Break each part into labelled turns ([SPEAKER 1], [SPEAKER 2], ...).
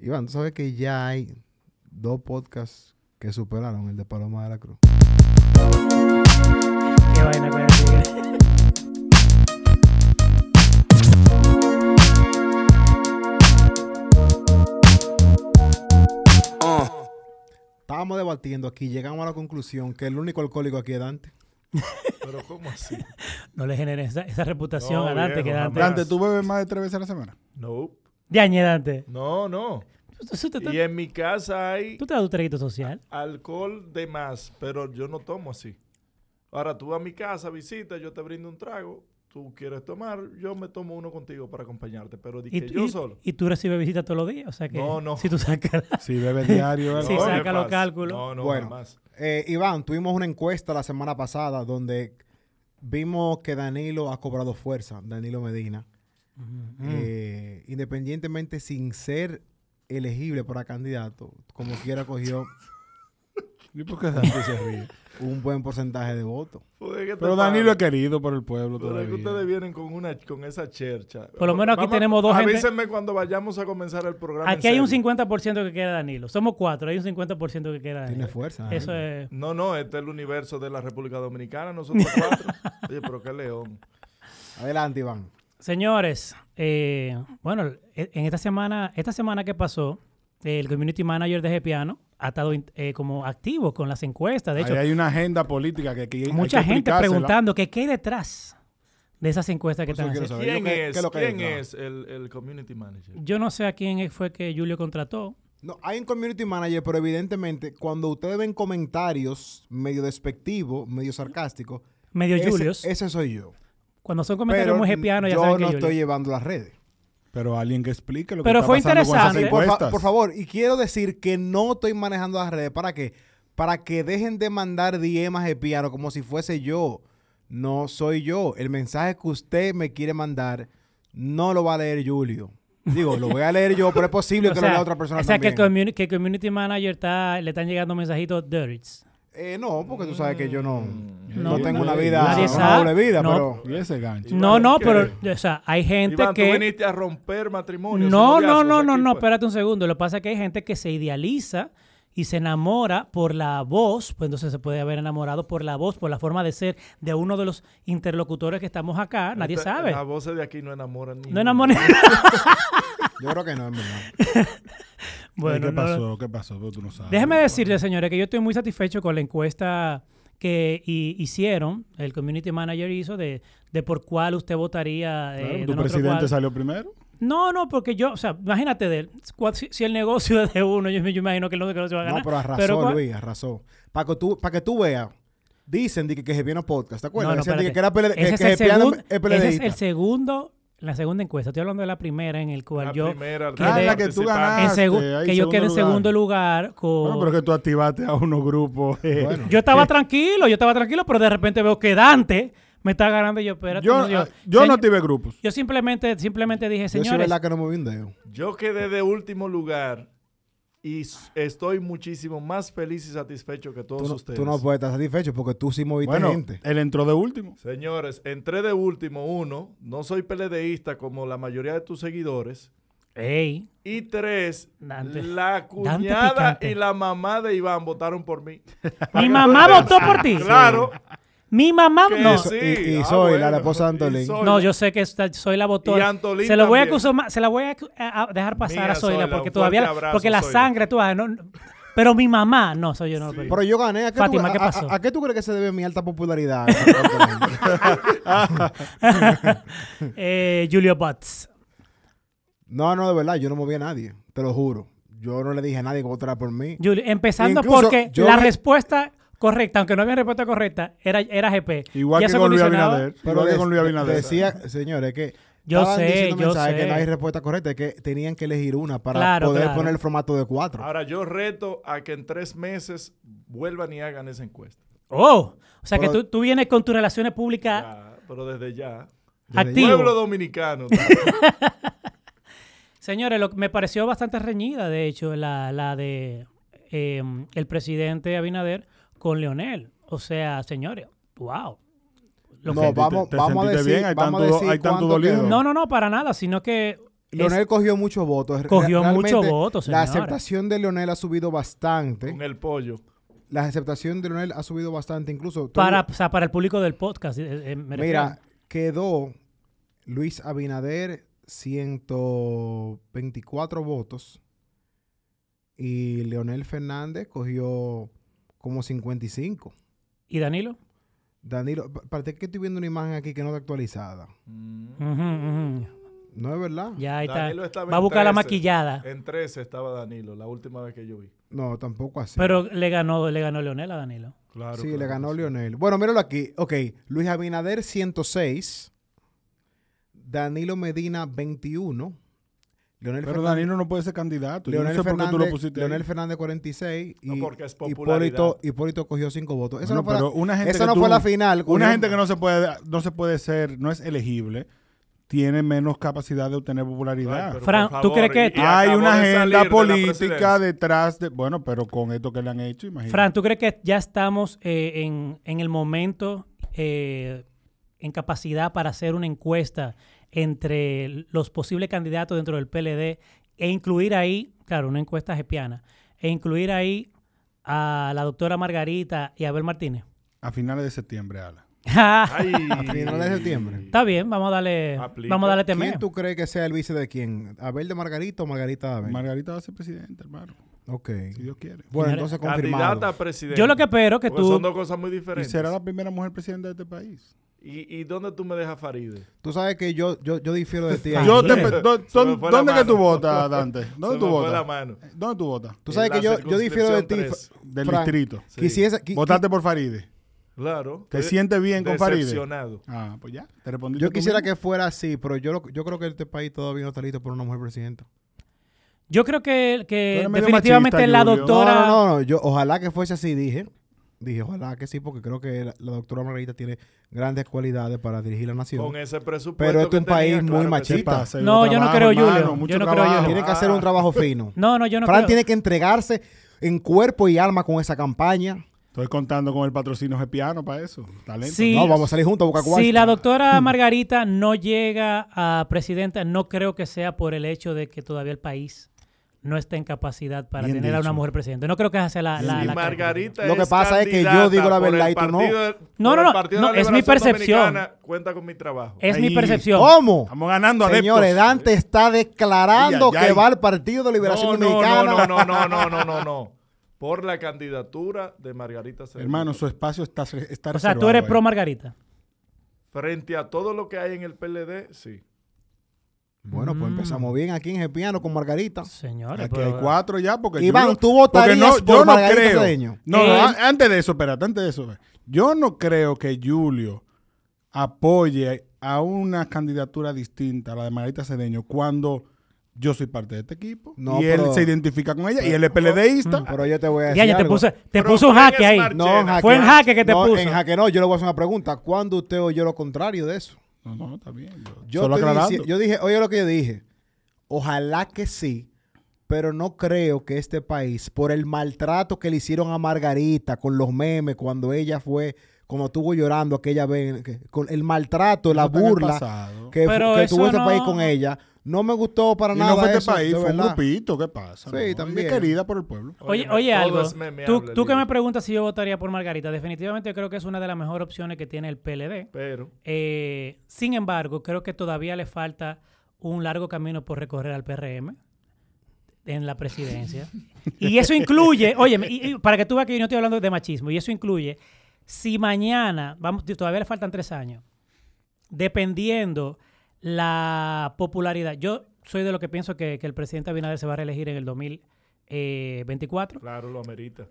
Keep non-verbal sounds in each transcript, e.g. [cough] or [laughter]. [SPEAKER 1] Iván, tú sabes que ya hay dos podcasts que superaron el de Paloma de la Cruz.
[SPEAKER 2] Qué vaina con el tigre.
[SPEAKER 1] Estábamos debatiendo aquí, llegamos a la conclusión que el único alcohólico aquí es Dante.
[SPEAKER 3] Pero ¿cómo así?
[SPEAKER 2] No le generen esa, esa reputación
[SPEAKER 3] No,
[SPEAKER 2] a Dante que
[SPEAKER 3] viejo,
[SPEAKER 2] Dante.
[SPEAKER 3] jamás.
[SPEAKER 2] Dante.
[SPEAKER 3] Dante,
[SPEAKER 4] ¿Tú bebes más de tres veces a la semana?
[SPEAKER 3] No,
[SPEAKER 2] Diañe, Dante.
[SPEAKER 3] no, no.
[SPEAKER 2] Tú, tú- tú-
[SPEAKER 3] Y en mi casa hay
[SPEAKER 2] tú te das un traguito social.
[SPEAKER 3] alcohol de más, pero yo no tomo así. Ahora tú a mi casa, visitas, yo te brindo un trago, tú quieres tomar, yo me tomo uno contigo para acompañarte, pero di
[SPEAKER 2] Y,
[SPEAKER 3] que
[SPEAKER 2] tú-
[SPEAKER 3] yo
[SPEAKER 2] y-
[SPEAKER 3] solo.
[SPEAKER 2] y tú recibes visitas todos los días. O sea que
[SPEAKER 3] No, no.
[SPEAKER 2] si tú
[SPEAKER 3] [laughs]
[SPEAKER 2] sacas.
[SPEAKER 4] Sí, bebes diario.
[SPEAKER 2] Sí,
[SPEAKER 3] No,
[SPEAKER 4] algo.
[SPEAKER 2] saca
[SPEAKER 3] ¿qué
[SPEAKER 2] los
[SPEAKER 3] pasa?
[SPEAKER 2] cálculos.
[SPEAKER 3] No, no,
[SPEAKER 1] Bueno.
[SPEAKER 3] jamás.
[SPEAKER 1] Eh, Iván, tuvimos una encuesta la semana pasada donde vimos que Danilo ha cobrado fuerza, Danilo Medina. Eh,
[SPEAKER 4] mm.
[SPEAKER 1] independientemente sin ser elegible para candidato, como quiera cogió
[SPEAKER 4] ¿Y por qué Dante se ríe?
[SPEAKER 1] [laughs] un buen porcentaje de votos.
[SPEAKER 3] Joder, Pues, ¿qué te
[SPEAKER 4] Pero Danilo es
[SPEAKER 3] pasa?
[SPEAKER 4] querido por el pueblo
[SPEAKER 3] Pero es que
[SPEAKER 4] todavía.
[SPEAKER 3] ustedes vienen con una con esa chercha.
[SPEAKER 2] Por lo menos aquí tenemos dos gente-
[SPEAKER 3] avísenme cuando vayamos a comenzar el programa. en
[SPEAKER 2] Aquí hay un
[SPEAKER 3] serio.
[SPEAKER 2] 50% que queda Danilo. Somos cuatro, hay un 50% que queda Danilo.
[SPEAKER 1] Tiene fuerza.
[SPEAKER 2] Eso
[SPEAKER 1] Danilo.
[SPEAKER 2] es.
[SPEAKER 3] No, no, este es el universo de la República Dominicana, nosotros
[SPEAKER 2] [laughs]
[SPEAKER 3] cuatro. Oye, pero qué león.
[SPEAKER 1] Adelante, Iván.
[SPEAKER 2] Señores, eh, bueno, e- en esta semana, esta semana que pasó, el community manager de Gepiano ha estado in- eh, como activo con las encuestas. De hecho,
[SPEAKER 4] Ahí hay una agenda política que aquí hay- hay
[SPEAKER 2] mucha
[SPEAKER 4] que
[SPEAKER 2] gente
[SPEAKER 4] explicársela.
[SPEAKER 2] preguntando que qué hay detrás de esas encuestas que
[SPEAKER 1] Por eso
[SPEAKER 2] están
[SPEAKER 1] quiero
[SPEAKER 2] haciendo.
[SPEAKER 1] saber.
[SPEAKER 3] ¿Quién
[SPEAKER 1] ¿qué- qué
[SPEAKER 3] es,
[SPEAKER 1] es lo que
[SPEAKER 3] quién
[SPEAKER 1] hay?
[SPEAKER 3] es el, el community manager?
[SPEAKER 2] Yo no sé a quién fue que Julio contrató.
[SPEAKER 1] No, hay un community manager, pero evidentemente cuando ustedes ven comentarios medio despectivos, medio sarcásticos,
[SPEAKER 2] Medio
[SPEAKER 1] ese,
[SPEAKER 2] Julius.
[SPEAKER 1] ese soy yo.
[SPEAKER 2] Cuando son comentarios
[SPEAKER 1] Pero
[SPEAKER 2] muy gepianos, ya
[SPEAKER 1] yo
[SPEAKER 2] saben que
[SPEAKER 1] no
[SPEAKER 2] es
[SPEAKER 1] estoy
[SPEAKER 2] Julius.
[SPEAKER 1] llevando las redes.
[SPEAKER 4] Pero alguien que explique lo
[SPEAKER 2] Pero
[SPEAKER 4] que
[SPEAKER 2] fue
[SPEAKER 4] está pasando con esas
[SPEAKER 2] interesante. Sí,
[SPEAKER 1] Por, fa-
[SPEAKER 4] encuestas.
[SPEAKER 1] por favor, y quiero decir que no estoy manejando las redes. ¿Para qué? Para que dejen de mandar DMs de piano como si fuese yo. No soy yo. El mensaje que usted me quiere mandar no lo va a leer Julio. Digo, lo voy a leer yo, pero es posible
[SPEAKER 2] [laughs] O
[SPEAKER 1] que
[SPEAKER 2] sea,
[SPEAKER 1] lo lea otra persona
[SPEAKER 2] o sea, que
[SPEAKER 1] también.
[SPEAKER 2] el, communi- que el community manager está, le están llegando mensajitos dirts.
[SPEAKER 1] Eh, no, porque tú sabes que yo no, no
[SPEAKER 4] Nadie
[SPEAKER 1] tengo una
[SPEAKER 4] sabe.
[SPEAKER 1] vida,
[SPEAKER 2] Nadie
[SPEAKER 1] una
[SPEAKER 2] sabe.
[SPEAKER 1] doble vida,
[SPEAKER 2] No.
[SPEAKER 1] pero...
[SPEAKER 4] Y ese gancho.
[SPEAKER 2] No,
[SPEAKER 3] Iván,
[SPEAKER 2] no,
[SPEAKER 3] ¿qué?
[SPEAKER 2] pero, o sea, hay gente
[SPEAKER 3] Iván, tú
[SPEAKER 2] que...
[SPEAKER 3] viniste a romper matrimonio.
[SPEAKER 2] No, no, no, no, no, espérate un segundo. Lo que pasa es que hay gente que se idealiza y se enamora por la voz, pues entonces se puede haber enamorado por la voz, por la forma de ser de uno de los interlocutores que estamos acá. Nadie sabe.
[SPEAKER 3] Las voces de aquí no enamoran. ni-
[SPEAKER 2] No
[SPEAKER 3] [laughs]
[SPEAKER 2] enamores.
[SPEAKER 1] Yo creo que no, en verdad.
[SPEAKER 2] [laughs] bueno,
[SPEAKER 4] ¿Qué
[SPEAKER 2] no-
[SPEAKER 4] pasó? ¿Qué pasó? Pero tú no sabes.
[SPEAKER 2] Déjeme decirle, señores, que yo estoy muy satisfecho con la encuesta que hi- hicieron, el community manager hizo, de, de por cuál usted votaría. eh, de
[SPEAKER 4] Claro, tu
[SPEAKER 2] nuestro
[SPEAKER 4] presidente
[SPEAKER 2] cuadro.
[SPEAKER 4] salió primero.
[SPEAKER 2] No, no, porque yo, o sea, imagínate de él, cua- si, si el negocio [laughs] es de uno, yo, me- yo imagino que el negocio va a ganar.
[SPEAKER 1] No, pero arrasó,
[SPEAKER 2] cua-
[SPEAKER 1] Luis, arrasó. Para que tú, pa' que tú veas, dicen di que, que Gepiano podcast, ¿te acuerdas?
[SPEAKER 2] No, no,
[SPEAKER 1] Decían, di que,
[SPEAKER 2] espérate.
[SPEAKER 1] que era pele-
[SPEAKER 2] Ese
[SPEAKER 1] que,
[SPEAKER 2] es
[SPEAKER 1] que
[SPEAKER 2] el
[SPEAKER 1] Gepiano
[SPEAKER 2] segun-
[SPEAKER 1] es
[SPEAKER 2] ese es
[SPEAKER 1] peledeísta.
[SPEAKER 2] el segundo, la segunda encuesta. Estoy hablando de la primera en el cual
[SPEAKER 3] La
[SPEAKER 2] yo
[SPEAKER 3] primera,
[SPEAKER 2] quedé-
[SPEAKER 4] Ah, la que tú
[SPEAKER 2] en
[SPEAKER 4] ganaste.
[SPEAKER 2] segu-
[SPEAKER 4] ahí
[SPEAKER 2] que yo quedé en
[SPEAKER 4] lugar.
[SPEAKER 2] segundo lugar con
[SPEAKER 4] Bueno, pero que tú activaste a unos grupos. eh.
[SPEAKER 1] Bueno.
[SPEAKER 2] Yo estaba tranquilo, yo estaba tranquilo, pero de repente veo que Dante me está ganando y yo, espérate.
[SPEAKER 4] yo
[SPEAKER 2] no, yo,
[SPEAKER 4] ah, yo no
[SPEAKER 2] señor-
[SPEAKER 4] activé grupos.
[SPEAKER 2] yo simplemente, simplemente dije,
[SPEAKER 1] Yo sí es
[SPEAKER 2] señores,
[SPEAKER 1] verdad que no me vi un dedo.
[SPEAKER 3] Yo quedé de último lugar y s- estoy muchísimo más feliz y satisfecho que todos
[SPEAKER 1] Tú no,
[SPEAKER 3] ustedes.
[SPEAKER 1] tú no puedes estar satisfecho porque tú sí moviste
[SPEAKER 4] Bueno,
[SPEAKER 1] gente.
[SPEAKER 4] él entró de último.
[SPEAKER 3] Señores, entré de último, uno, no soy peledeísta como la mayoría de tus seguidores.
[SPEAKER 2] ey,
[SPEAKER 3] Y tres,
[SPEAKER 2] Dante.
[SPEAKER 3] la
[SPEAKER 2] Dante
[SPEAKER 3] cuñada
[SPEAKER 2] picante.
[SPEAKER 3] y la mamá de Iván votaron por mí.
[SPEAKER 2] mi mamá votó por ti.
[SPEAKER 3] Claro.
[SPEAKER 2] Mi mamá,
[SPEAKER 3] que
[SPEAKER 2] no.
[SPEAKER 3] sí.
[SPEAKER 1] y- y
[SPEAKER 3] Ah,
[SPEAKER 1] soy la- la
[SPEAKER 3] bueno,
[SPEAKER 1] esposa de Antolín.
[SPEAKER 3] y soy
[SPEAKER 2] No,
[SPEAKER 3] la-
[SPEAKER 2] yo sé que esta- soy la
[SPEAKER 3] Y
[SPEAKER 2] votora.
[SPEAKER 3] Antolín
[SPEAKER 2] Se la voy a
[SPEAKER 3] también.
[SPEAKER 2] acusar ma- se la voy a, a- a dejar pasar
[SPEAKER 3] Mira,
[SPEAKER 2] a Zoila
[SPEAKER 3] Zoila,
[SPEAKER 2] porque
[SPEAKER 3] un
[SPEAKER 2] todavía
[SPEAKER 3] fuerte abrazo,
[SPEAKER 2] porque la
[SPEAKER 3] Zoila.
[SPEAKER 2] sangre tú vas, no, no. pero mi mamá, no, soy yo no. pero-
[SPEAKER 1] Pero yo gané. ¿A qué,
[SPEAKER 2] Fátima,
[SPEAKER 1] tú,
[SPEAKER 2] ¿qué
[SPEAKER 1] a- a-
[SPEAKER 2] pasó?
[SPEAKER 1] A, qué tú crees que se debe mi alta popularidad?
[SPEAKER 2] [laughs]
[SPEAKER 1] este
[SPEAKER 2] [laughs] Eh, Julio Butts.
[SPEAKER 1] no, no, de verdad, yo no moví a nadie. Te lo juro. Yo no le dije a nadie que votara por mí.
[SPEAKER 2] Julio, empezando
[SPEAKER 1] Incluso
[SPEAKER 2] porque
[SPEAKER 1] yo
[SPEAKER 2] la
[SPEAKER 1] vi-
[SPEAKER 2] respuesta correcta, aunque no había respuesta correcta, era, era GP.
[SPEAKER 4] Igual
[SPEAKER 2] Y
[SPEAKER 4] que
[SPEAKER 2] eso
[SPEAKER 4] con Luis
[SPEAKER 2] condicionaba-
[SPEAKER 4] Abinader. Igual que
[SPEAKER 1] de-
[SPEAKER 4] con Luis Abinader.
[SPEAKER 1] Decía, señores, que
[SPEAKER 2] Yo
[SPEAKER 1] Estaban
[SPEAKER 2] sé,
[SPEAKER 1] diciendo
[SPEAKER 2] yo
[SPEAKER 1] mensajes
[SPEAKER 2] sé.
[SPEAKER 1] que no hay respuesta correcta, es que tenían que elegir una para
[SPEAKER 2] Claro,
[SPEAKER 1] poder
[SPEAKER 2] claro. Ah,
[SPEAKER 1] poner el formato de cuatro.
[SPEAKER 3] Ahora yo reto a que en tres meses vuelvan y hagan esa encuesta.
[SPEAKER 2] Oh, o sea que
[SPEAKER 1] Pero-
[SPEAKER 2] tú, tú vienes con tus relaciones públicas
[SPEAKER 3] Ya, pero desde ya. Pueblo
[SPEAKER 2] activo.
[SPEAKER 3] dominicano. tal.
[SPEAKER 2] Señores, lo, que me pareció bastante reñida, de hecho, la, la de eh, el presidente Abinader con Leonel. O sea, señores, wow. Lo
[SPEAKER 1] no,
[SPEAKER 2] que-
[SPEAKER 1] vamos,
[SPEAKER 4] te
[SPEAKER 1] vamos a
[SPEAKER 4] sentiste
[SPEAKER 1] decir,
[SPEAKER 4] bien, ahí
[SPEAKER 1] vamos a
[SPEAKER 4] tanto do-
[SPEAKER 1] decir
[SPEAKER 4] ahí tanto
[SPEAKER 1] cuánto
[SPEAKER 4] dolido.
[SPEAKER 1] quedó.
[SPEAKER 2] no, no, no, para nada, sino que... es-
[SPEAKER 1] Leonel cogió muchos votos. Re-
[SPEAKER 2] Cogió muchos votos,
[SPEAKER 1] La
[SPEAKER 2] señores.
[SPEAKER 1] aceptación de Leonel ha subido bastante.
[SPEAKER 3] Con el pollo.
[SPEAKER 1] La aceptación de Leonel ha subido bastante, incluso. tú-
[SPEAKER 2] para, o sea, para el público del podcast. eh, eh, me
[SPEAKER 1] Mira,
[SPEAKER 2] refiero.
[SPEAKER 1] quedó Luis Abinader 124 votos y Leonel Fernández cogió como 55.
[SPEAKER 2] ¿Y Danilo?
[SPEAKER 1] Danilo, pa- parece que estoy viendo una imagen aquí que no está actualizada.
[SPEAKER 2] Ujú, ujú.
[SPEAKER 1] No es verdad.
[SPEAKER 2] Ya ahí
[SPEAKER 3] Danilo
[SPEAKER 2] está.
[SPEAKER 3] estaba
[SPEAKER 2] Va a
[SPEAKER 3] en
[SPEAKER 2] buscar la
[SPEAKER 3] 13.
[SPEAKER 2] maquillada.
[SPEAKER 3] En 13 estaba Danilo, la última vez que yo vi.
[SPEAKER 1] No, tampoco así.
[SPEAKER 2] Pero le ganó, le ganó Leonel a Danilo.
[SPEAKER 3] Claro.
[SPEAKER 1] sí, le ganó Leonel. Bueno, míralo aquí. Ok, Luis Abinader 106, Danilo Medina 21, Leonel
[SPEAKER 4] Pero
[SPEAKER 1] Fernández-
[SPEAKER 4] Danilo no puede ser candidato. Yo
[SPEAKER 1] Leonel,
[SPEAKER 4] no sé por qué
[SPEAKER 1] Fernández,
[SPEAKER 4] tú lo pusiste. ahí.
[SPEAKER 1] Leonel Fernández 46 y
[SPEAKER 3] No, porque es popularidad.
[SPEAKER 1] Hipólito, Hipólito cogió 5 votos. Esa
[SPEAKER 4] Bueno,
[SPEAKER 1] no fue, la,
[SPEAKER 4] pero una gente
[SPEAKER 1] esa
[SPEAKER 4] que
[SPEAKER 1] no
[SPEAKER 4] tú-
[SPEAKER 1] fue la final.
[SPEAKER 4] Una gente que no se puede, no se puede ser, no es elegible, tiene menos capacidad de obtener popularidad.
[SPEAKER 2] Fran, ¿tú crees que esto-
[SPEAKER 4] Hay una agenda política
[SPEAKER 3] de...
[SPEAKER 4] detrás de. Bueno, pero con esto que le han hecho, imagínate.
[SPEAKER 2] Fran, ¿tú crees que ya estamos eh, en, en el momento eh, en capacidad para hacer una encuesta entre los posibles candidatos dentro del PLD e incluir ahí, claro, una encuesta jepiana, e incluir ahí a la doctora Margarita y a Abel Martínez? [laughs]
[SPEAKER 4] A finales de septiembre, Ala.
[SPEAKER 1] A finales de septiembre.
[SPEAKER 2] Está bien, vamos a darle,
[SPEAKER 3] Aplica.
[SPEAKER 2] vamos a darle este
[SPEAKER 1] ¿Quién
[SPEAKER 2] temeo.
[SPEAKER 1] tú crees que sea el vice de quién? ¿Abel de Margarita o Margarita de Abel?
[SPEAKER 4] Margarita va a ser presidenta, hermano.
[SPEAKER 1] ok.
[SPEAKER 4] Si Dios quiere.
[SPEAKER 1] Bueno,
[SPEAKER 2] Señores,
[SPEAKER 1] entonces confirmado.
[SPEAKER 3] Candidata a presidente.
[SPEAKER 2] Yo lo que espero que
[SPEAKER 3] Porque
[SPEAKER 2] tú
[SPEAKER 3] Son dos cosas muy
[SPEAKER 4] Y
[SPEAKER 3] diferentes.
[SPEAKER 4] será la primera mujer presidenta de este país.
[SPEAKER 3] ¿Y, y dónde tú me dejas Faride?
[SPEAKER 1] Tú sabes que yo, yo, yo difiero de ti. ahí.
[SPEAKER 4] Yo
[SPEAKER 2] sí.
[SPEAKER 4] te, pe- do-
[SPEAKER 3] Se
[SPEAKER 4] do-
[SPEAKER 3] me fue la
[SPEAKER 4] ¿Dónde que
[SPEAKER 3] mano.
[SPEAKER 4] tú votas, Dante?
[SPEAKER 3] [laughs]
[SPEAKER 4] ¿Dónde
[SPEAKER 3] Se
[SPEAKER 4] tú
[SPEAKER 3] me fue la
[SPEAKER 4] votas? Eh,
[SPEAKER 3] mano.
[SPEAKER 4] ¿Dónde tú votas?
[SPEAKER 1] Tú sabes
[SPEAKER 3] En
[SPEAKER 1] que
[SPEAKER 3] la
[SPEAKER 1] yo, yo difiero de ti.
[SPEAKER 3] circunscripción
[SPEAKER 1] Fra-
[SPEAKER 4] Del
[SPEAKER 1] Frank,
[SPEAKER 4] distrito.
[SPEAKER 3] Sí.
[SPEAKER 1] Quisiese, qui-
[SPEAKER 4] ¿Votaste por Faride?
[SPEAKER 3] Claro.
[SPEAKER 4] ¿Te
[SPEAKER 3] Estoy
[SPEAKER 4] sientes bien con Faride?
[SPEAKER 3] Decepcionado.
[SPEAKER 4] Ah, pues ya. Te respondiste
[SPEAKER 1] yo
[SPEAKER 4] tú
[SPEAKER 1] quisiera
[SPEAKER 4] mismo.
[SPEAKER 1] que fuera así, pero yo, lo- yo creo que este país todavía no está listo por una mujer presidenta.
[SPEAKER 2] Yo creo que, que
[SPEAKER 4] Tú eres medio
[SPEAKER 2] definitivamente
[SPEAKER 4] machista,
[SPEAKER 2] la
[SPEAKER 4] Julio.
[SPEAKER 1] No,
[SPEAKER 2] doctora.
[SPEAKER 1] no, no, no, Yo, ojalá que fuese así, dije. Dije, ojalá que sí, porque creo que la, la doctora Margarita tiene grandes cualidades para dirigir la nación.
[SPEAKER 3] Con ese presupuesto.
[SPEAKER 1] Pero este
[SPEAKER 3] que
[SPEAKER 1] es un país
[SPEAKER 3] tenía,
[SPEAKER 1] muy
[SPEAKER 3] claro que
[SPEAKER 4] ¿Qué
[SPEAKER 1] machista.
[SPEAKER 4] pasa?
[SPEAKER 2] No, yo no creo, Julio.
[SPEAKER 4] mucho
[SPEAKER 2] Yo no creo,
[SPEAKER 4] trabajo.
[SPEAKER 2] Julio.
[SPEAKER 1] Tiene que hacer un trabajo fino.
[SPEAKER 2] [laughs] No, no, yo no
[SPEAKER 1] Fran
[SPEAKER 2] creo.
[SPEAKER 1] tiene que entregarse en cuerpo y alma con esa campaña.
[SPEAKER 4] Estoy contando con el patrocinio Gepiano para eso. Talento.
[SPEAKER 2] Sí.
[SPEAKER 1] No, vamos a salir juntos a buscar
[SPEAKER 2] Si
[SPEAKER 1] Kowalski.
[SPEAKER 2] la doctora Margarita no llega a presidenta, no creo que sea por el hecho de que todavía el país no está en capacidad para
[SPEAKER 4] Bien
[SPEAKER 2] tener a una
[SPEAKER 4] dicho.
[SPEAKER 2] mujer presidenta. No creo que sea la, la,
[SPEAKER 3] Y
[SPEAKER 2] la
[SPEAKER 3] Margarita
[SPEAKER 1] Lo que pasa es que yo
[SPEAKER 3] candidata
[SPEAKER 1] digo la
[SPEAKER 3] por el
[SPEAKER 1] verdad y tú no.
[SPEAKER 3] partido de-
[SPEAKER 2] No,
[SPEAKER 3] por
[SPEAKER 2] no,
[SPEAKER 3] el
[SPEAKER 2] no,
[SPEAKER 3] Partido
[SPEAKER 2] no,
[SPEAKER 3] de la
[SPEAKER 2] es mi
[SPEAKER 3] Liberación
[SPEAKER 2] percepción.
[SPEAKER 3] Dominicana, Cuenta con mi trabajo.
[SPEAKER 2] Es mi
[SPEAKER 4] Ahí.
[SPEAKER 2] percepción.
[SPEAKER 1] ¿Cómo?
[SPEAKER 4] Estamos ganando adeptos.
[SPEAKER 1] Señores, Dante está declarando
[SPEAKER 4] Ay, ay,
[SPEAKER 1] que
[SPEAKER 4] ay.
[SPEAKER 1] va al Partido de Liberación
[SPEAKER 3] no, no,
[SPEAKER 1] Dominicana.
[SPEAKER 3] no, no, no, no, no, no, no. Por la candidatura de Margarita Cedeño.
[SPEAKER 4] Hermano, su espacio está, re- está
[SPEAKER 2] O sea, tú
[SPEAKER 4] reservado
[SPEAKER 2] eres
[SPEAKER 1] eh.
[SPEAKER 4] ahí.
[SPEAKER 2] pro Margarita.
[SPEAKER 3] Frente a todo lo que hay en el PLD, sí.
[SPEAKER 1] Bueno, pues empezamos bien aquí en Gepiano con Margarita.
[SPEAKER 3] Mm.
[SPEAKER 2] Señores,
[SPEAKER 4] Aquí
[SPEAKER 2] Mm, pero-
[SPEAKER 4] hay cuatro ya porque
[SPEAKER 1] Iván,
[SPEAKER 4] yo-
[SPEAKER 1] ¿tú votarías
[SPEAKER 4] porque
[SPEAKER 1] por Margarita Cedeño?
[SPEAKER 4] No,
[SPEAKER 2] Eh.
[SPEAKER 4] no, an- antes de eso, espérate, antes de eso. Yo no creo que Julio apoye a una candidatura distinta a la de Margarita Cedeño cuando yo soy parte de este equipo
[SPEAKER 1] No,
[SPEAKER 4] y
[SPEAKER 1] pero- Mm.
[SPEAKER 4] él se identifica con ella y él es PLDista.
[SPEAKER 1] Pero yo te voy a decir
[SPEAKER 2] ya, ya te
[SPEAKER 1] algo.
[SPEAKER 2] puse, te
[SPEAKER 3] Pero
[SPEAKER 2] puso un
[SPEAKER 3] Frank
[SPEAKER 2] jaque
[SPEAKER 3] es
[SPEAKER 2] ahí.
[SPEAKER 3] Marchena.
[SPEAKER 1] No, en jaque.
[SPEAKER 2] Fue en jaque que te
[SPEAKER 1] No,
[SPEAKER 2] puso.
[SPEAKER 1] En jaque no, yo le voy a hacer una pregunta. ¿Cuándo usted oyó lo contrario de eso?
[SPEAKER 4] No, no, está bien. Yo,
[SPEAKER 1] Yo,
[SPEAKER 4] solo
[SPEAKER 1] estoy
[SPEAKER 4] aclarando.
[SPEAKER 1] dici- yo dije, oye lo que yo dije. Ojalá que sí, pero no creo que este país, por el maltrato que le hicieron a Margarita con los memes cuando ella fue, cuando estuvo llorando aquella vez, que- con el maltrato, la
[SPEAKER 4] No está en el
[SPEAKER 1] burla
[SPEAKER 4] pasado.
[SPEAKER 1] que, fu-
[SPEAKER 2] Pero
[SPEAKER 1] que
[SPEAKER 2] eso
[SPEAKER 1] tuvo este
[SPEAKER 2] no-
[SPEAKER 1] país con ella, no me gustó para
[SPEAKER 4] Y
[SPEAKER 1] nada.
[SPEAKER 4] no fue este
[SPEAKER 1] eso,
[SPEAKER 4] país,
[SPEAKER 1] de
[SPEAKER 4] fue un
[SPEAKER 1] verdad.
[SPEAKER 4] grupito, ¿qué pasa?
[SPEAKER 1] Sí,
[SPEAKER 4] No, es
[SPEAKER 1] también.
[SPEAKER 4] querida por el pueblo.
[SPEAKER 2] Oye,
[SPEAKER 3] Óyeme,
[SPEAKER 2] oye
[SPEAKER 3] todo
[SPEAKER 2] algo.
[SPEAKER 3] es memeable,
[SPEAKER 2] Tú, tú que
[SPEAKER 3] Lili.
[SPEAKER 2] me preguntas si yo votaría por Margarita, definitivamente creo que es una de las mejores opciones que tiene el PLD.
[SPEAKER 3] Pero
[SPEAKER 2] Eh, sin embargo, creo que todavía le falta un largo camino por recorrer al PRM en la presidencia. Y eso incluye, oye, para que tú veas que yo no estoy hablando de machismo, y eso incluye, si mañana, vamos, todavía le faltan tres años, dependiendo la popularidad, yo soy de lo que pienso que, que el presidente Abinader se va a reelegir en el eh, 2024.
[SPEAKER 3] claro, lo amerita.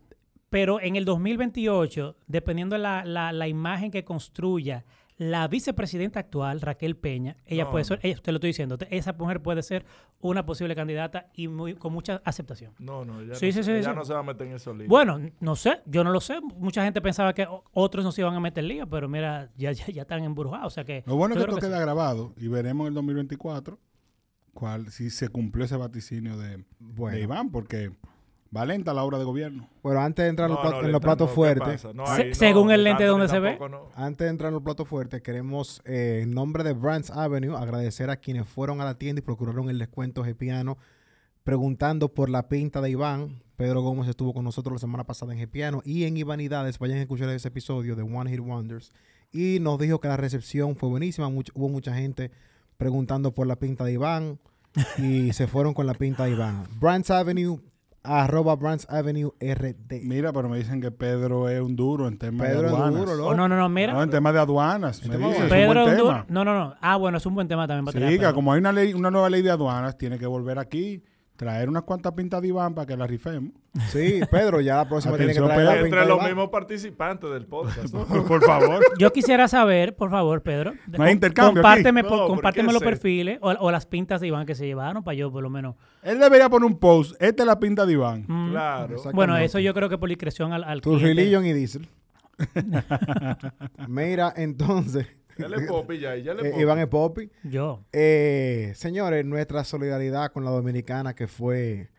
[SPEAKER 2] Pero en el 2028, dependiendo la, la, la imagen que construya la vicepresidenta actual, Raquel Peña, ella
[SPEAKER 3] No.
[SPEAKER 2] puede ser, ella- te lo estoy diciendo, te- esa mujer puede ser una posible candidata y muy, con mucha aceptación.
[SPEAKER 3] No, no, ya,
[SPEAKER 2] Sí,
[SPEAKER 3] no,
[SPEAKER 2] sí,
[SPEAKER 3] se-
[SPEAKER 2] sí,
[SPEAKER 3] ella
[SPEAKER 2] sí.
[SPEAKER 3] no se va a meter en esos líos.
[SPEAKER 2] Bueno, n- no sé, yo no lo sé. Mucha gente pensaba que o- otros no se iban a meter liga, pero mira, ya, ya, ya están embrujados. O sea que.
[SPEAKER 4] Lo bueno es
[SPEAKER 2] yo
[SPEAKER 4] que
[SPEAKER 2] creo
[SPEAKER 4] esto
[SPEAKER 2] que
[SPEAKER 4] queda
[SPEAKER 2] sí.
[SPEAKER 4] grabado y veremos en el 2024 cuál, si se cumplió ese vaticinio de, de
[SPEAKER 1] Bueno.
[SPEAKER 4] Iván, porque va lenta la obra de gobierno.
[SPEAKER 1] Bueno, antes de entrar en los
[SPEAKER 3] No,
[SPEAKER 1] platos-
[SPEAKER 3] no,
[SPEAKER 1] en los
[SPEAKER 3] Letán,
[SPEAKER 1] platos
[SPEAKER 3] no, ¿qué
[SPEAKER 1] fuertes, Ah,
[SPEAKER 3] pasa? No,
[SPEAKER 2] Se-
[SPEAKER 3] ahí no,
[SPEAKER 2] según el
[SPEAKER 3] Letán
[SPEAKER 2] lente donde se ve.
[SPEAKER 3] tampoco no.
[SPEAKER 1] Antes de entrar en los platos fuertes, queremos, eh, en nombre de Brands Avenue, agradecer a quienes fueron a la tienda y procuraron el descuento de Piano, preguntando por la pinta de Iván. Pedro Gómez estuvo con nosotros la semana pasada en Gepiano y en Ivanidades. Vayan a escuchar ese episodio de One Hit Wonders. Y nos dijo que la recepción fue buenísima. much- hubo mucha gente preguntando por la pinta de Iván y se fueron con la pinta de Iván. Brands Avenue, arroba Brands Avenue RD.
[SPEAKER 4] Mira, pero me dicen que Pedro es un duro en temas de
[SPEAKER 1] Pedro es
[SPEAKER 4] aduanas.
[SPEAKER 1] duro,
[SPEAKER 2] Oh, no, no, no, mira.
[SPEAKER 4] No, en temas de aduanas. me
[SPEAKER 1] tema de
[SPEAKER 4] dicen, es un
[SPEAKER 2] Pedro
[SPEAKER 4] buen
[SPEAKER 2] Hondur-
[SPEAKER 4] tema.
[SPEAKER 2] No, no, no. Ah, bueno, es un buen tema también. para
[SPEAKER 4] Sí,
[SPEAKER 2] traer,
[SPEAKER 4] que
[SPEAKER 2] pero-
[SPEAKER 4] como hay una ley, una nueva ley de aduanas, tiene que volver aquí, traer unas cuantas pintas de Iván para que la rifemos.
[SPEAKER 1] Sí, Pedro, ya la próxima tiene que
[SPEAKER 4] Atención,
[SPEAKER 1] traer la
[SPEAKER 4] Pedro.
[SPEAKER 1] pinta
[SPEAKER 3] Entre
[SPEAKER 1] de
[SPEAKER 3] los
[SPEAKER 1] Iván.
[SPEAKER 3] mismos participantes
[SPEAKER 1] [laughs]
[SPEAKER 3] del podcast. ¿no?
[SPEAKER 4] Por favor.
[SPEAKER 2] Yo quisiera saber, por favor, Pedro.
[SPEAKER 4] No hay
[SPEAKER 2] com-
[SPEAKER 4] intercambio
[SPEAKER 2] Compárteme,
[SPEAKER 3] aquí.
[SPEAKER 2] por-
[SPEAKER 3] No, ¿por qué
[SPEAKER 2] compárteme los
[SPEAKER 3] hacer?
[SPEAKER 2] perfiles o, o las pintas de Iván que se llevaron para yo, por lo menos.
[SPEAKER 4] [laughs] Él debería poner un post. Esta es la pinta de Iván.
[SPEAKER 2] Mm.
[SPEAKER 3] Claro.
[SPEAKER 1] Exacto.
[SPEAKER 2] Bueno, eso yo creo que por discreción al, al
[SPEAKER 1] Tu
[SPEAKER 2] cliente.
[SPEAKER 1] religion y diésel. [laughs] Mira, entonces,
[SPEAKER 3] Él es Poppy ya, ya le
[SPEAKER 1] eh, Iván es Poppy.
[SPEAKER 2] Yo.
[SPEAKER 1] Eh, señores, nuestra solidaridad con la dominicana que fue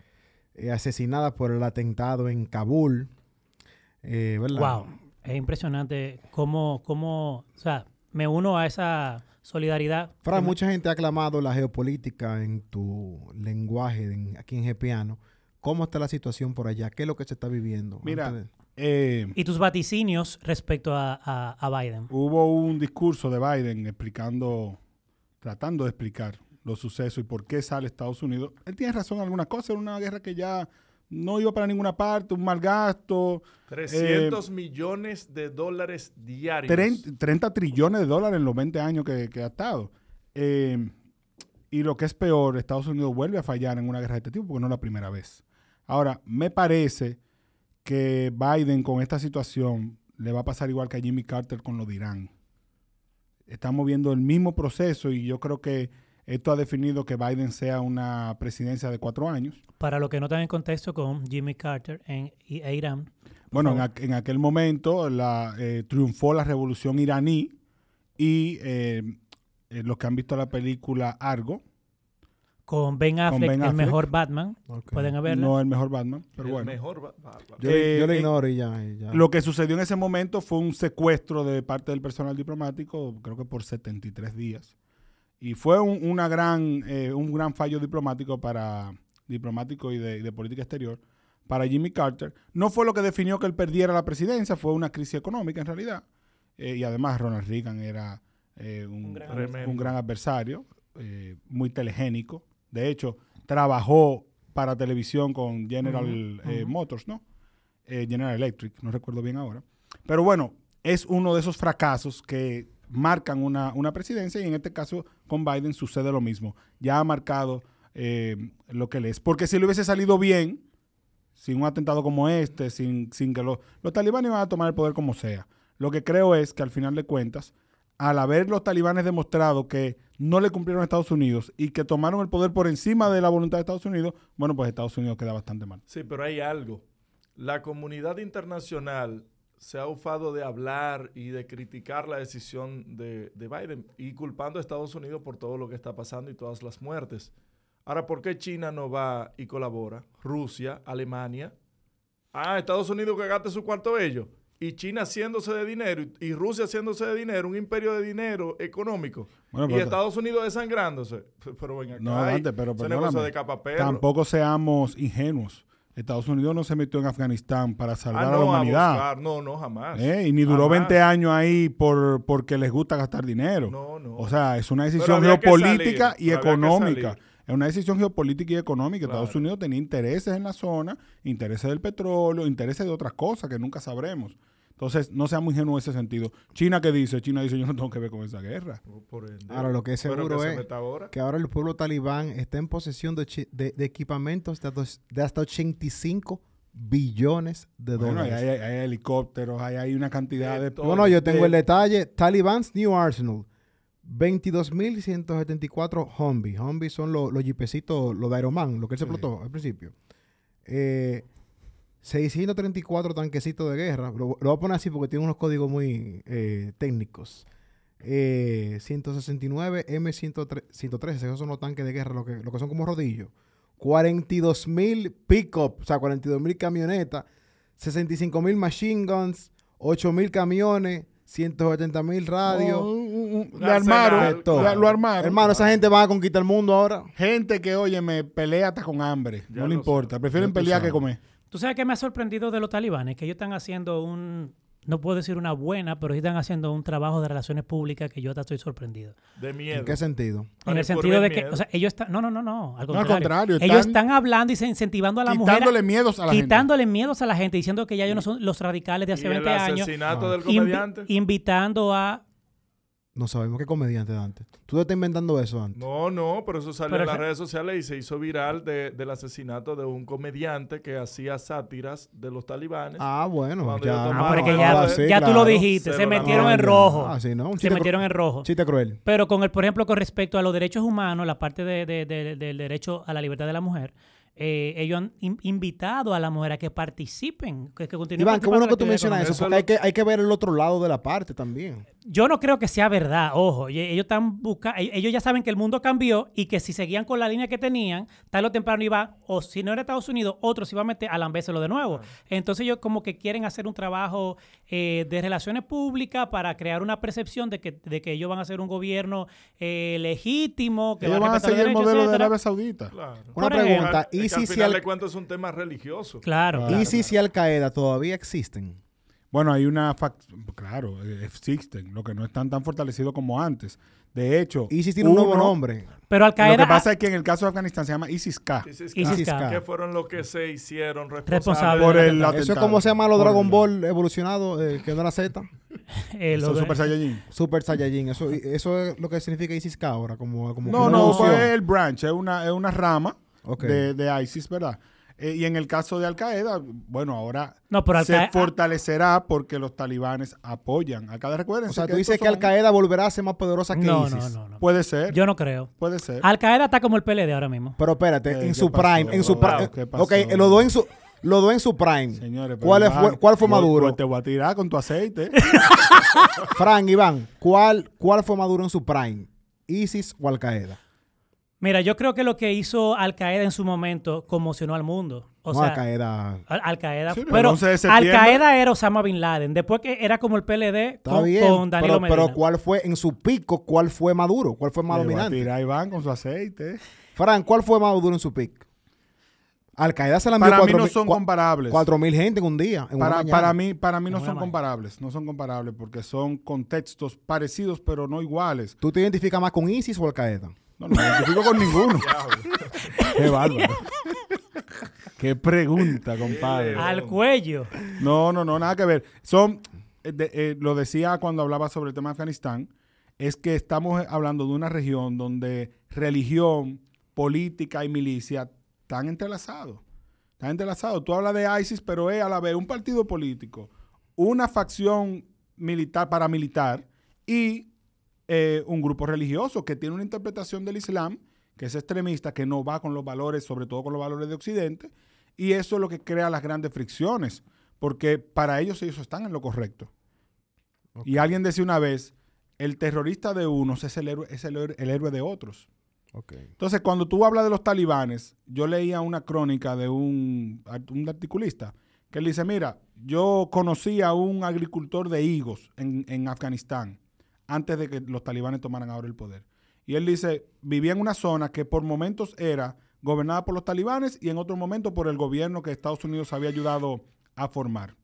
[SPEAKER 1] eh, asesinada por el atentado en Kabul. Eh, ¿verdad?
[SPEAKER 2] Wow. Es impresionante cómo, cómo, o sea, me uno a esa solidaridad.
[SPEAKER 1] Fran,
[SPEAKER 2] Que me-
[SPEAKER 1] mucha gente ha aclamado la geopolítica en tu lenguaje en- aquí en Gepiano. ¿Cómo está la situación por allá? ¿Qué es lo que se está viviendo? Antes
[SPEAKER 4] Mira,
[SPEAKER 1] de-
[SPEAKER 4] eh,
[SPEAKER 2] Y tus vaticinios respecto a, a- a Biden.
[SPEAKER 4] hubo un discurso de Biden explicando, tratando de explicar los sucesos y por qué sale Estados Unidos. Él tiene razón en algunas cosas. Era una guerra que ya no iba para ninguna parte, un mal gasto.
[SPEAKER 3] 300 millones de dólares diarios.
[SPEAKER 4] 30, trillones de dólares en los 20 años que, que ha estado. Eh, y lo que es peor, Estados Unidos vuelve a fallar en una guerra de este tipo porque no es la primera vez. Ahora, me parece que Biden con esta situación le va a pasar igual que a Jimmy Carter con lo de Irán. Estamos viendo el mismo proceso y yo creo que esto ha definido que Biden sea una presidencia de cuatro años.
[SPEAKER 2] Para los que no están en contexto con Jimmy Carter en, I- e Irán.
[SPEAKER 4] Bueno, en,
[SPEAKER 2] favor.
[SPEAKER 4] aqu- en aquel momento la, eh, triunfó la revolución iraní y eh, eh, los que han visto la película Argo,
[SPEAKER 2] Con Ben Affleck,
[SPEAKER 4] Ben
[SPEAKER 2] el
[SPEAKER 4] Affleck.
[SPEAKER 2] mejor Batman.
[SPEAKER 1] Ok.
[SPEAKER 2] Pueden verla.
[SPEAKER 4] no el mejor Batman, pero
[SPEAKER 3] El
[SPEAKER 4] bueno.
[SPEAKER 3] Mejor va- va- va.
[SPEAKER 1] yo,
[SPEAKER 4] Eh,
[SPEAKER 1] yo lo
[SPEAKER 4] eh,
[SPEAKER 1] ignoro y ya. y ya.
[SPEAKER 4] Lo que sucedió en ese momento fue un secuestro de parte del personal diplomático, creo que por 73 días. Y fue un, una gran, eh, un gran fallo diplomático para diplomático y de, y de política exterior para Jimmy Carter. No fue lo que definió que él perdiera la presidencia, fue una crisis económica en realidad. Eh, y además Ronald Reagan era eh, un,
[SPEAKER 2] Un gran
[SPEAKER 4] un-
[SPEAKER 3] adversario.
[SPEAKER 4] un gran adversario, eh, muy telegénico. De hecho, trabajó para televisión con General eh, Motors, ¿no? eh, General Electric, no recuerdo bien ahora. Pero bueno, es uno de esos fracasos que marcan una, una presidencia y en este caso con Biden sucede lo mismo. Ya ha marcado eh, lo que le es. Porque si le hubiese salido bien, sin un atentado como este, sin, sin que los, los talibanes van a tomar el poder como sea. Lo que creo es que al final de cuentas, al haber los talibanes demostrado que no le cumplieron a Estados Unidos y que tomaron el poder por encima de la voluntad de Estados Unidos, bueno, pues Estados Unidos queda bastante mal.
[SPEAKER 3] Sí, pero hay algo. La comunidad internacional se ha ufado de hablar y de criticar la decisión de, de Biden y culpando a Estados Unidos por todo lo que está pasando y todas las muertes. Ahora, ¿por qué China no va y colabora? Rusia, Alemania. Ah, Estados Unidos que gaste su cuarto bello. Y China haciéndose de dinero y- y Rusia haciéndose de dinero, un imperio de dinero económico.
[SPEAKER 4] Bueno,
[SPEAKER 3] y
[SPEAKER 4] pero-
[SPEAKER 3] Estados Unidos desangrándose. Pero venga,
[SPEAKER 4] No, Dante, pero perdóname.
[SPEAKER 3] de capa perro.
[SPEAKER 4] Tampoco seamos ingenuos. Estados Unidos no se metió en Afganistán para salvar
[SPEAKER 3] Ah,
[SPEAKER 4] a la
[SPEAKER 3] no, a
[SPEAKER 4] humanidad.
[SPEAKER 3] buscar. no, no, jamás.
[SPEAKER 4] ¿eh? Y ni duró
[SPEAKER 3] Jamás.
[SPEAKER 4] 20 años ahí por porque les gusta gastar dinero.
[SPEAKER 3] No, no.
[SPEAKER 4] O sea, es una
[SPEAKER 3] Pero
[SPEAKER 4] decisión
[SPEAKER 3] había que
[SPEAKER 4] geopolítica
[SPEAKER 3] salir,
[SPEAKER 4] y
[SPEAKER 3] pero había que
[SPEAKER 4] económica.
[SPEAKER 3] salir.
[SPEAKER 4] Es una decisión geopolítica y económica. Estados
[SPEAKER 3] Claro.
[SPEAKER 4] Unidos tenía intereses en la zona, intereses del petróleo, intereses de otras cosas que nunca sabremos. Entonces, no seamos ingenuos en ese sentido. China que dice, China dice, yo no tengo que ver con esa guerra.
[SPEAKER 3] Por ende.
[SPEAKER 1] Ahora, lo que es
[SPEAKER 3] Pero
[SPEAKER 1] seguro
[SPEAKER 3] se
[SPEAKER 1] es
[SPEAKER 3] meta ahora.
[SPEAKER 1] que ahora el pueblo talibán está en posesión de, chi- de- de equipamientos de, dos- de hasta 85 billones de
[SPEAKER 4] Bueno, ahí
[SPEAKER 1] dólares.
[SPEAKER 4] hay, hay helicópteros, ahí hay una cantidad de...
[SPEAKER 3] todo.
[SPEAKER 1] No, no, yo tengo
[SPEAKER 4] de-
[SPEAKER 1] el detalle. Taliban's New Arsenal. 22.174 Humvee. Humvee son los, los jipecitos, los de Iron Man, lo que él se explotó al principio. Eh, 634 tanquecitos de guerra. Lo, lo voy a poner así porque tiene unos códigos muy eh, técnicos. Eh, 169 M113, esos son los tanques de guerra, lo que, lo que son como rodillos. 42 mil pick-up, o sea, 42 mil camionetas, 65 mil machine guns, 8 mil camiones, 180 mil radios.
[SPEAKER 4] Un- un- un-
[SPEAKER 3] La
[SPEAKER 4] lo armaron,
[SPEAKER 3] arsenal,
[SPEAKER 1] todo.
[SPEAKER 4] lo, lo armaron.
[SPEAKER 1] Hermano, esa gente va a conquistar el mundo ahora.
[SPEAKER 4] Gente que, oye, me pelea hasta con hambre.
[SPEAKER 3] Ya
[SPEAKER 4] no
[SPEAKER 3] lo
[SPEAKER 4] le importa. Prefieren
[SPEAKER 1] Ya tú
[SPEAKER 4] pelear que
[SPEAKER 1] sabes.
[SPEAKER 4] comer.
[SPEAKER 2] ¿Tú sabes qué me ha sorprendido de los talibanes? Que ellos están haciendo un, no puedo decir una buena, pero sí están haciendo un trabajo de relaciones públicas que yo hasta estoy sorprendido.
[SPEAKER 3] De miedo.
[SPEAKER 1] ¿En qué sentido?
[SPEAKER 2] En
[SPEAKER 3] Para
[SPEAKER 2] el sentido de que,
[SPEAKER 3] miedo.
[SPEAKER 2] o sea, ellos están, no, no, no, no, al
[SPEAKER 4] No, al
[SPEAKER 2] contrario.
[SPEAKER 4] contrario,
[SPEAKER 2] ellos
[SPEAKER 4] están
[SPEAKER 2] están hablando y se- incentivando a la mujer.
[SPEAKER 4] Quitándole miedos a la gente.
[SPEAKER 2] quitándole miedos a la gente, diciendo que ya ellos no son los radicales de
[SPEAKER 3] Y
[SPEAKER 2] hace
[SPEAKER 3] el
[SPEAKER 2] 20 años. Ah.
[SPEAKER 3] asesinato del
[SPEAKER 2] Invi-
[SPEAKER 3] comediante.
[SPEAKER 2] invitando a
[SPEAKER 1] No sabemos qué comediante Dante. Tú te estás inventando eso, Dante.
[SPEAKER 3] No, no, pero eso salió
[SPEAKER 2] Pero
[SPEAKER 3] en las
[SPEAKER 2] ese-
[SPEAKER 3] redes sociales y se hizo viral de- del asesinato de un comediante que hacía sátiras de los talibanes.
[SPEAKER 1] Ah, bueno.
[SPEAKER 3] Cuando
[SPEAKER 1] Ya,
[SPEAKER 3] yo
[SPEAKER 2] Ah,
[SPEAKER 3] tomaba-
[SPEAKER 2] pero es que
[SPEAKER 3] Ah,
[SPEAKER 2] ya,
[SPEAKER 3] sí,
[SPEAKER 2] ya tú lo dijiste,
[SPEAKER 3] Se
[SPEAKER 2] se,
[SPEAKER 3] lo
[SPEAKER 2] metieron
[SPEAKER 3] lavaron.
[SPEAKER 2] en rojo.
[SPEAKER 1] Ah, sí, ¿no? Un
[SPEAKER 2] Se
[SPEAKER 1] chiste
[SPEAKER 2] metieron
[SPEAKER 1] cru-
[SPEAKER 2] en rojo.
[SPEAKER 1] Chiste cruel.
[SPEAKER 2] Pero con el, por ejemplo, con respecto a los derechos humanos, la parte de- de- de- del derecho a la libertad de la mujer, eh, ellos han in- invitado a la mujer a que participen, que, que continúen
[SPEAKER 1] Iván, qué
[SPEAKER 2] participando
[SPEAKER 1] bueno
[SPEAKER 2] en
[SPEAKER 1] que tú
[SPEAKER 2] la actividad
[SPEAKER 1] mencionas eso,
[SPEAKER 3] Eso
[SPEAKER 1] porque
[SPEAKER 3] es
[SPEAKER 1] hay que, hay que ver el otro lado de la parte también.
[SPEAKER 2] económica. Yo no creo que sea verdad, ojo. Y- Ellos están buscando, ellos ya saben que el mundo cambió y que si seguían con la línea que tenían, tarde o temprano iba, o si no era Estados Unidos, otro se iba a meter a lambérselo de nuevo. Entonces ellos como que quieren hacer un trabajo eh, de relaciones públicas para crear una percepción de que, de que ellos van a ser un gobierno eh, legítimo, que
[SPEAKER 4] Ellos van a
[SPEAKER 2] respetar los
[SPEAKER 4] seguir el
[SPEAKER 2] derechos,
[SPEAKER 4] modelo de
[SPEAKER 2] etcétera.
[SPEAKER 4] Arabia Saudita.
[SPEAKER 3] Claro.
[SPEAKER 1] Una
[SPEAKER 2] Por ejemplo,
[SPEAKER 1] pregunta,
[SPEAKER 3] Es que
[SPEAKER 1] ¿y si,
[SPEAKER 3] al
[SPEAKER 1] si
[SPEAKER 3] final
[SPEAKER 1] al,
[SPEAKER 3] de cuentas es un tema religioso.
[SPEAKER 2] Claro.
[SPEAKER 1] y si, si Al Qaeda todavía existen?
[SPEAKER 4] Bueno, hay una... fac- Claro, eh, existen. Lo que no están tan fortalecidos como antes. De hecho...
[SPEAKER 1] ¿Y si tiene un
[SPEAKER 4] hubo
[SPEAKER 1] nuevo
[SPEAKER 4] uno-
[SPEAKER 1] nombre?
[SPEAKER 2] Pero Al
[SPEAKER 4] Lo
[SPEAKER 2] Qaeda
[SPEAKER 4] que pasa es que en el caso de Afganistán se llama ISIS-K.
[SPEAKER 3] Dices que-
[SPEAKER 2] ISIS
[SPEAKER 1] K.
[SPEAKER 3] ¿Qué fueron los que se hicieron
[SPEAKER 2] Responsable.
[SPEAKER 3] responsables?
[SPEAKER 4] Por el
[SPEAKER 2] Eso
[SPEAKER 1] Eso es
[SPEAKER 4] atentado.
[SPEAKER 1] como se llama los
[SPEAKER 4] Por
[SPEAKER 1] Dragon
[SPEAKER 4] el-
[SPEAKER 1] Ball evolucionados, eh, que no era Z.
[SPEAKER 2] eh, lo
[SPEAKER 4] Son
[SPEAKER 2] de-
[SPEAKER 4] Super Saiyajin.
[SPEAKER 1] Super Saiyajin. Eso, eso es lo que significa ISIS K ahora, como, como
[SPEAKER 4] No,
[SPEAKER 1] una
[SPEAKER 4] no, pues,
[SPEAKER 1] evolución.
[SPEAKER 4] fue el branch, es una, es una rama
[SPEAKER 1] Ok.
[SPEAKER 4] de, de ISIS, ¿verdad? Eh, y en el caso de Al Qaeda, bueno, ahora
[SPEAKER 2] No, pero ah, Al
[SPEAKER 4] se
[SPEAKER 2] Qaeda-
[SPEAKER 4] fortalecerá porque los talibanes apoyan. Al Qaeda, recuerden.
[SPEAKER 1] O sea, tú dices que Al Qaeda volverá a ser más poderosa que
[SPEAKER 2] No, no,
[SPEAKER 1] ISIS.
[SPEAKER 2] no, no.
[SPEAKER 4] Puede ser,
[SPEAKER 2] Yo no creo.
[SPEAKER 4] puede ser.
[SPEAKER 2] Al Qaeda está como el PLD ahora mismo.
[SPEAKER 1] Pero espérate,
[SPEAKER 4] Eh,
[SPEAKER 1] en
[SPEAKER 4] ¿qué
[SPEAKER 1] su
[SPEAKER 4] pasó,
[SPEAKER 1] prime, en su
[SPEAKER 4] Robert?
[SPEAKER 1] prime.
[SPEAKER 4] ¿Qué pasó?
[SPEAKER 1] Ok, los dos en su, los dos en su prime.
[SPEAKER 4] Señores, pero
[SPEAKER 1] ¿Cuál, es-
[SPEAKER 4] Iván,
[SPEAKER 1] fue, ¿Cuál fue
[SPEAKER 4] pues-
[SPEAKER 1] Maduro?
[SPEAKER 4] pues te voy a tirar con
[SPEAKER 1] [laughs]
[SPEAKER 4] tu aceite.
[SPEAKER 1] Frank, Iván, ¿cuál, ¿cuál fue Maduro en su prime? ¿ISIS o Al Qaeda?
[SPEAKER 2] Mira, yo creo que lo que hizo Al Qaeda en su momento conmocionó al mundo. O
[SPEAKER 1] no,
[SPEAKER 2] sea,
[SPEAKER 1] Al Qaeda.
[SPEAKER 2] Al, Al Qaeda.
[SPEAKER 4] Sí, el
[SPEAKER 2] pero
[SPEAKER 4] 11 de
[SPEAKER 2] Al
[SPEAKER 4] septiembre.
[SPEAKER 2] Qaeda era Osama Bin Laden. Después que era como el PLD
[SPEAKER 1] Está
[SPEAKER 2] con,
[SPEAKER 1] bien.
[SPEAKER 2] con Danilo
[SPEAKER 1] pero,
[SPEAKER 2] Medina.
[SPEAKER 1] pero ¿cuál fue en su pico? ¿Cuál fue Maduro? ¿Cuál fue más
[SPEAKER 4] Te voy a
[SPEAKER 1] dominante?
[SPEAKER 4] tirar Iván con su aceite.
[SPEAKER 1] Frank, ¿cuál fue Maduro en su pico? Al Qaeda se la envió
[SPEAKER 4] Para mí
[SPEAKER 1] cuatro
[SPEAKER 4] no
[SPEAKER 1] mil-
[SPEAKER 4] son
[SPEAKER 1] cua-
[SPEAKER 4] comparables.
[SPEAKER 1] cuatro mil gente en un día. en una
[SPEAKER 4] Para,
[SPEAKER 1] mañana.
[SPEAKER 4] para mí, para mí no
[SPEAKER 2] En una
[SPEAKER 4] son
[SPEAKER 2] mañana.
[SPEAKER 4] comparables, no son comparables porque son contextos parecidos pero no iguales.
[SPEAKER 1] ¿Tú te identificas más con ISIS o Al Qaeda?
[SPEAKER 4] No, no me identifico con ninguno. Qué bárbaro. Qué pregunta, compadre.
[SPEAKER 2] Al cuello.
[SPEAKER 4] No, no, no, nada que ver. Son, eh, de- eh, lo decía cuando hablaba sobre el tema de Afganistán, es que estamos hablando de una región donde religión, política y milicia están entrelazados. Están entrelazados. Tú hablas de ISIS, pero es a la vez un partido político, una facción militar, paramilitar y eh, un grupo religioso que tiene una interpretación del Islam que es extremista, que no va con los valores, sobre todo con los valores de Occidente, y eso es lo que crea las grandes fricciones, porque para ellos ellos están en lo correcto. Y alguien decía una vez, el terrorista de unos es el héroe, es el héroe- el héroe de otros. Entonces, cuando tú hablas de los talibanes, yo leía una crónica de un, art- un articulista que él dice, mira, yo conocí a un agricultor de higos en, en Afganistán antes de que los talibanes tomaran ahora el poder. Y él dice, vivía en una zona que por momentos era gobernada por los talibanes y en otro momento por el gobierno que Estados Unidos había ayudado a formar.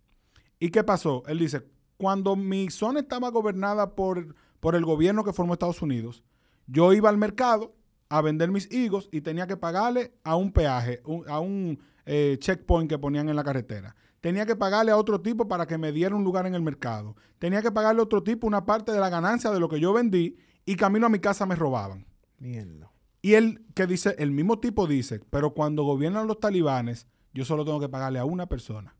[SPEAKER 4] ¿Y qué pasó? Él dice, cuando mi zona estaba gobernada por, por el gobierno que formó Estados Unidos, yo iba al mercado a vender mis higos y tenía que pagarle a un peaje, un- a un eh, checkpoint que ponían en la carretera. Tenía que pagarle a otro tipo para que me diera un lugar en el mercado. Tenía que pagarle a otro tipo una parte de la ganancia de lo que yo vendí y camino a mi casa me robaban.
[SPEAKER 1] Mierda.
[SPEAKER 4] Y él que dice, el mismo tipo dice, pero cuando gobiernan los talibanes, Yo solo tengo que pagarle a una persona.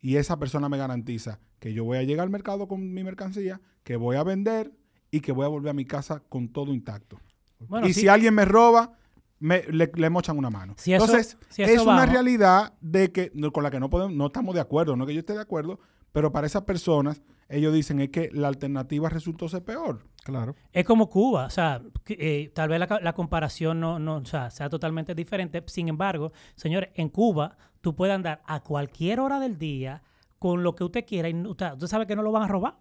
[SPEAKER 4] Y esa persona me garantiza que yo voy a llegar al mercado con mi mercancía, que voy a vender y que voy a volver a mi casa con todo intacto.
[SPEAKER 2] Bueno,
[SPEAKER 4] y
[SPEAKER 2] sí,
[SPEAKER 4] si alguien me roba, me- le, le mochan una mano.
[SPEAKER 2] Si eso-
[SPEAKER 4] Entonces,
[SPEAKER 2] si
[SPEAKER 4] es
[SPEAKER 2] eso
[SPEAKER 4] una
[SPEAKER 2] vamos.
[SPEAKER 4] realidad de que, no- con la que no, podemos, no estamos de acuerdo, no que yo esté de acuerdo, pero para esas personas, ellos dicen es que la alternativa resultó ser peor.
[SPEAKER 1] Claro.
[SPEAKER 2] es como Cuba, o sea, que, eh, tal vez la, ca- la comparación no, no o sea, sea totalmente diferente. Sin embargo, señores, en Cuba tú puedes andar a cualquier hora del día con lo que usted quiera y no- usted, usted sabe que no lo van a robar.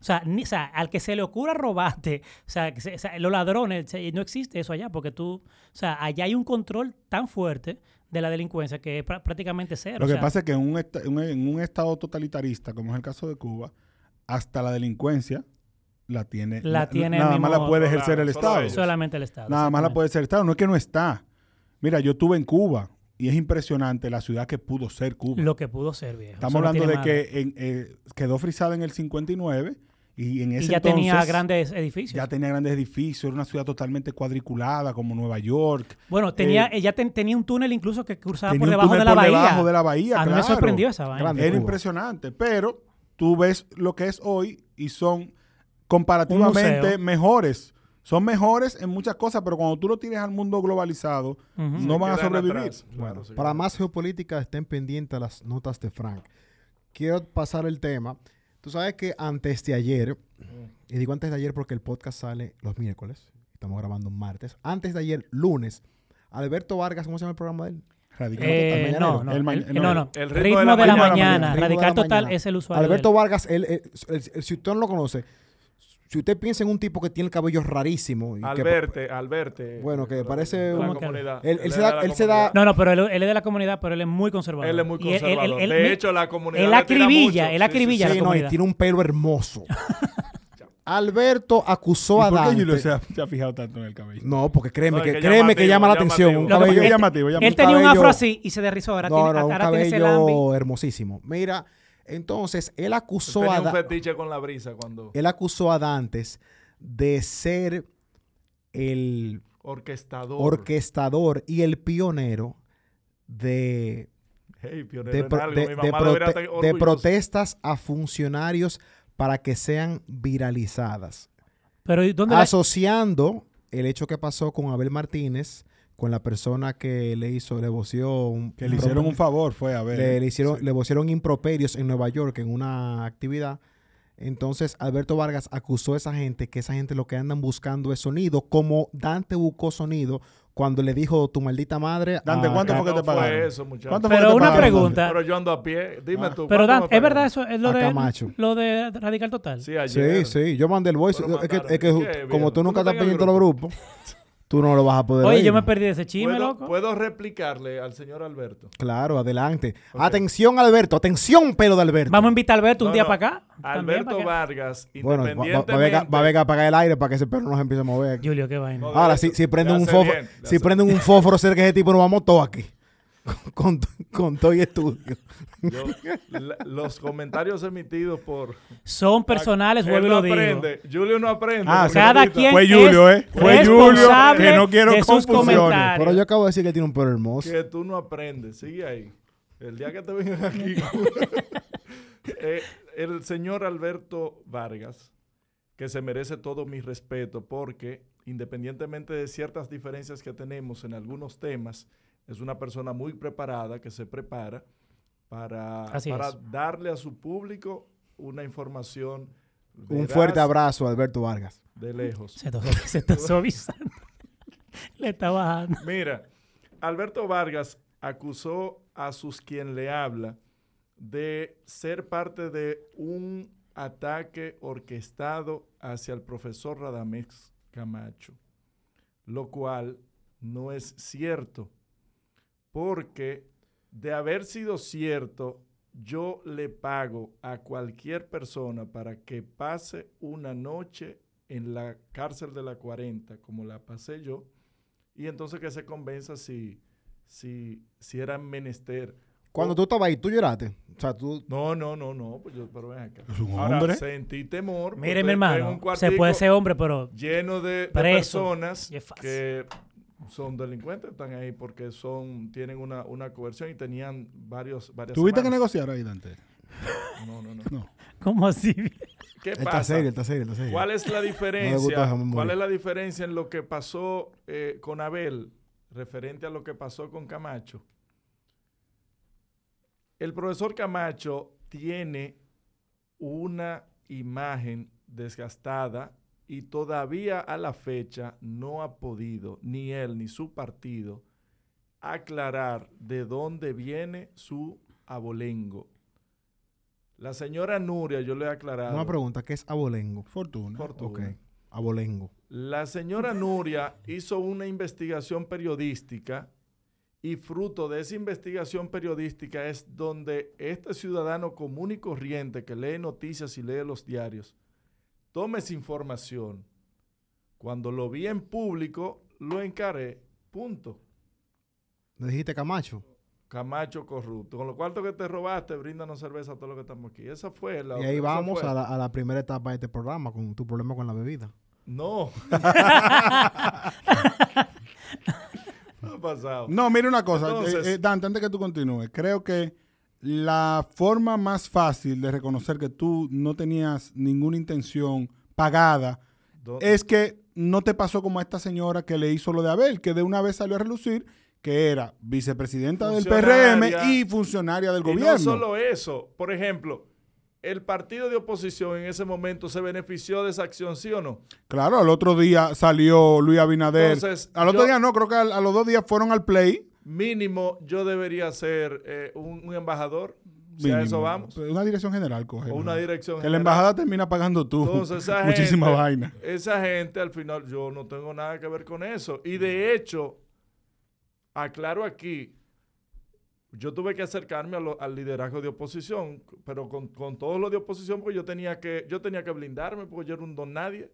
[SPEAKER 2] O sea, ni, o sea, al que se le ocurra robarte, o sea, que se- o sea, los ladrones, se- no existe eso allá, porque tú, o sea, allá hay un control tan fuerte de la delincuencia que es prá- prácticamente cero.
[SPEAKER 4] Lo
[SPEAKER 2] o
[SPEAKER 4] que
[SPEAKER 2] sea,
[SPEAKER 4] pasa es que en un, esta- un- en un estado totalitarista, como es el caso de Cuba, hasta la delincuencia la tiene.
[SPEAKER 2] La tiene
[SPEAKER 4] Nada
[SPEAKER 2] el
[SPEAKER 4] más la
[SPEAKER 2] mismo-
[SPEAKER 4] puede ejercer el
[SPEAKER 3] Claro, solo
[SPEAKER 4] Estado.
[SPEAKER 3] ellos.
[SPEAKER 2] solamente el Estado.
[SPEAKER 4] Nada más la
[SPEAKER 2] exactamente.
[SPEAKER 4] puede ser el Estado. No es que no está. Mira, yo estuve en Cuba y es impresionante la ciudad que pudo ser Cuba.
[SPEAKER 2] Lo que pudo ser, viejo.
[SPEAKER 4] Estamos
[SPEAKER 2] Eso no
[SPEAKER 4] hablando
[SPEAKER 2] tiene
[SPEAKER 4] de
[SPEAKER 2] madre.
[SPEAKER 4] que en- eh, quedó frisada en el 59 y en ese
[SPEAKER 2] Y ya
[SPEAKER 4] entonces
[SPEAKER 2] tenía grandes edificios.
[SPEAKER 4] ya tenía grandes edificios, era una ciudad totalmente cuadriculada como Nueva York.
[SPEAKER 2] Bueno, tenía,
[SPEAKER 4] Eh,
[SPEAKER 2] ella ten- tenía un túnel incluso que cruzaba Ah,
[SPEAKER 4] tenía
[SPEAKER 2] por
[SPEAKER 4] un
[SPEAKER 2] debajo
[SPEAKER 4] túnel
[SPEAKER 2] de la
[SPEAKER 4] por
[SPEAKER 2] bahía.
[SPEAKER 4] debajo de la bahía,
[SPEAKER 2] A mí me
[SPEAKER 4] claro.
[SPEAKER 2] sorprendió esa vaina.
[SPEAKER 1] Grande. de
[SPEAKER 4] Era
[SPEAKER 1] Cuba.
[SPEAKER 4] impresionante, pero tú ves lo que es hoy y son comparativamente
[SPEAKER 2] museo.
[SPEAKER 4] mejores. Son mejores en muchas cosas, pero cuando tú lo tienes al mundo globalizado, no van a
[SPEAKER 3] Quedan
[SPEAKER 4] sobrevivir.
[SPEAKER 3] atrás, claro,
[SPEAKER 1] Bueno,
[SPEAKER 3] sí.
[SPEAKER 1] para más geopolítica estén pendientes a las notas de Frank. Quiero pasar el tema. Tú sabes que antes de ayer,
[SPEAKER 4] Mm.
[SPEAKER 1] y digo antes de ayer porque el podcast sale los miércoles, estamos grabando un martes, antes de ayer, lunes, Alberto Vargas, ¿cómo se llama el programa de él?
[SPEAKER 4] Radical
[SPEAKER 2] Eh,
[SPEAKER 4] total.
[SPEAKER 2] no, no,
[SPEAKER 4] El ma-
[SPEAKER 2] el-
[SPEAKER 4] no,
[SPEAKER 2] no, no.
[SPEAKER 3] el
[SPEAKER 2] Ritmo,
[SPEAKER 3] ritmo de la
[SPEAKER 2] de la
[SPEAKER 4] mañana.
[SPEAKER 2] mañana.
[SPEAKER 1] Ritmo de
[SPEAKER 2] Radical
[SPEAKER 1] la
[SPEAKER 2] total
[SPEAKER 1] mañana.
[SPEAKER 2] es el usuario.
[SPEAKER 1] Alberto
[SPEAKER 2] de él.
[SPEAKER 1] Vargas, él- él- el- el- si usted no lo conoce, si usted piensa en un tipo que tiene el cabello rarísimo. y que-
[SPEAKER 3] Al verte, al verte.
[SPEAKER 1] Bueno, que
[SPEAKER 3] eh,
[SPEAKER 1] parece
[SPEAKER 3] de la
[SPEAKER 1] un-
[SPEAKER 3] comunidad.
[SPEAKER 1] Él- él
[SPEAKER 3] es
[SPEAKER 1] se da-
[SPEAKER 3] de la
[SPEAKER 1] él se da-
[SPEAKER 3] comunidad.
[SPEAKER 2] No, no, pero él, él es de la comunidad, pero él es muy conservador.
[SPEAKER 3] Él es muy
[SPEAKER 2] Y él- él-
[SPEAKER 3] conservador.
[SPEAKER 2] él-
[SPEAKER 3] de
[SPEAKER 2] él-
[SPEAKER 3] hecho, la comunidad.
[SPEAKER 2] él
[SPEAKER 3] le tira
[SPEAKER 2] acribilla,
[SPEAKER 3] mucho.
[SPEAKER 2] él
[SPEAKER 3] Sí,
[SPEAKER 2] acribilla.
[SPEAKER 3] sí,
[SPEAKER 2] la
[SPEAKER 1] Sí, no, y
[SPEAKER 2] comunidad.
[SPEAKER 1] tiene un pelo
[SPEAKER 2] [laughs]
[SPEAKER 1] hermoso. Alberto acusó a
[SPEAKER 4] ¿Y por qué
[SPEAKER 1] Dante.
[SPEAKER 4] Julio se ha, se ha fijado tanto en el cabello?
[SPEAKER 1] No, porque créeme
[SPEAKER 3] No,
[SPEAKER 1] que,
[SPEAKER 3] es que
[SPEAKER 1] créeme que llama la
[SPEAKER 3] llamativo,
[SPEAKER 1] atención. Un
[SPEAKER 2] Lo
[SPEAKER 3] llamativo.
[SPEAKER 2] que
[SPEAKER 1] cabello,
[SPEAKER 2] pasa es que
[SPEAKER 4] llamativo,
[SPEAKER 2] él-
[SPEAKER 4] llamativo.
[SPEAKER 2] Él tenía un
[SPEAKER 1] Cabello-
[SPEAKER 2] afro así y se derrizó. Ahora
[SPEAKER 1] no,
[SPEAKER 2] tiene,
[SPEAKER 1] no, un
[SPEAKER 2] ahora tiene ese lambi.
[SPEAKER 1] cabello hermosísimo. Mira, entonces él
[SPEAKER 3] sí.
[SPEAKER 1] acusó
[SPEAKER 3] Tenía
[SPEAKER 1] a
[SPEAKER 3] un
[SPEAKER 1] Da-
[SPEAKER 3] fetiche con la brisa cuando
[SPEAKER 1] él acusó a Dantes de ser el
[SPEAKER 3] orquestador.
[SPEAKER 1] orquestador y el pionero de
[SPEAKER 3] Hey, pionero
[SPEAKER 1] de,
[SPEAKER 3] en
[SPEAKER 1] pro-
[SPEAKER 3] algo.
[SPEAKER 1] de-
[SPEAKER 3] Mi
[SPEAKER 1] de
[SPEAKER 3] mamá debería
[SPEAKER 1] prote-
[SPEAKER 3] estar
[SPEAKER 1] de
[SPEAKER 3] orgullosa.
[SPEAKER 1] protestas a funcionarios para que sean viralizadas,
[SPEAKER 2] Pero ¿y ¿dónde la-
[SPEAKER 1] asociando el hecho que pasó con Abel Martínez con la persona que le hizo le voció un
[SPEAKER 4] Que le hicieron un favor, fue a ver.
[SPEAKER 1] le, le hicieron,
[SPEAKER 4] Sí.
[SPEAKER 1] le vocearon improperios en Nueva York en una actividad. Entonces Alberto Vargas acusó a esa gente que esa gente lo que andan buscando es sonido, como Dante buscó sonido cuando le dijo tu maldita madre.
[SPEAKER 4] Dante,
[SPEAKER 1] a
[SPEAKER 4] ¿cuánto
[SPEAKER 1] Ca-
[SPEAKER 4] Ah, fue que te
[SPEAKER 3] No fue
[SPEAKER 4] pagaron?
[SPEAKER 3] eso, muchacho.
[SPEAKER 4] ¿Cuánto fue que
[SPEAKER 2] Pero
[SPEAKER 4] te
[SPEAKER 2] una
[SPEAKER 4] pagaron, Dante?
[SPEAKER 2] pregunta.
[SPEAKER 3] Pero yo ando a pie. Dime
[SPEAKER 4] Ah.
[SPEAKER 3] tú.
[SPEAKER 2] Pero
[SPEAKER 3] ¿cuánto
[SPEAKER 2] Dan,
[SPEAKER 3] me
[SPEAKER 2] es verdad
[SPEAKER 3] pagaron?
[SPEAKER 2] eso, es lo
[SPEAKER 1] A
[SPEAKER 2] de,
[SPEAKER 1] Camacho.
[SPEAKER 2] lo de Radical Total.
[SPEAKER 3] Sí, ayer.
[SPEAKER 1] Sí, sí, yo mandé el voice.
[SPEAKER 3] Pero
[SPEAKER 1] Es que,
[SPEAKER 3] mandaron.
[SPEAKER 1] es que
[SPEAKER 3] ¿Qué,
[SPEAKER 1] como
[SPEAKER 3] viejo?
[SPEAKER 1] tú nunca
[SPEAKER 3] Tú no
[SPEAKER 1] estás
[SPEAKER 3] tengas
[SPEAKER 1] pendiente a los grupos, tú no lo vas a poder
[SPEAKER 2] Oye,
[SPEAKER 1] oír.
[SPEAKER 2] yo me perdí de ese chisme,
[SPEAKER 3] ¿Puedo,
[SPEAKER 2] loco.
[SPEAKER 3] puedo replicarle al señor Alberto.
[SPEAKER 1] Claro, adelante. Atención, Alberto. Atención, pelo de Alberto.
[SPEAKER 2] Vamos a invitar a Alberto un
[SPEAKER 3] No,
[SPEAKER 2] día
[SPEAKER 3] no.
[SPEAKER 2] para acá. también
[SPEAKER 3] Alberto
[SPEAKER 2] para acá.
[SPEAKER 3] Vargas,
[SPEAKER 1] bueno, va- va- va a ver-
[SPEAKER 3] independientemente.
[SPEAKER 1] va a ver que apagar el aire para que ese perro no se empiece a mover. aquí.
[SPEAKER 2] Julio, qué vaina.
[SPEAKER 1] Ahora, si, si prenden
[SPEAKER 3] Le
[SPEAKER 1] un
[SPEAKER 3] hace
[SPEAKER 1] fósforo,
[SPEAKER 3] bien, le
[SPEAKER 1] si
[SPEAKER 3] hace
[SPEAKER 1] prenden un fósforo cerca de ese tipo, nos vamos todos aquí. [laughs] Con, con Toy Estudio.
[SPEAKER 3] Yo- la- los comentarios emitidos por.
[SPEAKER 2] Son personales,
[SPEAKER 3] Él
[SPEAKER 2] vuelvo y
[SPEAKER 3] no
[SPEAKER 2] lo digo.
[SPEAKER 3] aprende. Julio no aprende.
[SPEAKER 4] Ah,
[SPEAKER 3] porque
[SPEAKER 2] Cada
[SPEAKER 3] ahorita-
[SPEAKER 2] quien
[SPEAKER 4] Fue Julio,
[SPEAKER 2] es
[SPEAKER 4] ¿eh? Fue Julio, que no quiero
[SPEAKER 2] de sus
[SPEAKER 4] confusiones.
[SPEAKER 2] comentarios.
[SPEAKER 1] Pero yo acabo de decir que tiene un pelo hermoso.
[SPEAKER 3] Que tú no aprendes. Sigue ahí. El día que te vengan
[SPEAKER 2] [laughs]
[SPEAKER 3] aquí. [laughs] Eh, el señor Alberto Vargas, que se merece todo mi respeto, porque independientemente de ciertas diferencias que tenemos en algunos temas, es una persona muy preparada que se prepara para,
[SPEAKER 2] Así
[SPEAKER 3] para
[SPEAKER 2] es.
[SPEAKER 3] darle a su público una información.
[SPEAKER 1] Un
[SPEAKER 3] veraz
[SPEAKER 1] fuerte abrazo, Alberto Vargas.
[SPEAKER 3] De lejos.
[SPEAKER 2] Se está, suavi- [laughs] se está suavizando. [laughs] Le está bajando.
[SPEAKER 3] Mira, Alberto Vargas acusó a sus quien le habla de ser parte de un ataque orquestado hacia el profesor Radamés Camacho, lo cual no es cierto, porque de haber sido cierto, yo le pago a cualquier persona para que pase una noche en la cárcel de la 40, como la pasé yo, y entonces que se convenza si, si, si era menester.
[SPEAKER 1] Cuando tú estabas ahí, tú lloraste. O sea, tú.
[SPEAKER 3] No, no, no, no, pues yo, pero ven acá.
[SPEAKER 4] Es un
[SPEAKER 3] Ahora,
[SPEAKER 4] hombre.
[SPEAKER 3] sentí temor. pues,
[SPEAKER 2] Mire, mi
[SPEAKER 3] estoy en un
[SPEAKER 2] hermano, se
[SPEAKER 3] cuartico
[SPEAKER 2] puede ser hombre, pero
[SPEAKER 3] Lleno de, de
[SPEAKER 2] preso.
[SPEAKER 3] personas
[SPEAKER 2] Y es fácil.
[SPEAKER 3] que son delincuentes, están ahí porque son, tienen una, una coerción y tenían varios, varias
[SPEAKER 4] ¿Tuviste que
[SPEAKER 3] semanas.
[SPEAKER 4] negociar ahí, Dante?
[SPEAKER 3] No, no, no.
[SPEAKER 2] ¿Cómo así? [laughs]
[SPEAKER 3] ¿Qué
[SPEAKER 1] Está
[SPEAKER 3] pasa?
[SPEAKER 1] serio, está serio, está serio.
[SPEAKER 3] ¿Cuál es
[SPEAKER 1] [laughs]
[SPEAKER 3] la
[SPEAKER 1] No me gusta
[SPEAKER 3] diferencia?
[SPEAKER 1] dejarme morir.
[SPEAKER 3] ¿Cuál es la diferencia en lo que pasó eh, con Abel referente a lo que pasó con Camacho? El profesor Camacho tiene una imagen desgastada y todavía a la fecha no ha podido, ni él ni su partido, aclarar de dónde viene su abolengo. La señora Nuria, yo le he aclarado.
[SPEAKER 1] Una pregunta, ¿qué es abolengo?
[SPEAKER 4] Fortuna.
[SPEAKER 3] Fortuna.
[SPEAKER 1] Ok, abolengo.
[SPEAKER 3] La señora Nuria hizo una investigación periodística y fruto de esa investigación periodística es donde este ciudadano común y corriente que lee noticias y lee los diarios toma esa información. Cuando lo vi en público, lo encaré. Punto.
[SPEAKER 1] ¿Le dijiste Camacho?
[SPEAKER 3] Camacho corrupto. Con lo cuarto que te robaste, bríndanos cerveza a todos los que estamos aquí. Esa fue la.
[SPEAKER 1] Y ahí
[SPEAKER 3] esa
[SPEAKER 1] vamos
[SPEAKER 3] fue-
[SPEAKER 1] a la, a la primera etapa de este programa, con tu problema con la bebida. [laughs]
[SPEAKER 3] No. [laughs] no ha pasado.
[SPEAKER 4] No, mira una cosa, eh,
[SPEAKER 3] Entonces-
[SPEAKER 4] eh, Dante, antes que tú continúes, creo que la forma más fácil de reconocer que tú no tenías ninguna intención pagada
[SPEAKER 3] Do-
[SPEAKER 4] es que no te pasó como a esta señora que le hizo lo de Abel, que de una vez salió a relucir que era vicepresidenta del
[SPEAKER 3] Funcionaria.
[SPEAKER 4] PRM y funcionaria del
[SPEAKER 3] Y
[SPEAKER 4] gobierno.
[SPEAKER 3] no solo eso, por ejemplo, el partido de oposición en ese momento se benefició de esa acción, ¿sí o no?
[SPEAKER 4] Claro, al otro día salió Luis Abinader.
[SPEAKER 3] Entonces,
[SPEAKER 4] al otro
[SPEAKER 3] yo-
[SPEAKER 4] día no, creo que al- a los dos días fueron al play.
[SPEAKER 3] Mínimo, yo debería ser eh, un, un embajador. Si a
[SPEAKER 4] Mínimo.
[SPEAKER 3] eso vamos.
[SPEAKER 4] Una dirección general, coge.
[SPEAKER 3] O una dirección
[SPEAKER 4] Que la
[SPEAKER 3] general.
[SPEAKER 4] embajada termina pagando tú.
[SPEAKER 3] Entonces, esa
[SPEAKER 4] [laughs] Muchísima
[SPEAKER 3] gente,
[SPEAKER 4] vaina.
[SPEAKER 3] Esa gente, al final, yo no tengo nada que ver con eso. Y
[SPEAKER 4] Mm.
[SPEAKER 3] de hecho, aclaro aquí, yo tuve que acercarme a lo- al liderazgo de oposición, pero con, con todos los de oposición, porque yo tenía que, yo tenía que blindarme, porque yo era un don nadie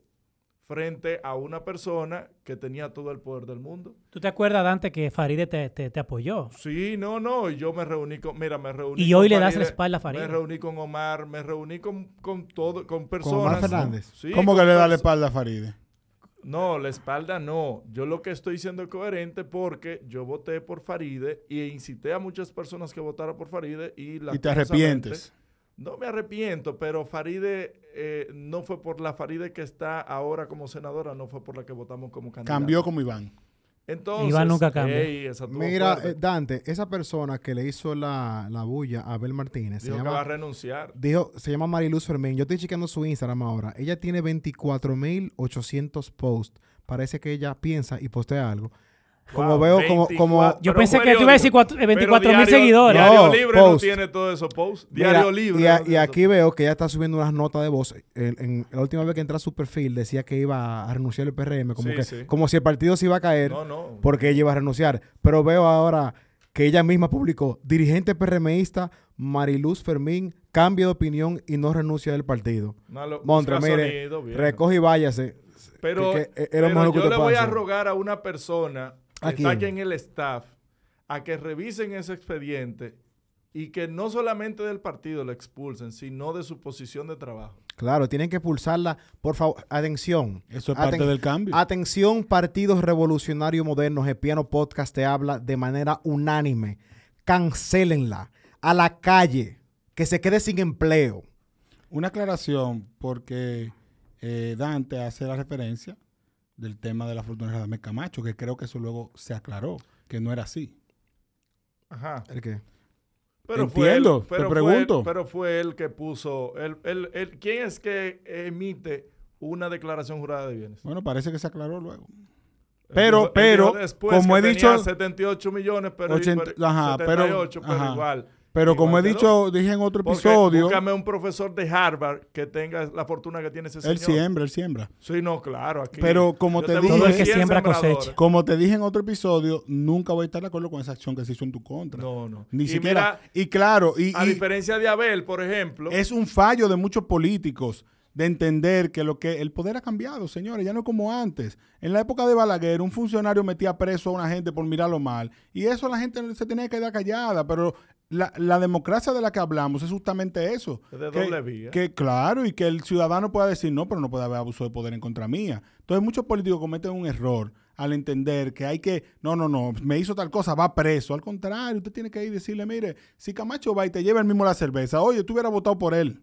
[SPEAKER 3] frente a una persona que tenía todo el poder del mundo.
[SPEAKER 2] ¿Tú te acuerdas, Dante, que Faride te, te- te apoyó?
[SPEAKER 3] Sí, no, no, y yo me reuní con, mira, me reuní
[SPEAKER 2] Y
[SPEAKER 3] con
[SPEAKER 2] hoy le das
[SPEAKER 3] Faride,
[SPEAKER 2] la espalda a Faride.
[SPEAKER 3] Me reuní con Omar, me reuní con, con todo, con personas.
[SPEAKER 1] Omar Fernández.
[SPEAKER 3] Sí,
[SPEAKER 4] ¿Cómo
[SPEAKER 3] con
[SPEAKER 4] que le da la
[SPEAKER 3] perso-
[SPEAKER 4] espalda a Faride?
[SPEAKER 3] No, la espalda no. Yo lo que estoy siendo coherente porque yo voté por Faride y incité a muchas personas que votaran por Faride y la
[SPEAKER 4] Y te arrepientes.
[SPEAKER 3] No me arrepiento, pero Faride eh, no fue por la Faride que está ahora como senadora, no fue por la que votamos como candidata.
[SPEAKER 4] Cambió como Iván.
[SPEAKER 3] Entonces,
[SPEAKER 2] Iván nunca cambia.
[SPEAKER 3] ey, esa tuvo
[SPEAKER 1] Mira,
[SPEAKER 3] fuerte.
[SPEAKER 1] eh, Dante, esa persona que le hizo la, la bulla a Abel Martínez, se
[SPEAKER 3] dijo que va a
[SPEAKER 1] llama,
[SPEAKER 3] renunciar.
[SPEAKER 1] dijo, se llama Mariluz Fermín. Yo estoy chequeando su Instagram ahora. Ella tiene 24.800 posts. Parece que ella piensa y postea algo. Como
[SPEAKER 3] Wow,
[SPEAKER 1] veo, como,
[SPEAKER 3] 24,
[SPEAKER 1] como
[SPEAKER 2] Yo
[SPEAKER 3] pero
[SPEAKER 2] pensé
[SPEAKER 3] fue
[SPEAKER 2] que tú ibas a decir
[SPEAKER 3] diario-
[SPEAKER 2] cuatro- eh, 24.000
[SPEAKER 3] pero diario-
[SPEAKER 2] seguidores.
[SPEAKER 3] Diario
[SPEAKER 1] No,
[SPEAKER 3] Libre no
[SPEAKER 1] post.
[SPEAKER 3] tiene todo eso post.
[SPEAKER 1] Mira,
[SPEAKER 3] Diario Libre.
[SPEAKER 1] Y, a-
[SPEAKER 3] no
[SPEAKER 1] y
[SPEAKER 3] tiene eso.
[SPEAKER 1] aquí veo que ella está subiendo unas notas de voz. En, en- la última vez que entré a su perfil decía que iba a renunciar al PRM, como,
[SPEAKER 3] Sí,
[SPEAKER 1] que,
[SPEAKER 3] sí.
[SPEAKER 1] como si el partido se iba a caer
[SPEAKER 3] No, no.
[SPEAKER 1] porque ella iba a renunciar. Pero veo ahora que ella misma publicó, dirigente PRMista Mariluz Fermín, cambio de opinión y no renuncia del partido.
[SPEAKER 3] No, lo-
[SPEAKER 1] Montre,
[SPEAKER 3] busca
[SPEAKER 1] mire,
[SPEAKER 3] sonido, bien.
[SPEAKER 1] recoge y váyase.
[SPEAKER 3] Pero,
[SPEAKER 1] Que- que, eh, era
[SPEAKER 3] pero
[SPEAKER 1] mejor lo que
[SPEAKER 3] yo le
[SPEAKER 1] usted
[SPEAKER 3] voy a
[SPEAKER 1] pase.
[SPEAKER 3] rogar a una persona que
[SPEAKER 1] ¿A
[SPEAKER 3] está aquí
[SPEAKER 1] quién?
[SPEAKER 3] en el staff a que revisen ese expediente y que no solamente del partido lo expulsen, sino de su posición de trabajo.
[SPEAKER 1] Claro, tienen que pulsarla. Por favor, atención.
[SPEAKER 4] Eso es parte
[SPEAKER 1] Aten-
[SPEAKER 4] del cambio.
[SPEAKER 1] Atención, partidos revolucionarios modernos. El Piano Podcast te habla de manera unánime. Cancélenla. A la calle. Que se quede sin empleo.
[SPEAKER 4] Una aclaración, porque eh, Dante hace la referencia del tema de la fortuna de Radamés Camacho, que creo que eso luego se aclaró, que no era así.
[SPEAKER 3] Ajá.
[SPEAKER 1] ¿El qué?
[SPEAKER 4] Entiendo, te
[SPEAKER 3] fue él, pero
[SPEAKER 4] pregunto.
[SPEAKER 3] Fue él, pero fue él que puso. Él, él- él- ¿Quién es que emite una declaración jurada de bienes?
[SPEAKER 4] Bueno, parece que se aclaró luego.
[SPEAKER 3] Él
[SPEAKER 4] Pero-
[SPEAKER 3] dijo- él
[SPEAKER 4] pero,
[SPEAKER 3] dijo después
[SPEAKER 4] como
[SPEAKER 3] que
[SPEAKER 4] he
[SPEAKER 3] tenía
[SPEAKER 4] dicho-
[SPEAKER 3] 78 millones, pero,
[SPEAKER 4] 80
[SPEAKER 3] pero-
[SPEAKER 4] ajá, pero-
[SPEAKER 3] 78, pero,
[SPEAKER 4] ajá.
[SPEAKER 3] igual.
[SPEAKER 4] Pero como he
[SPEAKER 3] igual quedó.
[SPEAKER 4] dicho, dije en otro
[SPEAKER 3] Porque
[SPEAKER 4] episodio,
[SPEAKER 3] Búscame un profesor de Harvard que tenga la fortuna que tiene ese señor.
[SPEAKER 4] él siembra, él siembra.
[SPEAKER 3] Sí, no, claro. Aquí.
[SPEAKER 4] Pero como
[SPEAKER 3] Yo
[SPEAKER 4] te
[SPEAKER 3] busco
[SPEAKER 4] dije- Todo el que
[SPEAKER 3] cien
[SPEAKER 2] siembra
[SPEAKER 3] sembradores.
[SPEAKER 2] cosecha.
[SPEAKER 4] Como te dije en otro episodio, nunca voy a estar de acuerdo con esa acción que se hizo en tu contra.
[SPEAKER 3] No, no.
[SPEAKER 4] Ni
[SPEAKER 3] Y
[SPEAKER 4] siquiera.
[SPEAKER 3] mira,
[SPEAKER 4] y claro, y,
[SPEAKER 3] A
[SPEAKER 4] y
[SPEAKER 3] diferencia de Abel, por ejemplo,
[SPEAKER 4] es un fallo de muchos políticos de entender que lo que el poder ha cambiado, señores, ya no es como antes. En la época de Balaguer, un funcionario metía preso a una gente por mirarlo mal, y eso la gente se tenía que quedar callada, pero la, la democracia de la que hablamos es justamente eso.
[SPEAKER 3] Es de
[SPEAKER 4] que-
[SPEAKER 3] doble vía.
[SPEAKER 4] que claro, y que el ciudadano pueda decir, no, pero no puede haber abuso de poder en contra mía. Entonces muchos políticos cometen un error al entender que hay que, no, no, no, me hizo tal cosa, va preso. Al contrario, usted tiene que ir y decirle, mire, si Camacho va y te lleva el mismo la cerveza, oye, tú hubieras votado por él.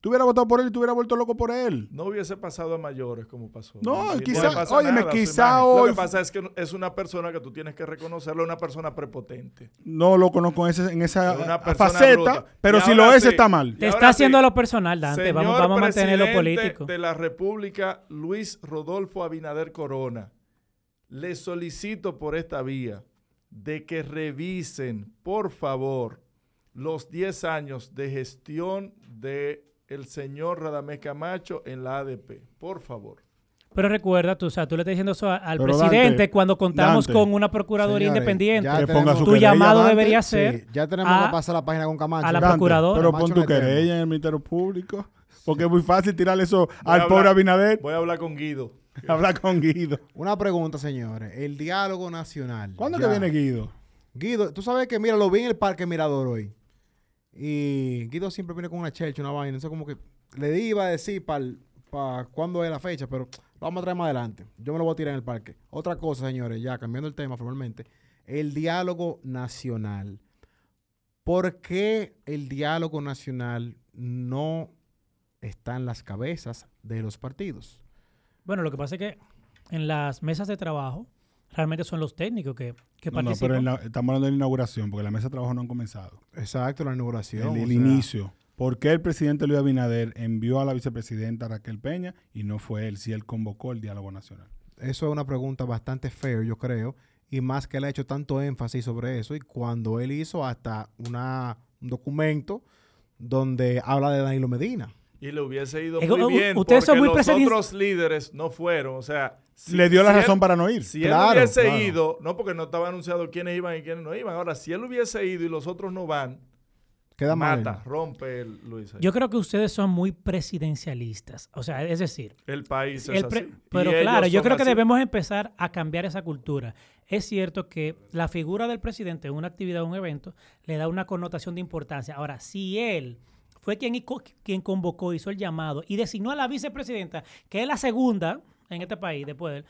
[SPEAKER 4] Tú hubieras votado por él y tú hubieras vuelto loco por él.
[SPEAKER 3] No hubiese pasado a mayores como pasó.
[SPEAKER 4] No,
[SPEAKER 3] Y
[SPEAKER 4] quizá-
[SPEAKER 3] le pasa
[SPEAKER 4] óyeme,
[SPEAKER 3] nada a su
[SPEAKER 4] quizá
[SPEAKER 3] imagen. Lo
[SPEAKER 4] hoy-
[SPEAKER 3] que pasa es que es una persona que tú tienes que reconocerlo, una persona prepotente.
[SPEAKER 4] No lo conozco en, ese- en
[SPEAKER 3] Es
[SPEAKER 4] esa
[SPEAKER 3] una
[SPEAKER 4] eh,
[SPEAKER 3] persona
[SPEAKER 4] faceta,
[SPEAKER 3] bruta.
[SPEAKER 4] pero
[SPEAKER 3] Y
[SPEAKER 4] si
[SPEAKER 3] ahora
[SPEAKER 4] lo es,
[SPEAKER 3] sí,
[SPEAKER 4] está mal.
[SPEAKER 3] y
[SPEAKER 2] Te
[SPEAKER 3] ahora
[SPEAKER 2] está
[SPEAKER 3] sí,
[SPEAKER 2] haciendo lo personal, Dante. Vamos,
[SPEAKER 3] señor
[SPEAKER 2] vamos a mantener lo
[SPEAKER 3] presidente
[SPEAKER 2] político.
[SPEAKER 3] de la República, Luis Rodolfo Abinader Corona, le solicito por esta vía de que revisen, por favor, los 10 años de gestión de el señor Radamés Camacho en la ADP. Por favor.
[SPEAKER 2] Pero recuerda, tú, o sea, tú le estás diciendo eso a- al
[SPEAKER 4] Pero Dante,
[SPEAKER 2] presidente cuando contamos
[SPEAKER 4] Dante,
[SPEAKER 2] con una procuraduría
[SPEAKER 1] Señores,
[SPEAKER 2] independiente.
[SPEAKER 1] ya
[SPEAKER 4] Que
[SPEAKER 1] tenemos-
[SPEAKER 4] ponga su
[SPEAKER 2] Tu
[SPEAKER 4] querella,
[SPEAKER 2] llamado
[SPEAKER 4] Dante.
[SPEAKER 2] debería
[SPEAKER 1] Sí,
[SPEAKER 2] ser
[SPEAKER 1] ya tenemos
[SPEAKER 2] a-
[SPEAKER 1] que pasar la página con Camacho.
[SPEAKER 2] a la
[SPEAKER 1] Dante,
[SPEAKER 2] procuradora.
[SPEAKER 4] Pero
[SPEAKER 1] Camacho
[SPEAKER 4] pon tu
[SPEAKER 1] le tenemos.
[SPEAKER 4] querella en el Ministerio Público, porque es muy fácil tirar eso
[SPEAKER 3] Voy a
[SPEAKER 4] al pobre
[SPEAKER 3] hablar-
[SPEAKER 4] Abinader.
[SPEAKER 3] Voy a hablar con Guido.
[SPEAKER 4] Habla con Guido.
[SPEAKER 1] Una pregunta, señores. El diálogo nacional.
[SPEAKER 4] ¿Cuándo
[SPEAKER 1] Ya.
[SPEAKER 4] que viene Guido?
[SPEAKER 1] Guido, tú sabes que, mira, lo vi en el Parque Mirador hoy. Y Guido siempre viene con una chelcha, una vaina. Eso como que le di, iba a decir para cuándo es la fecha, pero lo vamos a traer más adelante. Yo me lo voy a tirar en el parque. Otra cosa, señores, ya cambiando el tema formalmente. El diálogo nacional. ¿Por qué el diálogo nacional no está en las cabezas de los partidos?
[SPEAKER 2] Bueno, lo que pasa es que en las mesas de trabajo realmente son los técnicos que, que
[SPEAKER 4] No, no,
[SPEAKER 2] participan.
[SPEAKER 4] pero en la- estamos hablando de la inauguración, porque la mesa de trabajo no han comenzado.
[SPEAKER 1] Exacto, la inauguración.
[SPEAKER 4] el
[SPEAKER 1] o
[SPEAKER 4] el
[SPEAKER 1] sea,
[SPEAKER 4] inicio. ¿Por qué el presidente Luis Abinader envió a la vicepresidenta Raquel Peña y no fue él si él convocó el diálogo nacional?
[SPEAKER 1] Eso es una pregunta bastante fair, yo creo, y más que él ha hecho tanto énfasis sobre eso, y cuando él hizo hasta una, un documento donde habla de Danilo Medina.
[SPEAKER 3] Y le hubiese ido
[SPEAKER 2] Eh, u-
[SPEAKER 3] muy bien
[SPEAKER 2] ustedes son
[SPEAKER 3] porque
[SPEAKER 2] muy
[SPEAKER 3] los
[SPEAKER 2] preceden-
[SPEAKER 3] otros líderes no fueron. O sea, si-
[SPEAKER 4] Le dio la
[SPEAKER 3] si él-
[SPEAKER 4] razón para no ir.
[SPEAKER 3] Si él
[SPEAKER 1] Claro,
[SPEAKER 3] hubiese
[SPEAKER 1] claro.
[SPEAKER 3] ido, no porque no estaba anunciado quiénes iban y quiénes no iban. Ahora, si él hubiese ido y los otros no van,
[SPEAKER 1] Queda mal.
[SPEAKER 3] mata, rompe el Luis. ahí.
[SPEAKER 2] Yo creo que ustedes son muy presidencialistas. O sea, es decir,
[SPEAKER 3] el país es
[SPEAKER 2] el
[SPEAKER 3] así.
[SPEAKER 2] pre-
[SPEAKER 3] Y
[SPEAKER 2] pero
[SPEAKER 3] ellos
[SPEAKER 2] claro, yo
[SPEAKER 3] son
[SPEAKER 2] creo que
[SPEAKER 3] así.
[SPEAKER 2] debemos empezar a cambiar esa cultura. Es cierto que la figura del presidente en una actividad o un evento le da una connotación de importancia. Ahora, si él fue quien, y co- quien convocó, hizo el llamado y designó a la vicepresidenta, que es la segunda en este país después de él,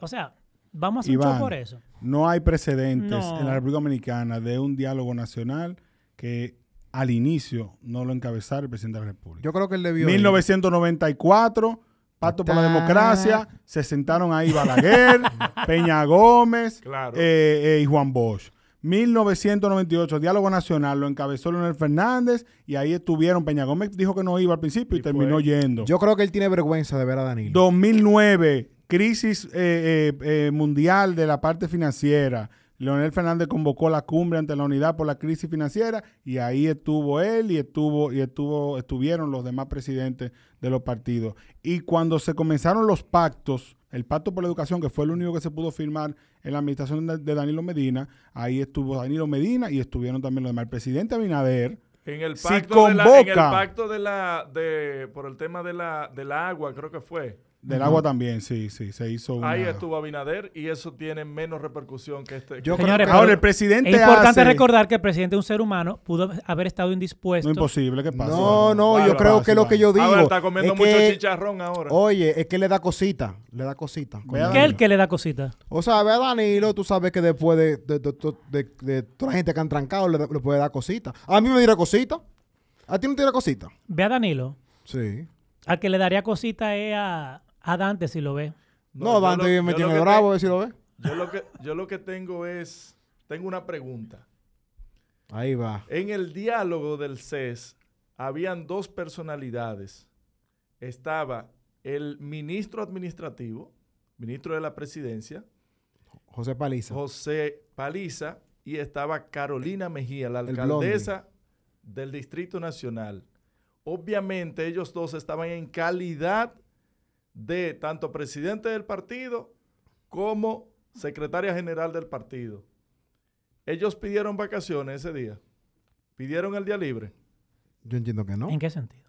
[SPEAKER 2] o sea, vamos a hacer un show
[SPEAKER 4] Iván,
[SPEAKER 2] por eso.
[SPEAKER 4] No hay precedentes
[SPEAKER 2] No.
[SPEAKER 4] en la República Dominicana de un diálogo nacional que al inicio no lo encabezara el presidente de la República.
[SPEAKER 1] Yo creo que él debió. ir.
[SPEAKER 4] 1994, Pacto por la
[SPEAKER 1] Ta.
[SPEAKER 4] Democracia, se sentaron ahí Balaguer,
[SPEAKER 3] [laughs]
[SPEAKER 4] Peña Gómez
[SPEAKER 3] Claro.
[SPEAKER 4] eh, eh, y Juan Bosch. 1998, Diálogo Nacional, lo encabezó Leonel Fernández y ahí estuvieron. Peña Gómez dijo que no iba al principio y,
[SPEAKER 3] Y fue.
[SPEAKER 4] terminó yendo.
[SPEAKER 1] Yo creo que él tiene vergüenza de ver a Danilo.
[SPEAKER 4] 2009, crisis eh, eh, eh, mundial de la parte financiera. Leonel Fernández convocó la cumbre ante la unidad por la crisis financiera y ahí estuvo él y estuvo y estuvo estuvieron los demás presidentes de los partidos. Y cuando se comenzaron los pactos, el pacto por la educación que fue el único que se pudo firmar en la administración de, de Danilo Medina, ahí estuvo Danilo Medina y estuvieron también los demás. El presidente Abinader,
[SPEAKER 3] En el
[SPEAKER 4] Si
[SPEAKER 3] pacto, de, la, en el
[SPEAKER 4] convoca-
[SPEAKER 3] pacto de la. De, por el tema de la, del agua, creo que fue.
[SPEAKER 4] del agua también, sí, sí, se hizo una...
[SPEAKER 3] Ahí estuvo Abinader y eso tiene menos repercusión que este.
[SPEAKER 1] Yo
[SPEAKER 3] que-
[SPEAKER 2] Señores,
[SPEAKER 1] creo que
[SPEAKER 4] Ahora el
[SPEAKER 2] pero
[SPEAKER 4] presidente
[SPEAKER 2] es importante
[SPEAKER 4] hace-
[SPEAKER 2] recordar que el presidente es un ser humano, pudo haber estado indispuesto.
[SPEAKER 4] No imposible, ¿qué pasa?
[SPEAKER 1] No, no,
[SPEAKER 3] Bárbaro,
[SPEAKER 1] yo creo que lo que yo digo.
[SPEAKER 3] Ah, bueno, está comiendo
[SPEAKER 1] es
[SPEAKER 3] mucho
[SPEAKER 1] que- Oh,
[SPEAKER 3] chicharrón ahora.
[SPEAKER 1] Oye, es que le da cosita. Le da cosita.
[SPEAKER 4] Ve
[SPEAKER 2] ¿Qué
[SPEAKER 4] a
[SPEAKER 2] es
[SPEAKER 4] Danilo.
[SPEAKER 2] el que le da cosita?
[SPEAKER 1] O sea, ve a Danilo, tú sabes que después de, de- de- de- de- de toda la gente que han trancado, le, da- le puede dar cosita. A mí me dirá cosita. A ti no te dirá cosita.
[SPEAKER 2] Ve a Danilo.
[SPEAKER 1] Sí.
[SPEAKER 2] Al que le daría cosita es a, a Dante si lo ve.
[SPEAKER 1] No,
[SPEAKER 3] yo
[SPEAKER 1] Dante
[SPEAKER 3] lo-
[SPEAKER 1] bien
[SPEAKER 3] yo
[SPEAKER 1] metido
[SPEAKER 3] lo
[SPEAKER 1] en el
[SPEAKER 3] que
[SPEAKER 1] bravo, a
[SPEAKER 3] te-
[SPEAKER 1] ver si lo ve.
[SPEAKER 3] Yo lo que, yo lo que tengo es. Tengo una pregunta.
[SPEAKER 1] Ahí va.
[SPEAKER 3] En el diálogo del CES habían dos personalidades. Estaba el ministro administrativo, ministro de la presidencia,
[SPEAKER 1] José Paliza.
[SPEAKER 3] José Paliza, y estaba Carolina Mejía, la
[SPEAKER 1] El
[SPEAKER 3] alcaldesa del Distrito Nacional. Obviamente ellos dos estaban en calidad de tanto presidente del partido como secretaria general del partido. Ellos pidieron vacaciones ese día. Pidieron el día libre.
[SPEAKER 1] Yo entiendo que no.
[SPEAKER 2] ¿En qué sentido?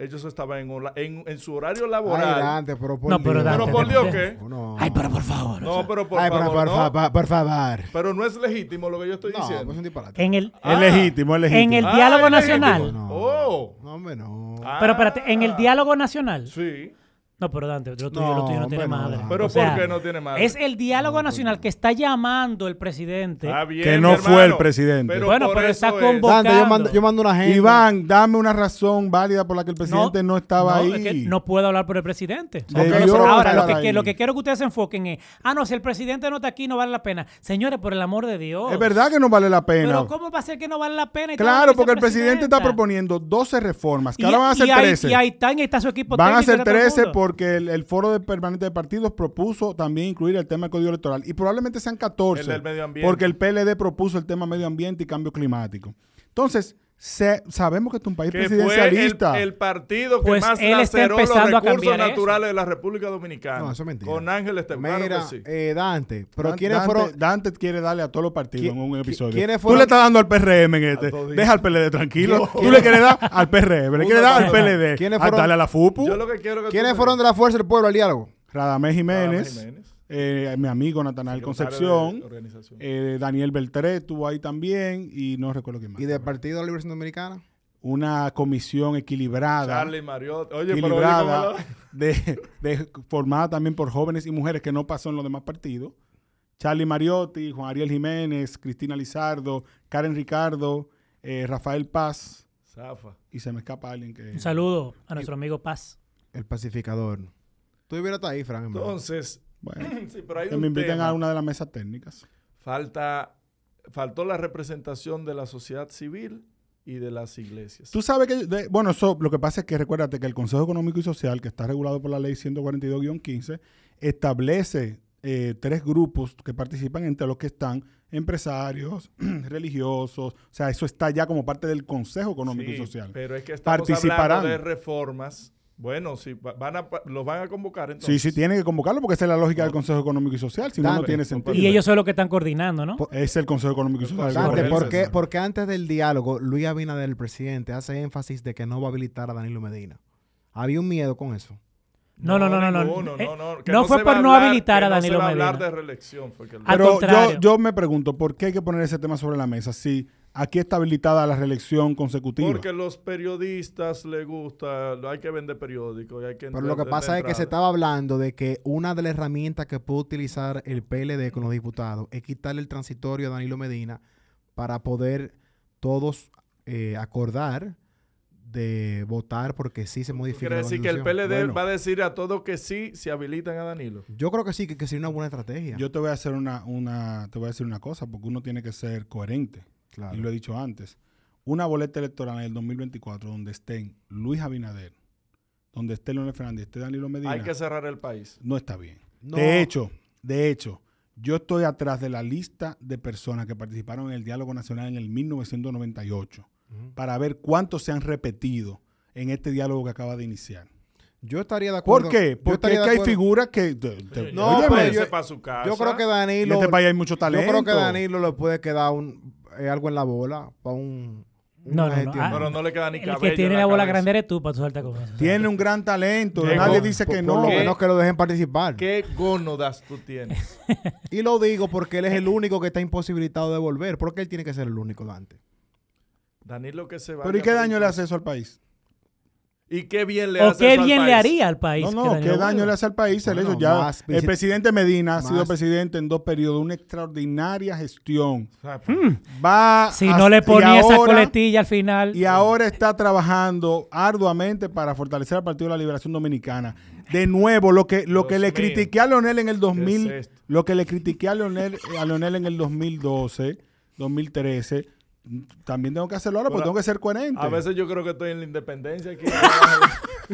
[SPEAKER 3] Ellos estaban en, hola- en- en su horario laboral.
[SPEAKER 1] Ay, Dante, pero por
[SPEAKER 2] No,
[SPEAKER 1] Dios.
[SPEAKER 2] pero Dante,
[SPEAKER 3] pero por
[SPEAKER 2] Dante.
[SPEAKER 3] Dios que.
[SPEAKER 1] No.
[SPEAKER 5] Ay, pero por favor. o
[SPEAKER 3] No,
[SPEAKER 5] sea,
[SPEAKER 3] pero por
[SPEAKER 1] Ay, pero
[SPEAKER 3] favor.
[SPEAKER 1] por,
[SPEAKER 3] no.
[SPEAKER 1] fa- por favor.
[SPEAKER 3] Pero no es legítimo lo que yo estoy
[SPEAKER 1] No,
[SPEAKER 3] diciendo.
[SPEAKER 1] pues es un disparate.
[SPEAKER 2] En el,
[SPEAKER 3] Ah.
[SPEAKER 4] es legítimo, es legítimo.
[SPEAKER 2] en el
[SPEAKER 3] Ah,
[SPEAKER 2] diálogo
[SPEAKER 3] es legítimo.
[SPEAKER 2] nacional.
[SPEAKER 1] No.
[SPEAKER 3] Oh.
[SPEAKER 1] No, hombre, no.
[SPEAKER 2] Pero espérate, en el diálogo nacional.
[SPEAKER 3] Ah. Sí.
[SPEAKER 2] No, pero Dante, lo tuyo,
[SPEAKER 1] No,
[SPEAKER 2] lo tuyo no tiene
[SPEAKER 1] hombre, no,
[SPEAKER 2] madre.
[SPEAKER 1] Dante.
[SPEAKER 3] Pero ¿por qué no tiene madre?
[SPEAKER 2] Es el diálogo nacional que está llamando el presidente.
[SPEAKER 3] Está Ah, bien,
[SPEAKER 4] Que no
[SPEAKER 3] mi
[SPEAKER 4] fue el
[SPEAKER 3] hermano,
[SPEAKER 4] presidente.
[SPEAKER 2] Bueno,
[SPEAKER 3] por
[SPEAKER 2] pero
[SPEAKER 3] eso
[SPEAKER 2] está
[SPEAKER 3] es.
[SPEAKER 2] convocado.
[SPEAKER 1] Dante, yo mando, yo mando una gente.
[SPEAKER 4] Iván, dame una razón válida por la que el presidente no, estaba
[SPEAKER 2] no,
[SPEAKER 4] ahí.
[SPEAKER 2] es que no puedo hablar por el presidente.
[SPEAKER 4] Debió
[SPEAKER 2] Ok, pero ahora, lo
[SPEAKER 4] estar
[SPEAKER 2] que, que-
[SPEAKER 4] ahí.
[SPEAKER 2] lo que quiero que ustedes se enfoquen es, ah, no, si el presidente no está aquí, no vale la pena. Señores, por el amor de Dios.
[SPEAKER 4] Es verdad que no vale la pena.
[SPEAKER 2] Pero ¿cómo va a ser que no vale la pena? y todo lo
[SPEAKER 4] Claro,
[SPEAKER 2] que dice
[SPEAKER 4] porque el presidente está
[SPEAKER 2] presidenta?
[SPEAKER 4] proponiendo 12 reformas, que
[SPEAKER 2] Y-
[SPEAKER 4] ahora van a ser
[SPEAKER 2] y ahí-
[SPEAKER 4] 13.
[SPEAKER 2] Y ahí están, y está su equipo
[SPEAKER 4] Van a
[SPEAKER 2] técnico y
[SPEAKER 4] ser
[SPEAKER 2] está todo el
[SPEAKER 4] 13
[SPEAKER 2] mundo.
[SPEAKER 4] porque el, el foro de permanente de partidos propuso también incluir el tema del código electoral y probablemente sean 14
[SPEAKER 3] El del medio ambiente.
[SPEAKER 4] porque el PLD propuso el tema medio ambiente y cambio climático. Entonces, se- sabemos que este es un país
[SPEAKER 3] Que fue el,
[SPEAKER 4] presidencialista.
[SPEAKER 3] el partido que
[SPEAKER 2] Pues
[SPEAKER 3] más
[SPEAKER 2] él está
[SPEAKER 3] laceró los
[SPEAKER 2] empezando a
[SPEAKER 3] recursos
[SPEAKER 2] cambiar eso.
[SPEAKER 3] naturales de la República Dominicana.
[SPEAKER 1] No, eso es mentira.
[SPEAKER 3] Con Ángel Esteban.
[SPEAKER 1] Mira,
[SPEAKER 3] claro que sí.
[SPEAKER 1] eh, Dante, pero
[SPEAKER 4] Dan-
[SPEAKER 1] ¿quiénes
[SPEAKER 4] Dante,
[SPEAKER 1] fueron?
[SPEAKER 4] Dante quiere darle a todos los partidos
[SPEAKER 1] ¿Qui-
[SPEAKER 4] en un
[SPEAKER 1] qui-
[SPEAKER 4] episodio.
[SPEAKER 1] quiénes
[SPEAKER 4] Tú
[SPEAKER 1] fueron-
[SPEAKER 4] le estás dando al PRM en este.
[SPEAKER 3] todos.
[SPEAKER 4] Deja al PLD tranquilo.
[SPEAKER 3] No.
[SPEAKER 4] Tú le quieres dar al PRM. Le quieres dar al
[SPEAKER 1] ¿Quiénes
[SPEAKER 4] PLD.
[SPEAKER 1] fueron-
[SPEAKER 4] Ah, dale a la FUPU.
[SPEAKER 3] Yo lo que quiero que tú
[SPEAKER 1] ¿Quiénes
[SPEAKER 3] me-
[SPEAKER 1] fueron de la fuerza del pueblo al diálogo?
[SPEAKER 4] Radamés Jiménés,
[SPEAKER 3] Radamés Jiménez.
[SPEAKER 4] eh, mi amigo Natanael
[SPEAKER 3] Secretario de
[SPEAKER 4] Concepción,
[SPEAKER 3] organización.
[SPEAKER 4] eh, Daniel Beltré estuvo ahí también y no recuerdo quién más.
[SPEAKER 1] ¿Y del Partido de la Liberación Dominicana?
[SPEAKER 4] Una comisión equilibrada,
[SPEAKER 3] Charlie Mariotti. Oye, pero oye, ¿cómo
[SPEAKER 4] equilibrada [laughs]
[SPEAKER 3] la-
[SPEAKER 4] de, de- formada también por jóvenes y mujeres que no pasó en los demás partidos. Charlie Mariotti, Juan Ariel Jiménez, Cristina Lizardo, Karen Ricardo, eh, Rafael Paz
[SPEAKER 3] Zafa.
[SPEAKER 4] y se me escapa alguien que...
[SPEAKER 2] Un saludo a nuestro amigo Paz.
[SPEAKER 1] El pacificador. Tú hubieras estado ahí, Frank. en verdad.
[SPEAKER 3] Entonces, [laughs]
[SPEAKER 4] Bueno,
[SPEAKER 3] sí, pero hay
[SPEAKER 4] que
[SPEAKER 3] un
[SPEAKER 4] me inviten
[SPEAKER 3] tema.
[SPEAKER 4] a una de las mesas técnicas.
[SPEAKER 3] Falta, faltó la representación de la sociedad civil y de las iglesias.
[SPEAKER 4] Tú sabes que, de- bueno, eso lo que pasa es que recuérdate que el Consejo Económico y Social, que está regulado por la ley 142-15, establece eh, tres grupos que participan entre los que están empresarios, [clears throat] religiosos, o sea, eso está ya como parte del Consejo Económico
[SPEAKER 3] Sí,
[SPEAKER 4] y Social.
[SPEAKER 3] Pero es que estamos
[SPEAKER 4] Participarán.
[SPEAKER 3] hablando de reformas. Bueno, si va- van a, pa- los van a convocar
[SPEAKER 4] Sí,
[SPEAKER 3] entonces.
[SPEAKER 4] sí, tienen que convocarlo porque esa es la lógica del Consejo Económico y Social, si no, no
[SPEAKER 1] Dante,
[SPEAKER 4] tiene sentido.
[SPEAKER 2] Y ellos son los que están coordinando, ¿no?
[SPEAKER 4] es el Consejo Económico y Social.
[SPEAKER 1] Dante,
[SPEAKER 3] Correcto.
[SPEAKER 1] ¿por qué? Porque antes del diálogo, Luis Abinader, el presidente, hace énfasis de que no va a habilitar a Danilo Medina. Había un miedo con eso.
[SPEAKER 2] No, no, no, no, no.
[SPEAKER 3] ninguno,
[SPEAKER 2] Eh,
[SPEAKER 3] que
[SPEAKER 2] no fue
[SPEAKER 3] se va
[SPEAKER 2] por no
[SPEAKER 3] hablar-
[SPEAKER 2] habilitar
[SPEAKER 3] que
[SPEAKER 2] a Danilo
[SPEAKER 3] No se va a hablar
[SPEAKER 2] Medina.
[SPEAKER 3] de reelección. fue que él-
[SPEAKER 2] Al
[SPEAKER 4] Pero yo,
[SPEAKER 2] contrario.
[SPEAKER 4] yo me pregunto, ¿por qué hay que poner ese tema sobre la mesa si aquí está habilitada la reelección consecutiva?
[SPEAKER 3] porque los periodistas les gusta, lo- hay que vender periódicos. y hay que
[SPEAKER 1] Pero
[SPEAKER 3] entrar-
[SPEAKER 1] lo que
[SPEAKER 3] de-
[SPEAKER 1] pasa
[SPEAKER 3] de
[SPEAKER 1] es que se
[SPEAKER 3] entrada.
[SPEAKER 1] estaba hablando de que una de las herramientas que puede utilizar el PLD con los diputados es quitarle el transitorio a Danilo Medina para poder todos eh, acordar de votar porque sí se modifica.
[SPEAKER 3] Quiere
[SPEAKER 1] la
[SPEAKER 3] decir que el
[SPEAKER 1] Constitución.
[SPEAKER 3] PLD
[SPEAKER 4] Bueno.
[SPEAKER 3] va a decir a todos que sí si habilitan a Danilo.
[SPEAKER 1] Yo creo que sí, que, que sería una buena estrategia.
[SPEAKER 4] Yo te voy a hacer una, una, te voy a decir una cosa, porque uno tiene que ser coherente.
[SPEAKER 1] Claro.
[SPEAKER 4] Y lo he dicho antes. Una boleta electoral en el 2024 donde estén Luis Abinader, donde esté Leonel Fernández, esté Danilo Medina,
[SPEAKER 3] Hay que cerrar el país.
[SPEAKER 4] no está bien.
[SPEAKER 1] No.
[SPEAKER 4] De hecho, de hecho, yo estoy atrás de la lista de personas que participaron en el diálogo nacional en el 1998 para ver cuántos se han repetido en este diálogo que acaba de iniciar.
[SPEAKER 1] Yo estaría de acuerdo.
[SPEAKER 4] ¿Por qué?
[SPEAKER 1] yo
[SPEAKER 4] Porque
[SPEAKER 1] estaría
[SPEAKER 4] es
[SPEAKER 1] de
[SPEAKER 4] que hay
[SPEAKER 1] acuerdo.
[SPEAKER 4] figuras que... te- te-
[SPEAKER 1] No,
[SPEAKER 4] óyeme,
[SPEAKER 1] pero
[SPEAKER 3] yo,
[SPEAKER 1] yo-
[SPEAKER 3] para su casa.
[SPEAKER 1] Yo creo que
[SPEAKER 4] en
[SPEAKER 1] Danilo.
[SPEAKER 4] este país hay mucho talento.
[SPEAKER 1] Yo creo que Danilo le puede quedar un, eh, algo en la bola para un.
[SPEAKER 2] No,
[SPEAKER 1] una
[SPEAKER 2] no, no.
[SPEAKER 1] gestión.
[SPEAKER 2] Ah,
[SPEAKER 3] Pero no le queda ni
[SPEAKER 2] El
[SPEAKER 3] cabello.
[SPEAKER 2] que tiene
[SPEAKER 3] en
[SPEAKER 2] la bola
[SPEAKER 3] cabeza.
[SPEAKER 2] grande eres tú para tu salta con eso.
[SPEAKER 4] Tiene un gran talento.
[SPEAKER 3] Llegó.
[SPEAKER 4] Nadie dice
[SPEAKER 1] Por-
[SPEAKER 4] que
[SPEAKER 1] Por
[SPEAKER 4] no.
[SPEAKER 1] lo
[SPEAKER 3] ¿Qué?
[SPEAKER 1] menos que lo dejen participar.
[SPEAKER 3] ¿Qué gónodas tú tienes?
[SPEAKER 1] Y lo digo porque él es el único que está imposibilitado de volver. Porque él tiene que ser el único, Dante.
[SPEAKER 3] Danilo que se va.
[SPEAKER 4] Pero ¿y qué daño le hace eso al país?
[SPEAKER 3] ¿Y qué bien le
[SPEAKER 2] o
[SPEAKER 3] hace
[SPEAKER 2] qué
[SPEAKER 3] eso al
[SPEAKER 2] bien le
[SPEAKER 3] país?
[SPEAKER 2] haría al país.
[SPEAKER 4] No,
[SPEAKER 2] que
[SPEAKER 4] no, ¿qué
[SPEAKER 2] Danilo
[SPEAKER 4] daño
[SPEAKER 2] vuelva?
[SPEAKER 4] le hace al país el
[SPEAKER 1] Bueno,
[SPEAKER 4] hecho? Ya,
[SPEAKER 1] más
[SPEAKER 4] el
[SPEAKER 1] vice-
[SPEAKER 4] presidente Medina ha sido
[SPEAKER 1] más-
[SPEAKER 4] presidente en dos periodos, una extraordinaria gestión. Hmm. Va
[SPEAKER 2] Si
[SPEAKER 4] a-
[SPEAKER 2] no le
[SPEAKER 4] y
[SPEAKER 2] ponía esa
[SPEAKER 4] ahora-
[SPEAKER 2] coletilla al final.
[SPEAKER 4] Y ahora está trabajando arduamente para fortalecer al Partido de la Liberación Dominicana. De nuevo, lo que, lo que
[SPEAKER 3] Dios
[SPEAKER 4] le
[SPEAKER 3] mío.
[SPEAKER 4] critiqué a Leonel en el 2000,
[SPEAKER 3] ¿Qué es esto?
[SPEAKER 4] lo que le critiqué a Leonel, a Leonel en el 2012, 2013, también tengo que hacerlo ahora porque
[SPEAKER 3] Pero
[SPEAKER 4] tengo que ser coherente.
[SPEAKER 3] A veces yo creo que estoy en la independencia
[SPEAKER 2] [laughs]
[SPEAKER 3] aquí.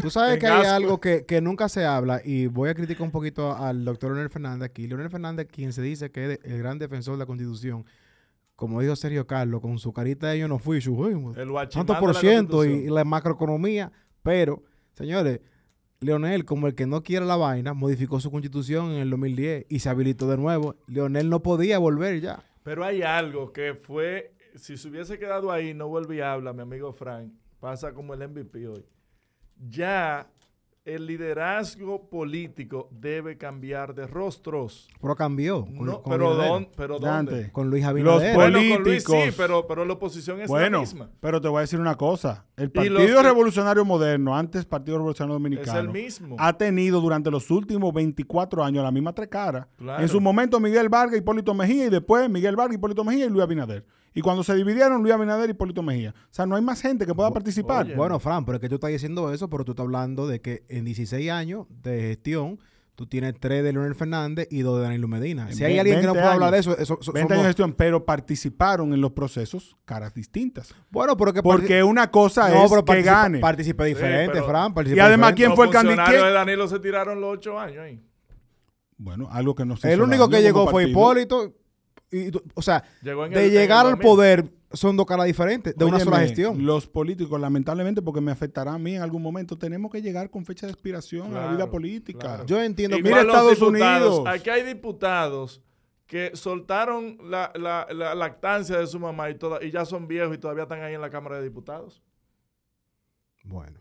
[SPEAKER 1] Tú sabes
[SPEAKER 3] En
[SPEAKER 1] que hay
[SPEAKER 3] asco.
[SPEAKER 1] algo que, que nunca se habla. Y voy a criticar un poquito al doctor Leonel Fernández aquí. Leonel Fernández, quien se dice que es el gran defensor de la Constitución. Como dijo Sergio Carlos, con su carita de yo no fui, su
[SPEAKER 3] El guachimán
[SPEAKER 1] tanto
[SPEAKER 3] de
[SPEAKER 1] por
[SPEAKER 3] la
[SPEAKER 1] ciento y, y
[SPEAKER 3] Constitución.
[SPEAKER 1] la macroeconomía. Pero, señores, Leonel, como el que no quiere la vaina, modificó su constitución en el 2010 y se habilitó de nuevo. Leonel no podía volver ya.
[SPEAKER 3] Pero hay algo que fue, si se hubiese quedado ahí, no volví a hablar, mi amigo Frank. Pasa como el MVP hoy. ya el liderazgo político debe cambiar de rostros.
[SPEAKER 1] Pero cambió. con-
[SPEAKER 3] No,
[SPEAKER 1] con
[SPEAKER 3] pero,
[SPEAKER 1] Abinader.
[SPEAKER 3] don- pero ¿dónde?
[SPEAKER 4] Dante,
[SPEAKER 1] Con Luis
[SPEAKER 4] Los
[SPEAKER 1] Abinader.
[SPEAKER 3] Bueno, con Luis
[SPEAKER 4] políticos.
[SPEAKER 3] sí, pero, pero la oposición es la
[SPEAKER 4] Bueno,
[SPEAKER 3] misma.
[SPEAKER 4] pero te voy a decir una cosa. El
[SPEAKER 3] Y
[SPEAKER 4] Partido
[SPEAKER 3] los que-
[SPEAKER 4] Revolucionario Moderno, antes Partido Revolucionario Dominicano,
[SPEAKER 3] Es el mismo.
[SPEAKER 4] ha tenido durante los últimos 24 años la misma tres caras.
[SPEAKER 3] Claro.
[SPEAKER 4] En su momento Miguel Vargas, Hipólito Mejía y después Miguel Vargas, Hipólito Mejía y Luis Abinader. Y cuando se dividieron, Luis Abinader y Hipólito Mejía. O sea, no hay más gente que pueda participar.
[SPEAKER 3] oye.
[SPEAKER 1] Bueno, Fran, pero es que tú estás diciendo eso, pero tú estás hablando de que en 16 años de gestión, tú tienes 3 de Leonel Fernández y 2 de Danilo Medina. Si hay
[SPEAKER 4] Ve-
[SPEAKER 1] alguien que no
[SPEAKER 4] 20
[SPEAKER 1] puede hablar de
[SPEAKER 4] años.
[SPEAKER 1] eso, eso, so-
[SPEAKER 4] 20
[SPEAKER 1] somos-
[SPEAKER 4] años de gestión, pero participaron en los procesos caras distintas.
[SPEAKER 1] Bueno, pero que
[SPEAKER 4] Porque
[SPEAKER 1] parti-
[SPEAKER 4] una cosa es que
[SPEAKER 1] participa-
[SPEAKER 4] gane.
[SPEAKER 1] Participa diferente,
[SPEAKER 3] pero-
[SPEAKER 1] Fran. participa
[SPEAKER 4] Y además,
[SPEAKER 1] diferente.
[SPEAKER 4] ¿quién
[SPEAKER 3] Los
[SPEAKER 4] fue el candi-
[SPEAKER 3] funcionarios
[SPEAKER 4] quién-
[SPEAKER 3] de Danilo se tiraron los ocho años ahí.
[SPEAKER 4] Bueno, algo que no se
[SPEAKER 1] El
[SPEAKER 4] hizo
[SPEAKER 1] único
[SPEAKER 4] daño
[SPEAKER 1] que
[SPEAKER 4] como
[SPEAKER 1] llegó fue
[SPEAKER 4] partido.
[SPEAKER 1] Hipólito. y tú- o sea,
[SPEAKER 3] Llegó en el-
[SPEAKER 1] de
[SPEAKER 3] en el
[SPEAKER 1] llegar al
[SPEAKER 3] 2000.
[SPEAKER 1] poder son dos caras diferentes de una sola
[SPEAKER 4] Óyeme,
[SPEAKER 1] gestión.
[SPEAKER 4] Los políticos, lamentablemente, porque me afectará a mí en algún momento, tenemos que llegar con fecha de expiración a la
[SPEAKER 3] Claro,
[SPEAKER 4] vida política.
[SPEAKER 3] claro.
[SPEAKER 1] Yo entiendo.
[SPEAKER 4] Igual- Mira
[SPEAKER 3] los
[SPEAKER 4] Estados
[SPEAKER 3] diputados.
[SPEAKER 4] Unidos.
[SPEAKER 3] Aquí hay diputados que soltaron la, la- la lactancia de su mamá y, toda, y ya son viejos y todavía están ahí en la Cámara de Diputados.
[SPEAKER 1] Bueno.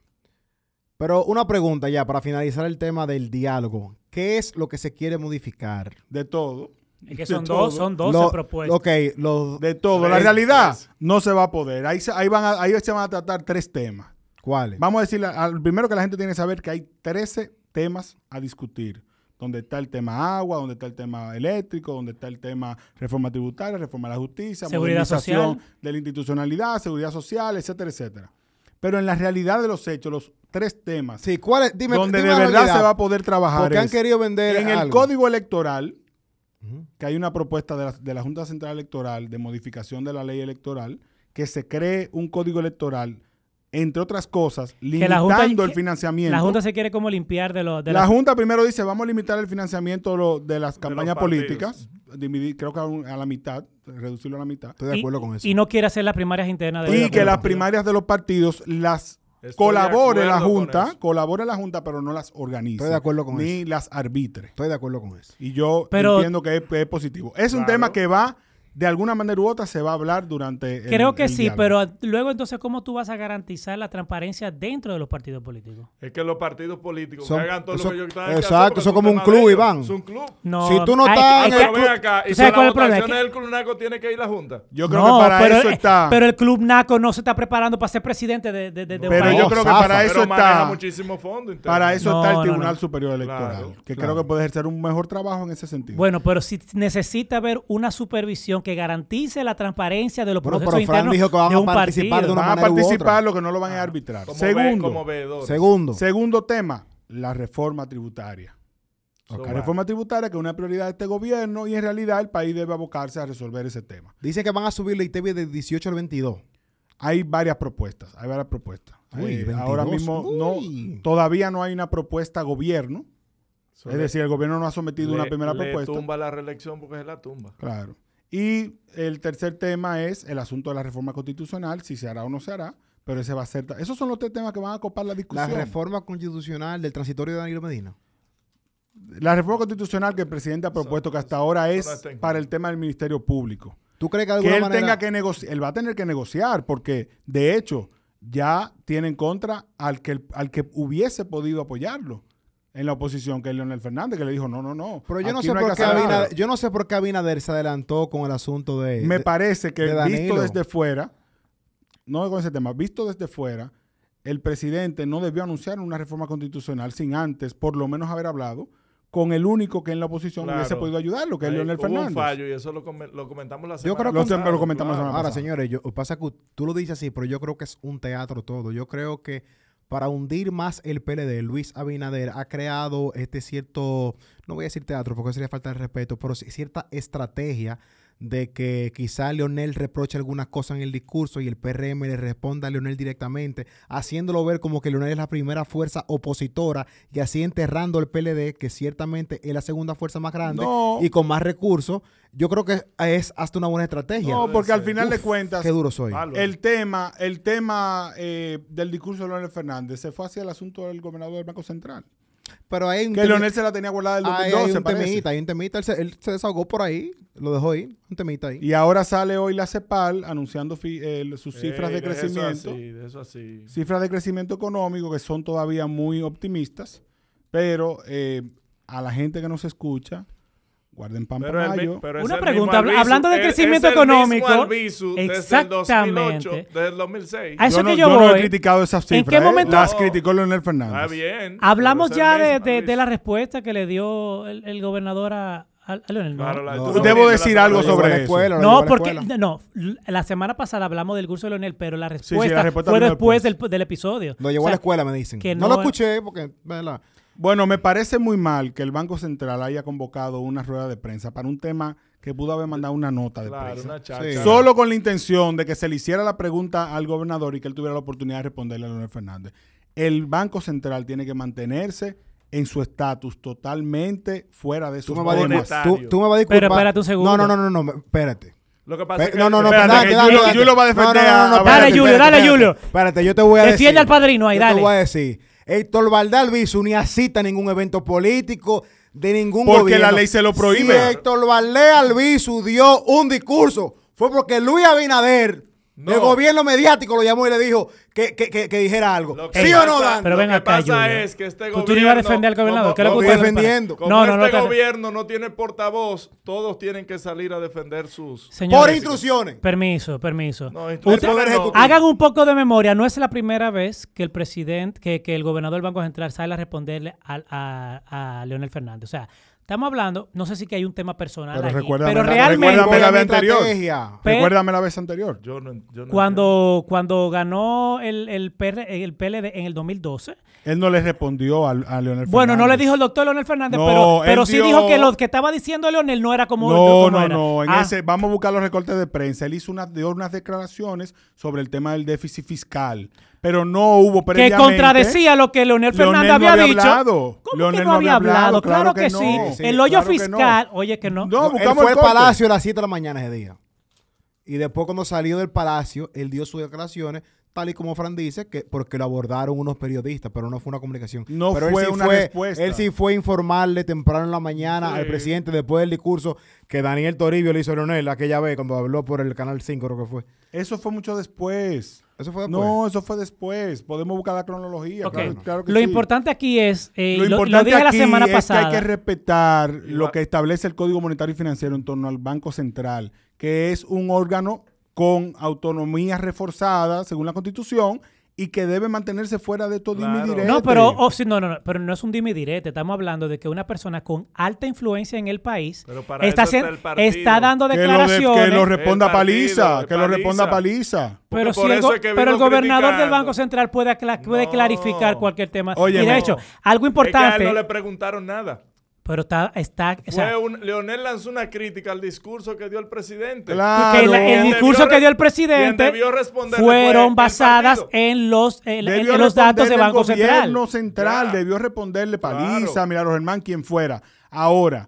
[SPEAKER 1] Pero una pregunta ya para finalizar el tema del diálogo. ¿Qué es lo que se quiere modificar?
[SPEAKER 4] De todo.
[SPEAKER 2] Es que
[SPEAKER 4] De
[SPEAKER 2] son
[SPEAKER 4] todo.
[SPEAKER 2] dos, son 12
[SPEAKER 1] Lo-
[SPEAKER 2] propuestas.
[SPEAKER 1] Ok, los,
[SPEAKER 4] De todo. La
[SPEAKER 3] Tres,
[SPEAKER 4] realidad
[SPEAKER 3] tres.
[SPEAKER 4] no se va a poder. Ahí se, ahí van a- ahí se van a tratar tres temas.
[SPEAKER 1] ¿Cuáles?
[SPEAKER 4] Vamos a decir, al primero que la gente tiene que saber que hay 13 temas a discutir. Donde está el tema agua, donde está el tema eléctrico, donde está el tema reforma tributaria, reforma de la justicia,
[SPEAKER 2] Seguridad
[SPEAKER 4] modernización
[SPEAKER 2] social.
[SPEAKER 4] de la institucionalidad, seguridad social, etcétera, etcétera. Pero en la realidad de los hechos, los tres temas
[SPEAKER 1] Sí, ¿cuáles? Dime,
[SPEAKER 4] donde
[SPEAKER 1] dime
[SPEAKER 4] de
[SPEAKER 1] la
[SPEAKER 4] verdad
[SPEAKER 1] realidad.
[SPEAKER 4] se va a poder trabajar
[SPEAKER 1] Porque han
[SPEAKER 4] es
[SPEAKER 1] querido vender
[SPEAKER 4] en el
[SPEAKER 1] algo.
[SPEAKER 4] código electoral que hay una propuesta de la, de la Junta Central Electoral de modificación de la ley electoral que se cree un código electoral entre otras cosas
[SPEAKER 2] Que la
[SPEAKER 4] limitando
[SPEAKER 2] Junta-
[SPEAKER 4] el
[SPEAKER 2] que-
[SPEAKER 4] financiamiento
[SPEAKER 2] La Junta se quiere como limpiar de los... De
[SPEAKER 4] la,
[SPEAKER 2] las-
[SPEAKER 4] Junta primero dice, vamos a limitar el financiamiento lo- de las campañas
[SPEAKER 3] partidos.
[SPEAKER 4] políticas, dividir, creo que a, un- a la mitad, reducirlo a la mitad,
[SPEAKER 1] Estoy de
[SPEAKER 2] y-
[SPEAKER 1] acuerdo con eso.
[SPEAKER 2] Y no quiere hacer las primarias internas. de
[SPEAKER 4] y que las
[SPEAKER 2] partido.
[SPEAKER 4] primarias de los partidos las
[SPEAKER 3] Estoy
[SPEAKER 4] colabore
[SPEAKER 3] de
[SPEAKER 4] la
[SPEAKER 3] acuerdo con
[SPEAKER 4] Junta,
[SPEAKER 3] eso.
[SPEAKER 4] colabore la Junta, pero no las organice,
[SPEAKER 1] Estoy de acuerdo con
[SPEAKER 4] ni las arbitre.
[SPEAKER 1] Estoy de acuerdo con eso.
[SPEAKER 4] Y yo
[SPEAKER 2] Pero-
[SPEAKER 4] entiendo que es, es positivo. Es un
[SPEAKER 3] Claro.
[SPEAKER 4] tema que va, de alguna manera u otra, se va a hablar durante. el-
[SPEAKER 2] Creo que
[SPEAKER 4] el
[SPEAKER 2] sí,
[SPEAKER 4] diálogo.
[SPEAKER 2] pero a- luego entonces, ¿cómo tú vas a garantizar la transparencia dentro de los partidos políticos?
[SPEAKER 3] Es que los partidos políticos
[SPEAKER 1] Son-
[SPEAKER 3] que hagan todo
[SPEAKER 1] eso-
[SPEAKER 3] lo que ellos tengan
[SPEAKER 1] exacto,
[SPEAKER 3] que hacer porque
[SPEAKER 1] eso
[SPEAKER 3] es
[SPEAKER 1] como un
[SPEAKER 3] tema de
[SPEAKER 1] club,
[SPEAKER 3] ellos.
[SPEAKER 1] Iván.
[SPEAKER 3] Es un club.
[SPEAKER 2] No,
[SPEAKER 1] Si tú no
[SPEAKER 2] hay-
[SPEAKER 1] estás
[SPEAKER 2] hay
[SPEAKER 1] en el
[SPEAKER 2] que-
[SPEAKER 3] Pero ven acá,
[SPEAKER 2] ¿Tú
[SPEAKER 3] y si
[SPEAKER 2] sabes
[SPEAKER 3] las
[SPEAKER 2] cuál es el problema? Es
[SPEAKER 3] votaciones
[SPEAKER 2] que-
[SPEAKER 3] del Club Naco tiene que ir la Junta.
[SPEAKER 4] Yo creo
[SPEAKER 2] No,
[SPEAKER 4] que para
[SPEAKER 2] pero,
[SPEAKER 4] eso
[SPEAKER 2] eh,
[SPEAKER 4] está.
[SPEAKER 2] Pero el Club Naco no se está preparando para ser presidente de, de- de- de un
[SPEAKER 4] Pero
[SPEAKER 2] país.
[SPEAKER 4] yo creo que
[SPEAKER 1] zafa.
[SPEAKER 4] para eso
[SPEAKER 3] Pero maneja
[SPEAKER 4] está.
[SPEAKER 3] muchísimo fondo. interno.
[SPEAKER 4] Para eso
[SPEAKER 2] No,
[SPEAKER 4] está el
[SPEAKER 2] no,
[SPEAKER 4] Tribunal
[SPEAKER 2] no.
[SPEAKER 4] Superior Electoral,
[SPEAKER 3] Claro,
[SPEAKER 4] que
[SPEAKER 1] claro.
[SPEAKER 4] creo que puede ejercer un mejor trabajo en ese sentido.
[SPEAKER 2] Bueno, pero si necesita haber una supervisión que garantice la transparencia de los
[SPEAKER 1] Bueno, pero
[SPEAKER 2] procesos
[SPEAKER 1] Fran
[SPEAKER 2] internos
[SPEAKER 1] dijo que van
[SPEAKER 2] de
[SPEAKER 1] a
[SPEAKER 2] un partido.
[SPEAKER 1] participar de una-
[SPEAKER 4] van a
[SPEAKER 1] manera u otra.
[SPEAKER 4] participar, lo que no lo van a arbitrar.
[SPEAKER 3] Como ve- como
[SPEAKER 4] Segundo,
[SPEAKER 3] veedores.
[SPEAKER 1] Segundo.
[SPEAKER 4] segundo tema, la reforma tributaria.
[SPEAKER 3] So,
[SPEAKER 4] La reforma tributaria que es una prioridad de este gobierno y en realidad el país debe abocarse a resolver ese tema.
[SPEAKER 1] Dicen que van a subir la ITV de 18 al 22.
[SPEAKER 4] Hay varias propuestas, hay varias propuestas.
[SPEAKER 1] Uy,
[SPEAKER 4] Eh,
[SPEAKER 1] 22,
[SPEAKER 4] ahora mismo
[SPEAKER 1] uy.
[SPEAKER 4] no, todavía no hay una propuesta gobierno,
[SPEAKER 3] so,
[SPEAKER 4] es
[SPEAKER 3] le-
[SPEAKER 4] decir, el gobierno no ha sometido una
[SPEAKER 3] le-
[SPEAKER 4] primera
[SPEAKER 3] le
[SPEAKER 4] propuesta.
[SPEAKER 3] tumba la reelección porque es la tumba.
[SPEAKER 4] Claro. Y el tercer tema es el asunto de la reforma constitucional, si se hará o no se hará, pero ese va a ser. Esos son los tres temas que van a copar la
[SPEAKER 1] La
[SPEAKER 4] discusión.
[SPEAKER 1] reforma constitucional del transitorio de Danilo Medina.
[SPEAKER 4] La reforma constitucional que el presidente ha propuesto, que hasta ahora
[SPEAKER 3] no
[SPEAKER 4] es
[SPEAKER 3] está en
[SPEAKER 4] para el tema del Ministerio Público.
[SPEAKER 1] ¿Tú crees que de
[SPEAKER 4] que
[SPEAKER 1] alguna
[SPEAKER 4] él
[SPEAKER 1] manera
[SPEAKER 4] tenga que negociar, él va a tener que negociar, porque de hecho ya tiene en contra al que, al que hubiese podido apoyarlo en la oposición, que es Leonel Fernández, que le dijo, no, no, no.
[SPEAKER 1] Pero yo no,
[SPEAKER 4] aquí
[SPEAKER 1] sé
[SPEAKER 4] hay
[SPEAKER 1] por
[SPEAKER 4] que
[SPEAKER 1] qué
[SPEAKER 4] hacer nada".
[SPEAKER 1] Abinader, yo no sé por qué Abinader se adelantó con el asunto de...
[SPEAKER 4] Me
[SPEAKER 1] eh, de-
[SPEAKER 4] parece que
[SPEAKER 1] de Danilo.
[SPEAKER 4] visto desde fuera, no con ese tema, visto desde fuera, el presidente no debió anunciar una reforma constitucional sin antes, por lo menos, haber hablado con el único que en la oposición
[SPEAKER 3] Claro.
[SPEAKER 4] hubiese podido ayudarlo, que es
[SPEAKER 3] Ahí
[SPEAKER 4] Leonel
[SPEAKER 3] hubo
[SPEAKER 4] Fernández.
[SPEAKER 3] Un fallo y eso lo, come- lo comentamos la
[SPEAKER 1] Yo
[SPEAKER 3] semana
[SPEAKER 1] creo que-
[SPEAKER 4] Lo-
[SPEAKER 3] pasada,
[SPEAKER 4] lo comentamos la semana
[SPEAKER 1] Ahora,
[SPEAKER 4] pasado.
[SPEAKER 1] señores, yo, pasa que tú lo dices así, pero yo creo que es un teatro todo. Yo creo que para hundir más el PLD, Luis Abinader ha creado este cierto, no voy a decir teatro porque sería falta de respeto, pero sí cierta estrategia de que quizá Leonel reproche algunas cosas en el discurso y el PRM le responda a Leonel directamente, haciéndolo ver como que Leonel es la primera fuerza opositora y así enterrando al PLD, que ciertamente es la segunda fuerza más grande
[SPEAKER 4] No.
[SPEAKER 1] y con más recursos. Yo creo que es hasta una buena estrategia.
[SPEAKER 4] No, porque al final de
[SPEAKER 1] Uf,
[SPEAKER 4] cuentas,
[SPEAKER 1] Qué duro soy.
[SPEAKER 3] Álvaro.
[SPEAKER 4] el tema, el tema eh, del discurso de Leonel Fernández se fue hacia el asunto del gobernador del Banco Central.
[SPEAKER 1] Pero hay un
[SPEAKER 4] Que
[SPEAKER 1] temi-
[SPEAKER 4] Leonel se la tenía guardada del
[SPEAKER 1] hay- hay
[SPEAKER 4] 2012,
[SPEAKER 1] un
[SPEAKER 4] parece.
[SPEAKER 1] temita, hay un temita. Él se, él se desahogó por ahí, lo dejó ahí. Un temita ahí.
[SPEAKER 4] Y ahora sale hoy la CEPAL anunciando fi- eh, sus cifras
[SPEAKER 3] Ey,
[SPEAKER 4] de
[SPEAKER 3] deja eso
[SPEAKER 4] crecimiento.
[SPEAKER 3] así, deja eso así.
[SPEAKER 4] Cifras de crecimiento económico que son todavía muy optimistas, pero eh, a la gente que nos escucha, guarden pan
[SPEAKER 3] Pero
[SPEAKER 4] para
[SPEAKER 3] el mi-
[SPEAKER 4] mayo.
[SPEAKER 3] pero es
[SPEAKER 2] Una
[SPEAKER 3] el
[SPEAKER 2] pregunta,
[SPEAKER 3] mismo
[SPEAKER 2] habla- hablando de
[SPEAKER 3] Albizu, es-
[SPEAKER 2] crecimiento
[SPEAKER 3] es el mismo
[SPEAKER 2] económico.
[SPEAKER 3] Albizu Desde el 2008,
[SPEAKER 2] Exactamente. Ah,
[SPEAKER 3] desde el 2006.
[SPEAKER 2] A eso
[SPEAKER 4] no,
[SPEAKER 2] que yo,
[SPEAKER 4] no
[SPEAKER 2] voy.
[SPEAKER 4] he criticado esas
[SPEAKER 2] ¿En
[SPEAKER 4] cifras.
[SPEAKER 2] qué
[SPEAKER 4] ¿eh?
[SPEAKER 2] momento-
[SPEAKER 4] Las
[SPEAKER 3] No.
[SPEAKER 4] criticó Leonel Fernández.
[SPEAKER 3] Está Ah, bien.
[SPEAKER 2] Hablamos
[SPEAKER 3] pero es
[SPEAKER 2] ya
[SPEAKER 3] el
[SPEAKER 2] de,
[SPEAKER 3] mismo
[SPEAKER 2] de-
[SPEAKER 3] Albizu.
[SPEAKER 2] de la respuesta que le dio el, el gobernador a, a- a Leonel. ¿no?
[SPEAKER 3] Claro, la de
[SPEAKER 1] No,
[SPEAKER 3] tu
[SPEAKER 1] debo
[SPEAKER 3] sobrino, la
[SPEAKER 4] decir
[SPEAKER 3] semana
[SPEAKER 4] algo
[SPEAKER 1] Lo llevó a
[SPEAKER 4] sobre
[SPEAKER 1] la
[SPEAKER 4] eso.
[SPEAKER 1] escuela, lo llevó a
[SPEAKER 2] No,
[SPEAKER 1] la
[SPEAKER 2] porque
[SPEAKER 1] escuela.
[SPEAKER 2] no, la semana pasada hablamos del curso de Leonel, pero la
[SPEAKER 4] sí,
[SPEAKER 2] respuesta,
[SPEAKER 4] la respuesta
[SPEAKER 2] fue
[SPEAKER 4] vino
[SPEAKER 2] después del,
[SPEAKER 4] después.
[SPEAKER 2] del episodio.
[SPEAKER 1] pues. Lo llevó
[SPEAKER 2] O
[SPEAKER 1] a la
[SPEAKER 2] sea,
[SPEAKER 1] escuela, me dicen.
[SPEAKER 2] que
[SPEAKER 1] no,
[SPEAKER 2] no-
[SPEAKER 1] lo escuché porque, ¿verdad?
[SPEAKER 4] Bueno, me parece muy mal que el Banco Central haya convocado una rueda de prensa para un tema que pudo haber mandado una nota de
[SPEAKER 3] Claro,
[SPEAKER 4] prensa.
[SPEAKER 3] una chacha.
[SPEAKER 1] Sí.
[SPEAKER 4] Solo con la intención de que se le hiciera la pregunta al gobernador y que él tuviera la oportunidad de responderle a Leonel Fernández. El Banco Central tiene que mantenerse en su estatus totalmente fuera de
[SPEAKER 1] Tú
[SPEAKER 4] esos
[SPEAKER 1] me, vas a
[SPEAKER 4] temas.
[SPEAKER 1] disculpar,
[SPEAKER 3] monetario.
[SPEAKER 1] tú, tú me vas a disculpar.
[SPEAKER 2] Pero espérate un segundo.
[SPEAKER 1] No, no, no, no, no, espérate.
[SPEAKER 3] Lo que pasa es
[SPEAKER 1] Pe-
[SPEAKER 3] que
[SPEAKER 1] no, no, no,
[SPEAKER 4] espérate,
[SPEAKER 1] espérate,
[SPEAKER 4] que
[SPEAKER 1] espérate,
[SPEAKER 4] Julio-
[SPEAKER 1] espérate.
[SPEAKER 4] Julio va a defender a-
[SPEAKER 2] Dale, Julio, dale, Julio.
[SPEAKER 1] Espérate, yo te voy a decir.
[SPEAKER 2] Defiende al padrino ahí,
[SPEAKER 1] yo
[SPEAKER 2] dale.
[SPEAKER 1] Te voy a decir.
[SPEAKER 4] eh,
[SPEAKER 1] Héctor Valdalviso ni asista a ningún evento político de ningún
[SPEAKER 4] Porque
[SPEAKER 1] gobierno.
[SPEAKER 4] la ley se lo prohíbe.
[SPEAKER 1] Si Héctor Valdés Albizu dio un discurso, fue porque Luis Abinader,
[SPEAKER 3] No.
[SPEAKER 1] del gobierno mediático, lo llamó y le dijo que, que, que, que dijera algo.
[SPEAKER 3] Lo que
[SPEAKER 1] ¿Sí o
[SPEAKER 3] pasa-
[SPEAKER 1] no, Dan?
[SPEAKER 2] Pero ven
[SPEAKER 3] Lo que
[SPEAKER 2] acá,
[SPEAKER 3] pasa
[SPEAKER 2] Julio.
[SPEAKER 3] es que este
[SPEAKER 2] Tú- Tú no ibas a
[SPEAKER 3] gobierno-
[SPEAKER 2] defender al gobernador.
[SPEAKER 3] como-
[SPEAKER 2] ¿Qué le
[SPEAKER 1] como
[SPEAKER 2] oculta?
[SPEAKER 1] estoy defendiendo.
[SPEAKER 3] Como
[SPEAKER 2] No, no, no.
[SPEAKER 3] este
[SPEAKER 2] espérate.
[SPEAKER 3] gobierno no tiene portavoz, todos tienen que salir a defender sus...
[SPEAKER 1] Por
[SPEAKER 2] Señores,
[SPEAKER 1] instrucciones.
[SPEAKER 2] Permiso, permiso.
[SPEAKER 3] No,
[SPEAKER 1] El Poder
[SPEAKER 3] no.
[SPEAKER 1] Ejecutivo.
[SPEAKER 2] Hagan un poco de memoria. No es la primera vez que el presidente, que, que el gobernador del Banco Central sale a responderle al- a, a Leonel Fernández. O sea, estamos hablando, no sé si que hay un tema personal
[SPEAKER 4] Pero
[SPEAKER 2] aquí,
[SPEAKER 4] recuérdame
[SPEAKER 2] pero
[SPEAKER 4] la-
[SPEAKER 2] realmente
[SPEAKER 4] recuérdame la
[SPEAKER 1] Voy a mi
[SPEAKER 4] vez anterior.
[SPEAKER 1] estrategia.
[SPEAKER 2] Pe-
[SPEAKER 4] Recuérdame la vez anterior.
[SPEAKER 3] Yo no, yo no
[SPEAKER 2] cuando, cuando ganó el, el, PR el PLD en el 2012,
[SPEAKER 4] Él no le respondió a, a Leonel Fernández.
[SPEAKER 2] bueno, no le dijo el doctor Leonel Fernández,
[SPEAKER 4] No,
[SPEAKER 2] pero,
[SPEAKER 4] él
[SPEAKER 2] pero sí
[SPEAKER 4] dio-
[SPEAKER 2] dijo que lo que estaba diciendo Leonel no era como
[SPEAKER 4] No,
[SPEAKER 2] como
[SPEAKER 4] no,
[SPEAKER 2] era.
[SPEAKER 4] no. En
[SPEAKER 2] Ah,
[SPEAKER 4] ese, vamos a buscar los recortes de prensa. Él hizo unas, dio unas declaraciones sobre el tema del déficit fiscal, pero no hubo
[SPEAKER 2] que
[SPEAKER 4] previamente.
[SPEAKER 2] contradecía lo que Leonel
[SPEAKER 4] Leonel
[SPEAKER 2] Fernández
[SPEAKER 4] no
[SPEAKER 2] había,
[SPEAKER 4] había
[SPEAKER 2] dicho.
[SPEAKER 4] hablado.
[SPEAKER 2] ¿Cómo
[SPEAKER 4] Leonel
[SPEAKER 2] que no
[SPEAKER 4] no
[SPEAKER 2] había hablado? Claro, que,
[SPEAKER 4] no.
[SPEAKER 2] sí.
[SPEAKER 4] Sí,
[SPEAKER 2] El hoyo
[SPEAKER 4] claro que no.
[SPEAKER 2] fiscal, oye que no.
[SPEAKER 4] No,
[SPEAKER 1] No, él
[SPEAKER 4] buscamos
[SPEAKER 1] fue
[SPEAKER 4] el
[SPEAKER 1] al
[SPEAKER 4] corte.
[SPEAKER 1] palacio a las 7 de la mañana ese día. Y después cuando salió del palacio, él dio sus declaraciones, tal y como Fran dice, que porque lo abordaron unos periodistas, pero no fue una comunicación.
[SPEAKER 4] No
[SPEAKER 1] pero
[SPEAKER 4] fue
[SPEAKER 1] él sí
[SPEAKER 4] una
[SPEAKER 1] fue,
[SPEAKER 4] respuesta.
[SPEAKER 1] Él sí fue a informarle temprano en la mañana al presidente después del discurso que Daniel Toribio le hizo a Leonel aquella vez cuando habló por el Canal 5, creo que fue.
[SPEAKER 4] Eso fue mucho después.
[SPEAKER 1] Eso fue después.
[SPEAKER 4] No, eso fue después. Podemos buscar la cronología.
[SPEAKER 2] Ok.
[SPEAKER 4] Claro, claro que
[SPEAKER 2] lo
[SPEAKER 4] sí.
[SPEAKER 2] importante aquí es, eh,
[SPEAKER 4] Lo
[SPEAKER 2] lo, lo
[SPEAKER 4] importante
[SPEAKER 2] dije la
[SPEAKER 4] aquí
[SPEAKER 2] semana
[SPEAKER 4] es
[SPEAKER 2] pasada.
[SPEAKER 4] que hay que respetar lo
[SPEAKER 3] va-
[SPEAKER 4] que establece el Código Monetario y Financiero en torno al Banco Central, que es un órgano con autonomía reforzada según la Constitución y que debe mantenerse fuera de todo
[SPEAKER 3] Claro.
[SPEAKER 4] direte.
[SPEAKER 2] No, pero, oh, sí, no, no, no, pero no es un dime y direte. Estamos hablando de que una persona con alta influencia en el país
[SPEAKER 3] Pero para
[SPEAKER 2] está,
[SPEAKER 3] eso está
[SPEAKER 2] hacien-
[SPEAKER 3] el partido.
[SPEAKER 2] está dando
[SPEAKER 4] que lo, de-
[SPEAKER 2] declaraciones.
[SPEAKER 4] que lo responda
[SPEAKER 3] El partido,
[SPEAKER 4] paliza,
[SPEAKER 3] de
[SPEAKER 4] que lo responda
[SPEAKER 3] Paliza.
[SPEAKER 4] paliza.
[SPEAKER 2] pero
[SPEAKER 3] Porque
[SPEAKER 2] si
[SPEAKER 3] por
[SPEAKER 2] el,
[SPEAKER 3] eso
[SPEAKER 2] go-
[SPEAKER 3] es que
[SPEAKER 2] pero el
[SPEAKER 3] vengo
[SPEAKER 2] gobernador del
[SPEAKER 3] criticando.
[SPEAKER 2] Banco Central puede, acla- puede
[SPEAKER 3] No.
[SPEAKER 2] clarificar cualquier tema. y
[SPEAKER 4] Óyeme.
[SPEAKER 2] de hecho, algo
[SPEAKER 3] entiendo. Es que a él
[SPEAKER 2] importante,
[SPEAKER 3] no le preguntaron nada.
[SPEAKER 2] pero está, está o sea,
[SPEAKER 3] Fue un- Leonel lanzó una crítica al discurso que dio el presidente.
[SPEAKER 4] Claro.
[SPEAKER 2] que la- el
[SPEAKER 3] Quien
[SPEAKER 2] discurso
[SPEAKER 3] debió
[SPEAKER 2] que dio el
[SPEAKER 3] re- quien
[SPEAKER 2] presidente
[SPEAKER 3] debió responderle fue
[SPEAKER 2] fueron
[SPEAKER 3] el
[SPEAKER 2] basadas
[SPEAKER 3] partido.
[SPEAKER 2] en los, en- en-
[SPEAKER 4] Debió
[SPEAKER 2] en los datos de
[SPEAKER 4] responderle
[SPEAKER 2] Banco
[SPEAKER 4] el
[SPEAKER 2] Central.
[SPEAKER 4] gobierno central
[SPEAKER 3] Ya.
[SPEAKER 4] debió responderle Paliza,
[SPEAKER 3] Claro.
[SPEAKER 4] Milagro Germán, quien fuera. Ahora,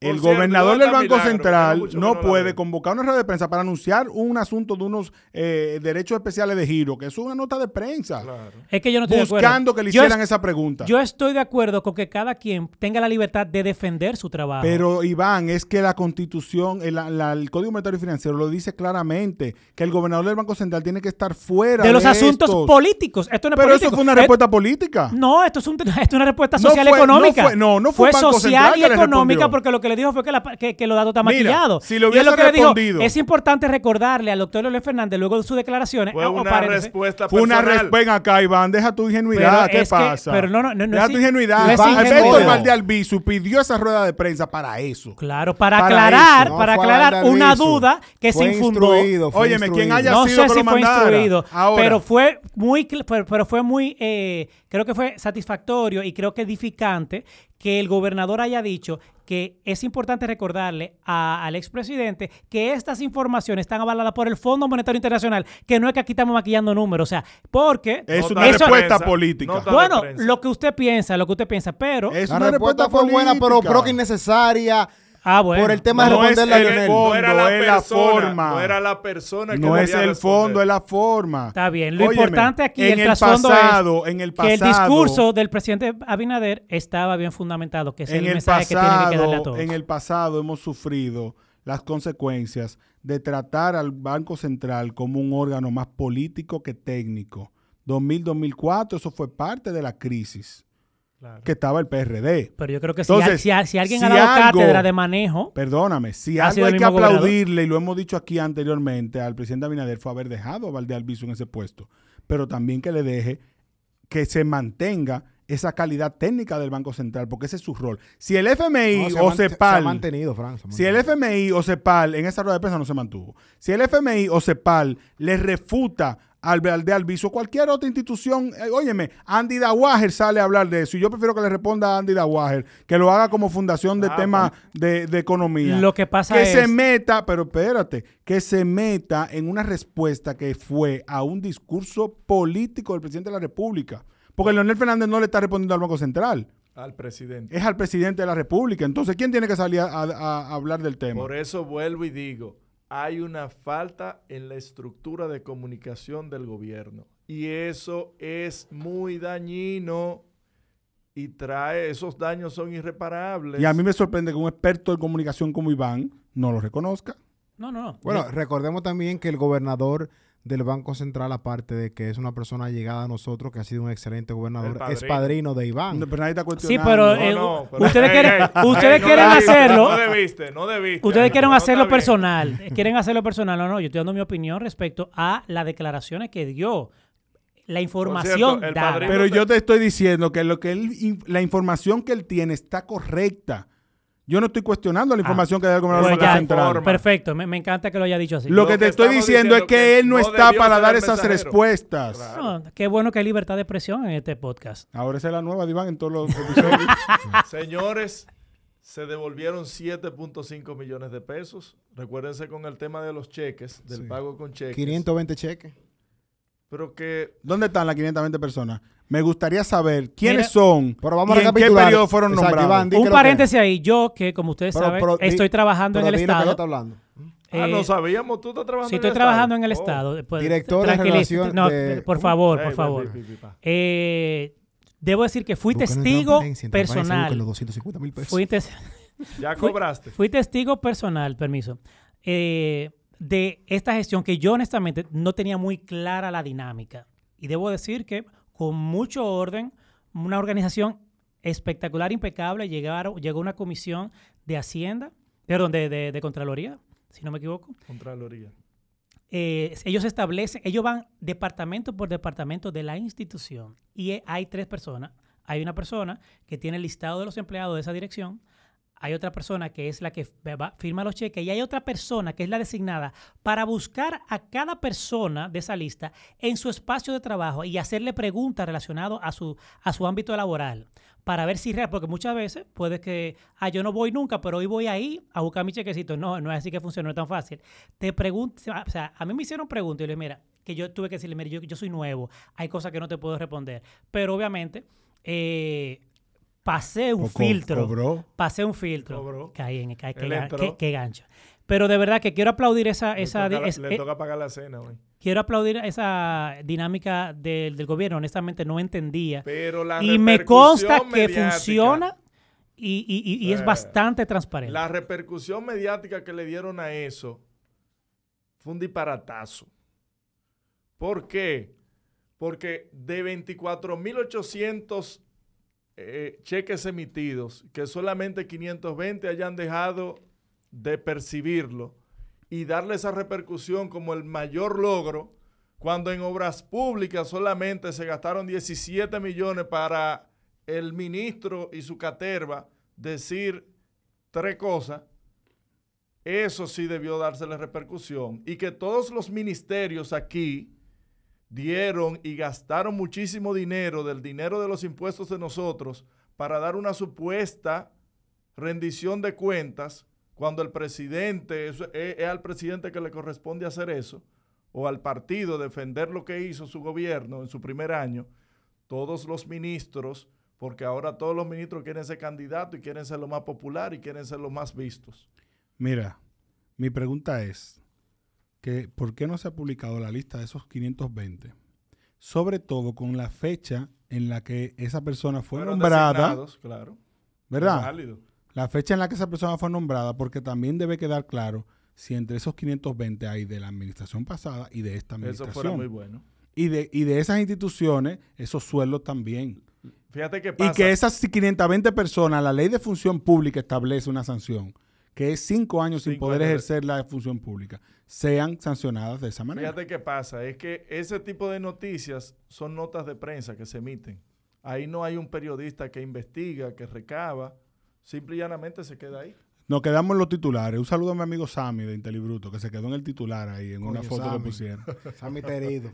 [SPEAKER 3] Por
[SPEAKER 4] el
[SPEAKER 3] cierto,
[SPEAKER 4] gobernador
[SPEAKER 3] ¿dónde
[SPEAKER 4] del
[SPEAKER 3] está
[SPEAKER 4] Banco
[SPEAKER 3] Milagro? Hace
[SPEAKER 4] Central
[SPEAKER 3] mucho que
[SPEAKER 4] no,
[SPEAKER 3] no la
[SPEAKER 4] puede
[SPEAKER 3] veo.
[SPEAKER 4] convocar una rueda de prensa para anunciar un asunto de unos eh, derechos especiales de giro, que es una nota de prensa,
[SPEAKER 2] Es que yo no estoy de acuerdo.
[SPEAKER 4] buscando que le
[SPEAKER 2] Yo
[SPEAKER 4] hicieran
[SPEAKER 2] es-
[SPEAKER 4] esa pregunta.
[SPEAKER 2] Yo estoy de acuerdo con que cada quien tenga la libertad de defender su trabajo.
[SPEAKER 4] Pero Iván, es que la constitución, el, la- el Código Monetario y Financiero lo dice claramente, que el gobernador del Banco Central tiene que estar fuera de,
[SPEAKER 2] de los asuntos
[SPEAKER 4] estos.
[SPEAKER 2] políticos. Esto no es
[SPEAKER 4] Pero
[SPEAKER 2] político.
[SPEAKER 4] eso fue una
[SPEAKER 2] Eh,
[SPEAKER 4] respuesta política.
[SPEAKER 2] no, esto es, un- [laughs] esto es una respuesta
[SPEAKER 4] No
[SPEAKER 2] social
[SPEAKER 4] fue- no
[SPEAKER 2] económica.
[SPEAKER 4] fue- no, no fue un banco
[SPEAKER 2] social
[SPEAKER 4] central
[SPEAKER 2] y
[SPEAKER 4] que le
[SPEAKER 2] económica
[SPEAKER 4] respondió.
[SPEAKER 2] porque lo que le dijo fue que, la pa- que, que los datos están
[SPEAKER 4] Mira,
[SPEAKER 2] maquillados.
[SPEAKER 4] si lo
[SPEAKER 2] Y es
[SPEAKER 4] hubiese
[SPEAKER 2] que le dijo,
[SPEAKER 4] respondido.
[SPEAKER 2] es importante recordarle al doctor Leonel Fernández luego de sus declaraciones.
[SPEAKER 3] Fue
[SPEAKER 2] ah,
[SPEAKER 3] una
[SPEAKER 2] aparente-
[SPEAKER 3] respuesta
[SPEAKER 4] Fue una
[SPEAKER 3] personal.
[SPEAKER 4] respuesta. Ven acá, Iván, deja tu
[SPEAKER 2] Pero
[SPEAKER 4] ingenuidad. ¿Qué
[SPEAKER 2] es que-
[SPEAKER 4] pasa?
[SPEAKER 2] pero no, no, no, no
[SPEAKER 4] deja
[SPEAKER 2] es
[SPEAKER 4] tu
[SPEAKER 2] in-
[SPEAKER 4] ingenuidad.
[SPEAKER 2] no es
[SPEAKER 4] Alberto
[SPEAKER 2] ingenuidad.
[SPEAKER 4] Valdés Albizu pidió esa rueda de prensa para eso.
[SPEAKER 2] Claro, para,
[SPEAKER 4] Para
[SPEAKER 2] aclarar,
[SPEAKER 4] eso,
[SPEAKER 1] No
[SPEAKER 2] para
[SPEAKER 1] fue
[SPEAKER 2] aclarar
[SPEAKER 1] Valdalviso.
[SPEAKER 2] una duda que
[SPEAKER 1] Fue
[SPEAKER 2] se infundó.
[SPEAKER 1] instruido, fue
[SPEAKER 4] Óyeme, quien
[SPEAKER 1] instruido.
[SPEAKER 4] haya
[SPEAKER 2] no
[SPEAKER 4] sido
[SPEAKER 2] sé
[SPEAKER 4] que
[SPEAKER 2] si
[SPEAKER 4] lo
[SPEAKER 2] fue
[SPEAKER 4] mandara.
[SPEAKER 2] instruido,
[SPEAKER 4] Ahora.
[SPEAKER 2] pero fue muy, cl- pero, pero fue muy, eh, creo que fue satisfactorio y creo que edificante que el gobernador haya dicho que es importante recordarle a- al expresidente que estas informaciones están avaladas por el Fondo Monetario Internacional, que no es que aquí estamos maquillando números, o sea, porque
[SPEAKER 4] Es
[SPEAKER 3] Nota
[SPEAKER 4] una
[SPEAKER 3] de
[SPEAKER 4] respuesta
[SPEAKER 3] prensa.
[SPEAKER 4] política.
[SPEAKER 3] Nota de
[SPEAKER 2] bueno,
[SPEAKER 3] prensa.
[SPEAKER 2] lo que usted piensa, lo que usted piensa, pero
[SPEAKER 4] Es
[SPEAKER 1] La
[SPEAKER 4] una respuesta,
[SPEAKER 1] respuesta fue buena, pero
[SPEAKER 4] política.
[SPEAKER 1] creo que innecesaria.
[SPEAKER 2] Ah, bueno.
[SPEAKER 1] por el tema de
[SPEAKER 4] No es
[SPEAKER 1] responderle a
[SPEAKER 4] el
[SPEAKER 1] Lionel.
[SPEAKER 4] fondo,
[SPEAKER 3] No era la
[SPEAKER 4] es la
[SPEAKER 3] persona,
[SPEAKER 4] forma.
[SPEAKER 3] No era la persona que
[SPEAKER 4] No
[SPEAKER 3] le
[SPEAKER 4] es
[SPEAKER 3] había
[SPEAKER 4] el fondo,
[SPEAKER 3] respondido.
[SPEAKER 4] es la forma.
[SPEAKER 2] Está bien. Lo
[SPEAKER 4] Óyeme,
[SPEAKER 2] importante aquí,
[SPEAKER 4] en
[SPEAKER 2] el trasfondo es
[SPEAKER 4] pasado, en el pasado,
[SPEAKER 2] que el discurso del presidente Abinader estaba bien fundamentado, que es el,
[SPEAKER 4] en el
[SPEAKER 2] mensaje que tiene que darle a
[SPEAKER 4] pasado,
[SPEAKER 2] todos.
[SPEAKER 4] en el pasado hemos sufrido las consecuencias de tratar al Banco Central como un órgano más político que técnico. 2000-2004, eso fue parte de la crisis
[SPEAKER 3] Claro.
[SPEAKER 4] que estaba el PRD.
[SPEAKER 2] Pero yo creo que si
[SPEAKER 4] Entonces,
[SPEAKER 2] al- si, a- si alguien
[SPEAKER 4] si
[SPEAKER 2] ha dado
[SPEAKER 4] algo-
[SPEAKER 2] cátedra de manejo,
[SPEAKER 4] Perdóname, si
[SPEAKER 2] Ha
[SPEAKER 4] algo
[SPEAKER 2] sido el
[SPEAKER 4] hay que
[SPEAKER 2] mismo gobernador.
[SPEAKER 4] aplaudirle, y lo hemos dicho aquí anteriormente, al presidente Abinader fue haber dejado a Valde Albizu en ese puesto, pero también que le deje que se mantenga esa calidad técnica del Banco Central, porque ese es su rol. Si el
[SPEAKER 1] No,
[SPEAKER 4] FMI
[SPEAKER 1] se ha
[SPEAKER 4] o
[SPEAKER 1] man- se ha
[SPEAKER 4] CEPAL
[SPEAKER 1] mantenido, Fran, se ha
[SPEAKER 4] Si el
[SPEAKER 1] mantenido.
[SPEAKER 4] FMI o CEPAL, en esa rueda de prensa no se mantuvo, si el FMI o CEPAL le refuta al Valde Albizu o cualquier otra institución, eh, óyeme, Andy Dawager sale a hablar de eso y yo prefiero que le responda a Andy Dawager, que lo haga como fundación de
[SPEAKER 3] Ah,
[SPEAKER 4] temas de, de economía.
[SPEAKER 2] Lo que pasa
[SPEAKER 4] que
[SPEAKER 2] es-
[SPEAKER 4] se meta, pero espérate, que se meta en una respuesta que fue a un discurso político del presidente de la República. Porque Leonel Fernández no le está respondiendo al Banco Central,
[SPEAKER 3] Al presidente.
[SPEAKER 4] es al presidente de la República. Entonces, ¿quién tiene que salir a, a- a hablar del tema?
[SPEAKER 3] Por eso vuelvo y digo, hay una falta en la estructura de comunicación del gobierno. Y eso es muy dañino y trae, esos daños son irreparables.
[SPEAKER 4] Y a mí me sorprende que un experto en comunicación como Iván no lo reconozca.
[SPEAKER 2] no, no, no.
[SPEAKER 1] Bueno, recordemos también que el gobernador del Banco Central, aparte de que es una persona llegada a nosotros, que ha sido un excelente gobernador,
[SPEAKER 3] El
[SPEAKER 1] es padrino de Iván. [laughs]
[SPEAKER 4] No, pero pues nadie está
[SPEAKER 2] Sí,
[SPEAKER 4] cuestionando.
[SPEAKER 2] pero, eh,
[SPEAKER 3] no, pero-
[SPEAKER 2] ustedes
[SPEAKER 3] Ey,
[SPEAKER 2] quieren,
[SPEAKER 3] ey,
[SPEAKER 2] ustedes
[SPEAKER 3] ey, no
[SPEAKER 2] quieren
[SPEAKER 3] debiste,
[SPEAKER 2] hacerlo.
[SPEAKER 3] No debiste, no debiste.
[SPEAKER 2] Ustedes
[SPEAKER 3] amigo,
[SPEAKER 2] quieren
[SPEAKER 3] no
[SPEAKER 2] hacerlo
[SPEAKER 3] está bien.
[SPEAKER 2] personal. eh, Quieren hacerlo personal. No, no, yo estoy dando mi opinión respecto a las declaraciones que dio. La información
[SPEAKER 3] el
[SPEAKER 2] dada.
[SPEAKER 3] padrino-
[SPEAKER 4] Pero yo te estoy diciendo que, lo que él, in- la información que él tiene está correcta. Yo no estoy cuestionando la información que da el gobernador
[SPEAKER 2] Pues
[SPEAKER 4] del
[SPEAKER 2] ya,
[SPEAKER 4] Banco Central.
[SPEAKER 3] informa.
[SPEAKER 2] perfecto, me, me encanta que lo haya dicho así.
[SPEAKER 4] Lo
[SPEAKER 3] Lo
[SPEAKER 4] que
[SPEAKER 3] que
[SPEAKER 4] te estoy
[SPEAKER 3] estamos
[SPEAKER 4] diciendo es
[SPEAKER 3] diciendo
[SPEAKER 4] que
[SPEAKER 3] que
[SPEAKER 4] él no
[SPEAKER 3] no
[SPEAKER 4] está
[SPEAKER 3] debió
[SPEAKER 4] para
[SPEAKER 3] ser
[SPEAKER 4] dar
[SPEAKER 3] el
[SPEAKER 4] esas
[SPEAKER 3] mensajero.
[SPEAKER 4] respuestas.
[SPEAKER 2] No, qué bueno que hay libertad de expresión en este podcast.
[SPEAKER 4] Ahora esa es la nueva de Iván en todos los episodios.
[SPEAKER 3] Señores, se devolvieron 7.5 millones de pesos. Recuérdense con el tema de los cheques, del
[SPEAKER 1] Sí.
[SPEAKER 3] pago con cheques.
[SPEAKER 1] 520 cheques.
[SPEAKER 3] Pero que
[SPEAKER 4] ¿Dónde están las 520 personas? Me gustaría saber quiénes
[SPEAKER 2] Mira,
[SPEAKER 4] son
[SPEAKER 1] Pero vamos a
[SPEAKER 4] y en qué
[SPEAKER 1] recapitular.
[SPEAKER 4] periodo fueron
[SPEAKER 1] Exacto,
[SPEAKER 4] nombrados.
[SPEAKER 1] Iván, di qué
[SPEAKER 2] Un
[SPEAKER 1] es lo que
[SPEAKER 2] paréntesis ahí, yo que como ustedes
[SPEAKER 1] Pero-
[SPEAKER 2] saben,
[SPEAKER 1] pero di-
[SPEAKER 2] estoy trabajando en
[SPEAKER 1] pero
[SPEAKER 2] el
[SPEAKER 1] di lo que ella
[SPEAKER 2] Estado.
[SPEAKER 1] está hablando.
[SPEAKER 3] Ah,
[SPEAKER 2] eh,
[SPEAKER 3] no sabíamos, tú estás trabajando
[SPEAKER 2] Sí,
[SPEAKER 3] en
[SPEAKER 2] estoy
[SPEAKER 3] el
[SPEAKER 2] trabajando en el
[SPEAKER 3] Oh.
[SPEAKER 2] Estado. Pues,
[SPEAKER 1] Director de
[SPEAKER 2] tranquilízate.
[SPEAKER 1] relación
[SPEAKER 2] No, eh,
[SPEAKER 1] de-
[SPEAKER 2] por
[SPEAKER 1] ¿cómo?
[SPEAKER 2] favor,
[SPEAKER 3] Ey,
[SPEAKER 2] por
[SPEAKER 3] ven,
[SPEAKER 2] favor.
[SPEAKER 3] pi, pi, pa.
[SPEAKER 2] Eh, debo decir que fui
[SPEAKER 1] Busquen en
[SPEAKER 2] testigo
[SPEAKER 1] transparencia, en transparencia, busquen
[SPEAKER 2] personal.
[SPEAKER 1] los 250 mil pesos.
[SPEAKER 2] Fui, tes-
[SPEAKER 3] Ya
[SPEAKER 2] Fui-
[SPEAKER 3] Ah, cobraste.
[SPEAKER 2] fui testigo personal, permiso, eh, de esta gestión que yo honestamente no tenía muy clara la dinámica. Y debo decir que con mucho orden, una organización espectacular, impecable, llegaron, llegó una comisión de Hacienda, perdón, de, de- de Contraloría, si no me equivoco.
[SPEAKER 3] Contraloría.
[SPEAKER 2] Eh, ellos establecen, ellos van departamento por departamento de la institución y eh, hay tres personas. Hay una persona que tiene el listado de los empleados de esa dirección, hay otra persona que es la que f- va- firma los cheques y hay otra persona que es la designada para buscar a cada persona de esa lista en su espacio de trabajo y hacerle preguntas relacionadas a su, a su ámbito laboral para ver si real, porque muchas veces puede que, ah, yo no voy nunca, pero hoy voy ahí a buscar mi chequecito. No, no es así que funciona, no es tan fácil. Te pregunto, o sea, a mí me hicieron preguntas y le dije, mira, que yo tuve que decirle, mira, yo, yo soy nuevo, hay cosas que no te puedo responder, pero obviamente eh, pasé un
[SPEAKER 4] O co-
[SPEAKER 2] filtro.
[SPEAKER 4] cobró.
[SPEAKER 2] Pasé un filtro.
[SPEAKER 3] Cobró.
[SPEAKER 2] Caí en caí, qué,
[SPEAKER 3] Él
[SPEAKER 2] ga-
[SPEAKER 3] entró.
[SPEAKER 2] qué- qué gancho. Pero de verdad que quiero aplaudir esa, esa,
[SPEAKER 3] le toca, la-
[SPEAKER 2] es-
[SPEAKER 3] le
[SPEAKER 2] eh,
[SPEAKER 3] toca pagar la cena hoy.
[SPEAKER 2] quiero aplaudir esa dinámica del, del gobierno. Honestamente no entendía.
[SPEAKER 3] Pero la
[SPEAKER 2] y me
[SPEAKER 3] repercusión
[SPEAKER 2] consta que
[SPEAKER 3] mediática-
[SPEAKER 2] funciona y, y- y- y es
[SPEAKER 3] Eh,
[SPEAKER 2] bastante transparente.
[SPEAKER 3] La repercusión mediática que le dieron a eso fue un disparatazo. ¿Por qué? Porque de 24.800 eh, cheques emitidos, que solamente 520 hayan dejado de percibirlo y darle esa repercusión como el mayor logro, cuando en obras públicas solamente se gastaron 17 millones para el ministro y su caterva decir tres cosas, eso sí debió darse la repercusión. Y que todos los ministerios aquí dieron y gastaron muchísimo dinero del dinero de los impuestos de nosotros para dar una supuesta rendición de cuentas cuando el presidente, eso es, es al presidente que le corresponde hacer eso, o al partido defender lo que hizo su gobierno en su primer año, todos los ministros Porque ahora todos los ministros quieren ser candidatos y quieren ser los más populares y quieren ser los más vistos.
[SPEAKER 4] Mira, mi pregunta es que ¿por qué no se ha publicado la lista de esos 520? Sobre todo con la fecha en la que esa persona fue
[SPEAKER 3] Fueron
[SPEAKER 4] nombrada,
[SPEAKER 3] designados, Claro.
[SPEAKER 4] ¿verdad?
[SPEAKER 3] Válido.
[SPEAKER 4] La fecha en la que esa persona fue nombrada, porque también debe quedar claro si entre esos 520 hay de la administración pasada y de esta
[SPEAKER 3] Eso fuera
[SPEAKER 4] administración.
[SPEAKER 3] muy bueno.
[SPEAKER 4] y, de, y de esas instituciones, esos sueldos también.
[SPEAKER 3] Fíjate qué
[SPEAKER 4] Y
[SPEAKER 3] pasa.
[SPEAKER 4] que esas 520 personas, la ley de función pública establece una sanción, que es cinco años sin
[SPEAKER 3] Cinco
[SPEAKER 4] poder
[SPEAKER 3] años de-
[SPEAKER 4] ejercer la función pública, sean sancionadas de esa manera.
[SPEAKER 3] Fíjate qué pasa, es que ese tipo de noticias son notas de prensa que se emiten. Ahí no hay un periodista que investiga, que recaba, simple y llanamente se queda ahí.
[SPEAKER 4] Nos quedamos en los titulares. Un saludo a mi amigo Sammy de Intelibruto, que se quedó en el titular ahí, en una
[SPEAKER 1] Coño,
[SPEAKER 4] foto
[SPEAKER 1] Sammy.
[SPEAKER 4] que pusieron.
[SPEAKER 1] Sammy está herido.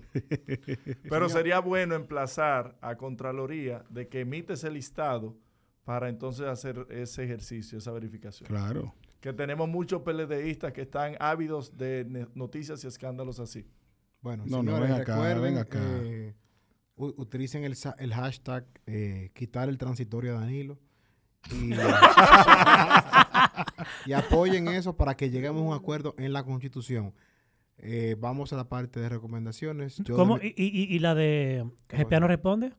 [SPEAKER 3] Pero sería bueno emplazar a Contraloría de que emite ese listado para entonces hacer ese ejercicio, esa verificación. [laughs]
[SPEAKER 4] Claro.
[SPEAKER 3] Que tenemos muchos PLDistas que están ávidos de ne- noticias y escándalos así.
[SPEAKER 1] Bueno,
[SPEAKER 4] No, no,
[SPEAKER 1] señores,
[SPEAKER 4] ven acá,
[SPEAKER 1] recuerden,
[SPEAKER 4] ven acá.
[SPEAKER 1] eh, u- utilicen el, sa- el hashtag eh, quitar el transitorio a Danilo. Y, y apoyen eso para que lleguemos a un acuerdo en la Constitución. Eh, vamos a la parte de recomendaciones. Yo
[SPEAKER 2] ¿Cómo?
[SPEAKER 1] de mi-
[SPEAKER 2] ¿Y, y- y la de GPA no responde?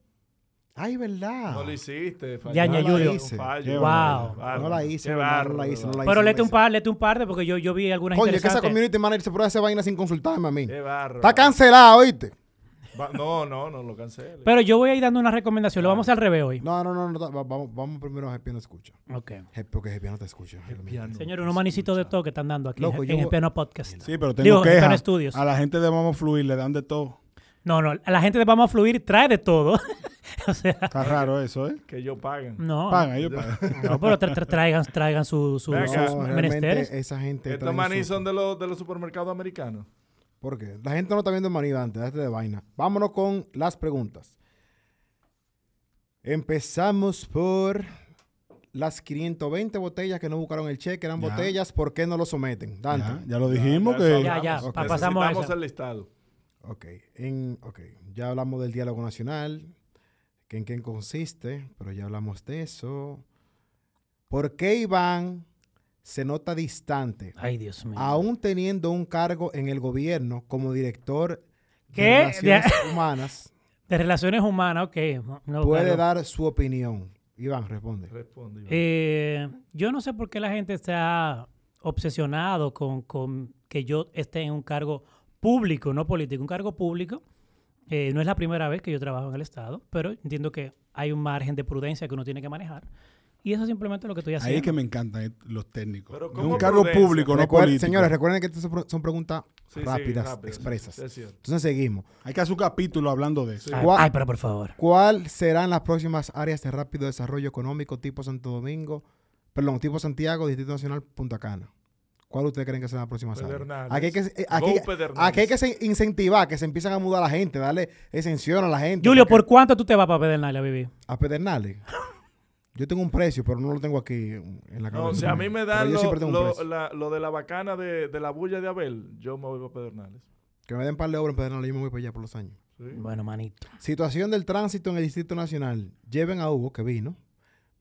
[SPEAKER 1] Ay, ¿verdad?
[SPEAKER 3] No lo hiciste,
[SPEAKER 2] Ya,
[SPEAKER 3] fallaste.
[SPEAKER 2] ya,
[SPEAKER 3] No la
[SPEAKER 2] Julio.
[SPEAKER 3] hice. Fallo.
[SPEAKER 4] Qué
[SPEAKER 3] Qué
[SPEAKER 2] Wow.
[SPEAKER 3] bárbaro,
[SPEAKER 1] No la hice,
[SPEAKER 3] qué
[SPEAKER 1] ¿verdad? no la
[SPEAKER 3] bárbaro,
[SPEAKER 1] hice, no la hice,
[SPEAKER 2] Pero
[SPEAKER 1] no la
[SPEAKER 2] léete un
[SPEAKER 1] hice.
[SPEAKER 2] par, léete un par, de- porque yo, yo vi algunas
[SPEAKER 1] Coño, que esa
[SPEAKER 2] interesantes.
[SPEAKER 1] community manager se prueba esa vaina sin consultarme a mí.
[SPEAKER 3] Qué bárbaro.
[SPEAKER 1] Está cancelado, ¿oíste?
[SPEAKER 3] Va- No, no, no lo canceles.
[SPEAKER 2] Pero yo voy a ir dando una recomendación. Lo vamos al revés hoy.
[SPEAKER 1] No, no, no, no, va- vamos, vamos primero a Jepi no escucha.
[SPEAKER 2] Ok.
[SPEAKER 1] Je- Porque Jepi no te escucha. realmente.
[SPEAKER 2] Señores, unos manicitos de todo que están dando aquí
[SPEAKER 1] Loco,
[SPEAKER 2] en
[SPEAKER 1] yo
[SPEAKER 2] el
[SPEAKER 1] voy-
[SPEAKER 2] Piano Podcast.
[SPEAKER 4] Sí, pero
[SPEAKER 2] Digo,
[SPEAKER 4] tengo
[SPEAKER 2] están
[SPEAKER 4] quejas.
[SPEAKER 2] estudios.
[SPEAKER 4] A la gente de Vamos a Fluir le dan de todo.
[SPEAKER 2] No, no, a la gente de Vamos a Fluir trae de todo. [laughs] o sea,
[SPEAKER 3] [laughs]
[SPEAKER 4] Está raro eso, ¿eh?
[SPEAKER 3] Que ellos paguen.
[SPEAKER 2] no.
[SPEAKER 4] Pagan, ellos
[SPEAKER 3] [laughs]
[SPEAKER 4] pagan.
[SPEAKER 2] No, pero tra- tra- traigan, traigan su, su-
[SPEAKER 3] Ven
[SPEAKER 2] sus
[SPEAKER 3] acá.
[SPEAKER 1] No,
[SPEAKER 2] menesteres.
[SPEAKER 1] realmente eh, esa gente.
[SPEAKER 3] Estos
[SPEAKER 1] trae
[SPEAKER 3] maní
[SPEAKER 1] su-
[SPEAKER 3] son de los, de los supermercados americanos.
[SPEAKER 1] ¿Por qué? La gente no está viendo maní antes, déjate de vaina. Vámonos con las preguntas. Empezamos por las 520 botellas que no buscaron el cheque, eran
[SPEAKER 4] Ya.
[SPEAKER 1] botellas, ¿por qué no lo someten?
[SPEAKER 4] Ya,
[SPEAKER 1] Dante.
[SPEAKER 4] ya lo
[SPEAKER 3] Ya,
[SPEAKER 4] dijimos que...
[SPEAKER 3] ya,
[SPEAKER 2] Ya, ya,
[SPEAKER 1] Ok.
[SPEAKER 2] pa- pasamos a
[SPEAKER 3] Necesitamos
[SPEAKER 2] esa.
[SPEAKER 3] el listado.
[SPEAKER 1] Ok, en, ok, ya hablamos del diálogo nacional, que en qué consiste, pero ya hablamos de eso. ¿Por qué Iván se nota distante,
[SPEAKER 2] Ay, Dios mío.
[SPEAKER 1] aún teniendo un cargo en el gobierno como director
[SPEAKER 2] ¿Qué?
[SPEAKER 1] de
[SPEAKER 2] [laughs]
[SPEAKER 1] Relaciones Humanas?
[SPEAKER 2] De relaciones humanas, ok. No, no,
[SPEAKER 1] Puede
[SPEAKER 2] claro.
[SPEAKER 1] dar su opinión. Iván, responde.
[SPEAKER 3] Responde. Iván.
[SPEAKER 2] Eh, yo no sé por qué la gente está obsesionado con, con que yo esté en un cargo público, no político, un cargo público. Eh, no es la primera vez que yo trabajo en el Estado, pero entiendo que hay un margen de prudencia que uno tiene que manejar. Y eso es simplemente lo que estoy haciendo.
[SPEAKER 4] Ahí es que me encantan eh, los técnicos.
[SPEAKER 3] Pero
[SPEAKER 4] De
[SPEAKER 3] ¿cómo
[SPEAKER 4] un cargo
[SPEAKER 3] prudencia?
[SPEAKER 4] público, no
[SPEAKER 1] Recuer-
[SPEAKER 4] político.
[SPEAKER 1] señores, recuerden que estas son pre- son preguntas
[SPEAKER 3] Sí, sí,
[SPEAKER 1] rápidas,
[SPEAKER 3] rápido, sí,
[SPEAKER 1] expresas.
[SPEAKER 3] sí, es cierto.
[SPEAKER 1] Entonces seguimos.
[SPEAKER 4] Hay que hacer un capítulo hablando de eso.
[SPEAKER 2] Ay,
[SPEAKER 1] Gua-
[SPEAKER 2] ay, pero por favor.
[SPEAKER 1] ¿Cuáles serán las próximas áreas de rápido desarrollo económico tipo Santo Domingo, perdón, tipo Santiago, Distrito Nacional, Punta Cana? ¿Cuál ustedes creen que serán las próximas áreas?
[SPEAKER 3] Pedernales.
[SPEAKER 1] Aquí hay que, eh, aquí-
[SPEAKER 3] Go Pedernales.
[SPEAKER 1] aquí hay que se- incentivar, que se empiezan a mudar la gente, darle exención a la gente.
[SPEAKER 2] Julio,
[SPEAKER 1] porque-
[SPEAKER 2] ¿por cuánto tú te vas para Pedernales a vivir?
[SPEAKER 1] A Pedernales. Yo tengo un precio, pero no lo tengo aquí en la cabeza.
[SPEAKER 3] No, o sea, a mí me dan
[SPEAKER 1] Pero yo
[SPEAKER 3] lo,
[SPEAKER 1] siempre tengo un
[SPEAKER 3] lo-
[SPEAKER 1] precio.
[SPEAKER 3] la- lo de la bacana de, de la bulla de Abel. Yo me voy a Pedernales.
[SPEAKER 1] Que me den par de obras en Pedernales, yo me voy para allá por los años.
[SPEAKER 3] Sí.
[SPEAKER 2] Bueno, manito.
[SPEAKER 1] Situación del tránsito en el Distrito Nacional. Lleven a Hugo, que vino,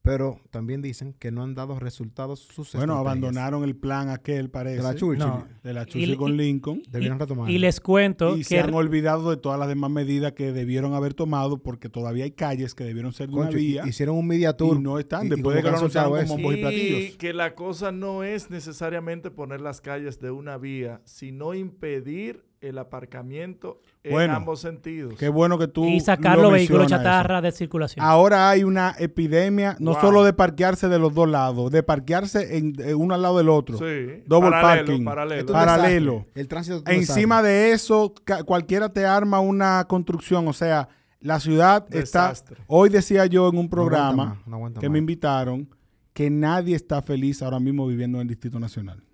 [SPEAKER 1] pero también dicen que no han dado resultados sus
[SPEAKER 4] Bueno,
[SPEAKER 1] estrategias.
[SPEAKER 4] abandonaron el plan aquel, parece.
[SPEAKER 1] De la Churchill.
[SPEAKER 2] No.
[SPEAKER 4] de la
[SPEAKER 2] Y-
[SPEAKER 4] Churchill con Lincoln.
[SPEAKER 1] Debieron retomarlo.
[SPEAKER 2] Y, y les cuento
[SPEAKER 4] Y se
[SPEAKER 2] que
[SPEAKER 4] han olvidado de todas las demás medidas que debieron haber tomado porque todavía hay calles que debieron ser de una
[SPEAKER 1] Concho,
[SPEAKER 4] vía.
[SPEAKER 1] hicieron un media tour.
[SPEAKER 4] y no están,
[SPEAKER 1] y- y como
[SPEAKER 4] después de que lo
[SPEAKER 1] han soltado
[SPEAKER 4] anunciaron
[SPEAKER 1] eso.
[SPEAKER 4] como- Bombos y platillos.
[SPEAKER 3] que la cosa no es necesariamente poner las calles de una vía, sino impedir el aparcamiento en
[SPEAKER 4] Bueno,
[SPEAKER 3] ambos sentidos.
[SPEAKER 4] Qué bueno que tú
[SPEAKER 2] y sacar
[SPEAKER 4] lo
[SPEAKER 2] los vehículos
[SPEAKER 4] mencionas
[SPEAKER 2] chatarra
[SPEAKER 4] eso.
[SPEAKER 2] de circulación.
[SPEAKER 1] Ah,
[SPEAKER 4] Ahora hay una epidemia, no
[SPEAKER 3] Wow.
[SPEAKER 4] solo de parquearse de los dos lados, de parquearse en, de uno al lado del otro.
[SPEAKER 3] Sí,
[SPEAKER 4] Double
[SPEAKER 3] paralelo,
[SPEAKER 4] parking.
[SPEAKER 3] paralelo.
[SPEAKER 1] Esto es un
[SPEAKER 4] Paralelo.
[SPEAKER 1] desastre. El tránsito.
[SPEAKER 4] Encima de eso, ca- cualquiera te arma una construcción. O sea, la ciudad
[SPEAKER 3] Desastre.
[SPEAKER 4] está. Hoy decía yo en un programa
[SPEAKER 1] aguanta más, no aguanta
[SPEAKER 4] que
[SPEAKER 1] más.
[SPEAKER 4] me invitaron que nadie está feliz ahora mismo viviendo en el Distrito Nacional.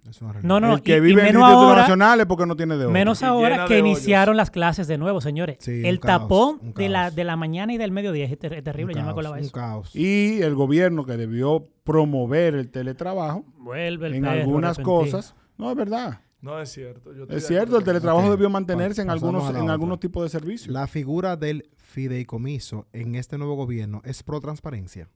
[SPEAKER 2] no, no,
[SPEAKER 4] el que
[SPEAKER 2] y- y
[SPEAKER 4] vive en el
[SPEAKER 2] menos
[SPEAKER 4] Distrito
[SPEAKER 2] ahora-
[SPEAKER 4] Nacional es porque no tiene de otra.
[SPEAKER 2] Menos
[SPEAKER 3] Y
[SPEAKER 2] ahora
[SPEAKER 3] llena
[SPEAKER 2] que
[SPEAKER 3] de
[SPEAKER 2] iniciaron las clases de nuevo, señores.
[SPEAKER 1] Sí, un
[SPEAKER 2] el
[SPEAKER 1] caos,
[SPEAKER 2] tapón
[SPEAKER 1] un
[SPEAKER 2] de la,
[SPEAKER 1] caos.
[SPEAKER 2] de la mañana y del mediodía es ter- es terrible, ya me acordaba
[SPEAKER 1] Un
[SPEAKER 2] eso.
[SPEAKER 1] caos.
[SPEAKER 4] Y el gobierno que debió promover el teletrabajo
[SPEAKER 2] Vuelve el
[SPEAKER 4] en
[SPEAKER 2] perro
[SPEAKER 4] algunas
[SPEAKER 2] arrepentido.
[SPEAKER 4] cosas. No, es verdad.
[SPEAKER 3] No es cierto. yo estoy
[SPEAKER 4] Es
[SPEAKER 3] de
[SPEAKER 4] cierto, el
[SPEAKER 3] acuerdo.
[SPEAKER 4] teletrabajo
[SPEAKER 1] Ok,
[SPEAKER 4] debió mantenerse en
[SPEAKER 1] pa- pasamos
[SPEAKER 4] algunos,
[SPEAKER 1] a la
[SPEAKER 4] en
[SPEAKER 1] otra.
[SPEAKER 4] algunos tipos de servicios.
[SPEAKER 1] La figura del fideicomiso en este nuevo gobierno es pro transparencia.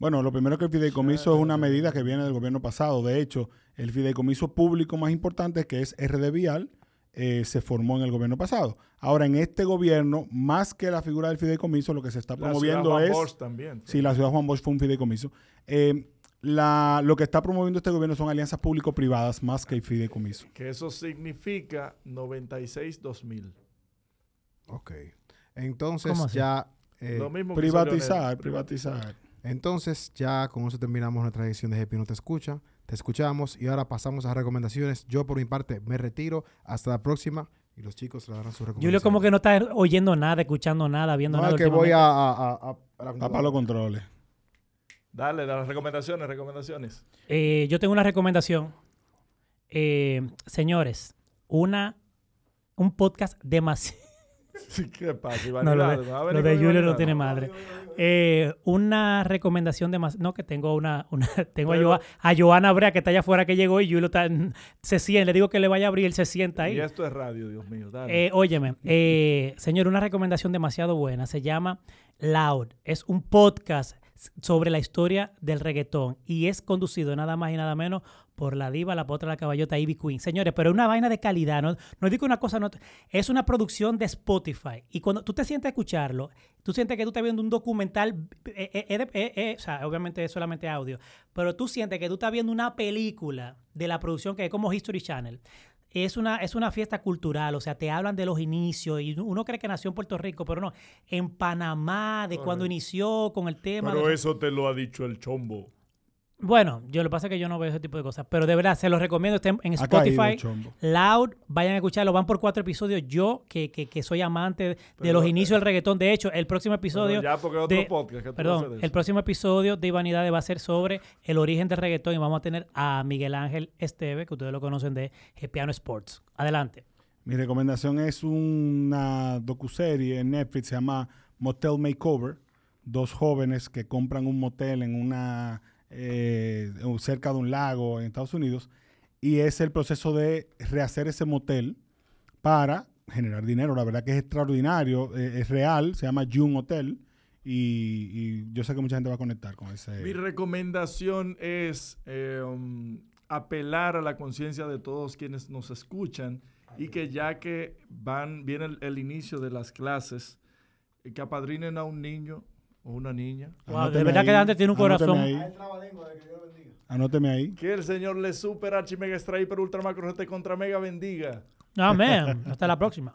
[SPEAKER 4] Bueno, lo primero que el fideicomiso es una medida que viene del gobierno pasado. De hecho, el fideicomiso público más importante, que es RD Vial, eh, se formó en el gobierno pasado. Ahora, en este gobierno, más que la figura del fideicomiso, lo que se está
[SPEAKER 3] La ciudad
[SPEAKER 4] promoviendo
[SPEAKER 3] Juan
[SPEAKER 4] es...
[SPEAKER 3] Bosch también.
[SPEAKER 4] Sí, la ciudad Juan Bosch fue un fideicomiso. Eh, la- lo que está promoviendo este gobierno son alianzas público-privadas más que el fideicomiso.
[SPEAKER 3] Que eso significa 96-2000.
[SPEAKER 1] Ok. Entonces
[SPEAKER 2] ¿Cómo así?
[SPEAKER 1] ya... eh,
[SPEAKER 3] Lo mismo que hizo
[SPEAKER 4] Privatizar,
[SPEAKER 3] Leonel.
[SPEAKER 4] privatizar.
[SPEAKER 1] entonces ya con eso terminamos nuestra edición de Happy No Te Escucha. Te escuchamos y ahora pasamos a recomendaciones. Yo por mi parte me retiro. Hasta la próxima. Y los chicos le darán sus
[SPEAKER 2] Julio
[SPEAKER 1] recomendaciones.
[SPEAKER 2] como que no está oyendo nada, escuchando nada, viendo
[SPEAKER 1] No,
[SPEAKER 4] Ah,
[SPEAKER 2] nada.
[SPEAKER 1] es que voy a...
[SPEAKER 2] últimamente.
[SPEAKER 1] a, a- a- a la
[SPEAKER 4] Tapa los controles.
[SPEAKER 3] Dale, dale, las recomendaciones, recomendaciones. [laughs]
[SPEAKER 2] Eh, yo tengo una recomendación. Eh, señores, una, un podcast demasiado...
[SPEAKER 3] Sí, ¿Qué pasa?
[SPEAKER 2] No, lo de-
[SPEAKER 3] Ivanidades, va a
[SPEAKER 2] lo
[SPEAKER 3] venir
[SPEAKER 2] de
[SPEAKER 3] con
[SPEAKER 2] Julio no
[SPEAKER 3] Ivanidades.
[SPEAKER 2] tiene madre. Eh, una recomendación de más. No, que tengo una. una- [laughs] tengo
[SPEAKER 3] Pero-
[SPEAKER 2] a, Joa- a Joana Brea que está allá afuera que llegó y Julio está- se sienta. Le digo que le vaya a abrir, él se sienta ahí.
[SPEAKER 3] Y esto es radio, Dios mío. Dale.
[SPEAKER 2] Eh, óyeme, eh, señor, una recomendación demasiado buena. Se llama Loud. Es un podcast sobre la historia del reggaetón y es conducido nada más y nada menos por la diva, la potra, la caballota, Ivy Queen. Señores, pero es una vaina de calidad. No, no digo una cosa, no, es una producción de Spotify. Y cuando tú te sientes a escucharlo, tú sientes que tú estás viendo un documental, eh, eh, eh, de- eh, eh, o sea, obviamente es solamente audio, pero tú sientes que tú estás viendo una película de la producción que es como History Channel. Es una, es una fiesta cultural, o sea, te hablan de los inicios y uno cree que nació en Puerto Rico, pero no, en Panamá, de cuando inició con el tema. de-
[SPEAKER 3] eso te lo ha dicho el chombo.
[SPEAKER 2] Bueno, yo lo que pasa es que yo no veo ese tipo de cosas, pero de verdad, se los recomiendo, estén en
[SPEAKER 4] Ha caído el
[SPEAKER 2] Spotify.
[SPEAKER 4] chombo.
[SPEAKER 2] Loud, vayan a escucharlo, van por cuatro episodios. Yo, que, que, que soy amante de los inicios del reggaetón, de hecho, el próximo episodio...
[SPEAKER 3] eh, ya, porque es otro
[SPEAKER 2] de-
[SPEAKER 3] podcast que tú vas a hacer
[SPEAKER 2] Perdón,
[SPEAKER 3] eso.
[SPEAKER 2] el próximo episodio de Ivanidades va a ser sobre el origen del reggaetón y vamos a tener a Miguel Ángel Esteve, que ustedes lo conocen de Piano Sports. Adelante.
[SPEAKER 4] Mi recomendación es una docuserie en Netflix, se llama Motel Makeover. Dos jóvenes que compran un motel en una eh, cerca de un lago en Estados Unidos y es el proceso de rehacer ese motel para generar dinero. La verdad que es extraordinario, eh, es real, se llama June Hotel y, y yo sé que mucha gente va a conectar con ese.
[SPEAKER 3] Mi recomendación es eh, um, apelar a la conciencia de todos quienes nos escuchan y que ya que van, viene el, el inicio de las clases, eh, que apadrinen a un niño o una niña.
[SPEAKER 2] Wow,
[SPEAKER 4] Anóteme
[SPEAKER 2] de verdad que
[SPEAKER 4] ahí,
[SPEAKER 2] Dante tiene un
[SPEAKER 4] anóteme
[SPEAKER 2] corazón.
[SPEAKER 4] ahí, Anóteme ahí.
[SPEAKER 3] Que el Señor les super archi mega extra hiper ultra macro rete contra mega bendiga.
[SPEAKER 2] Amén. Hasta la próxima.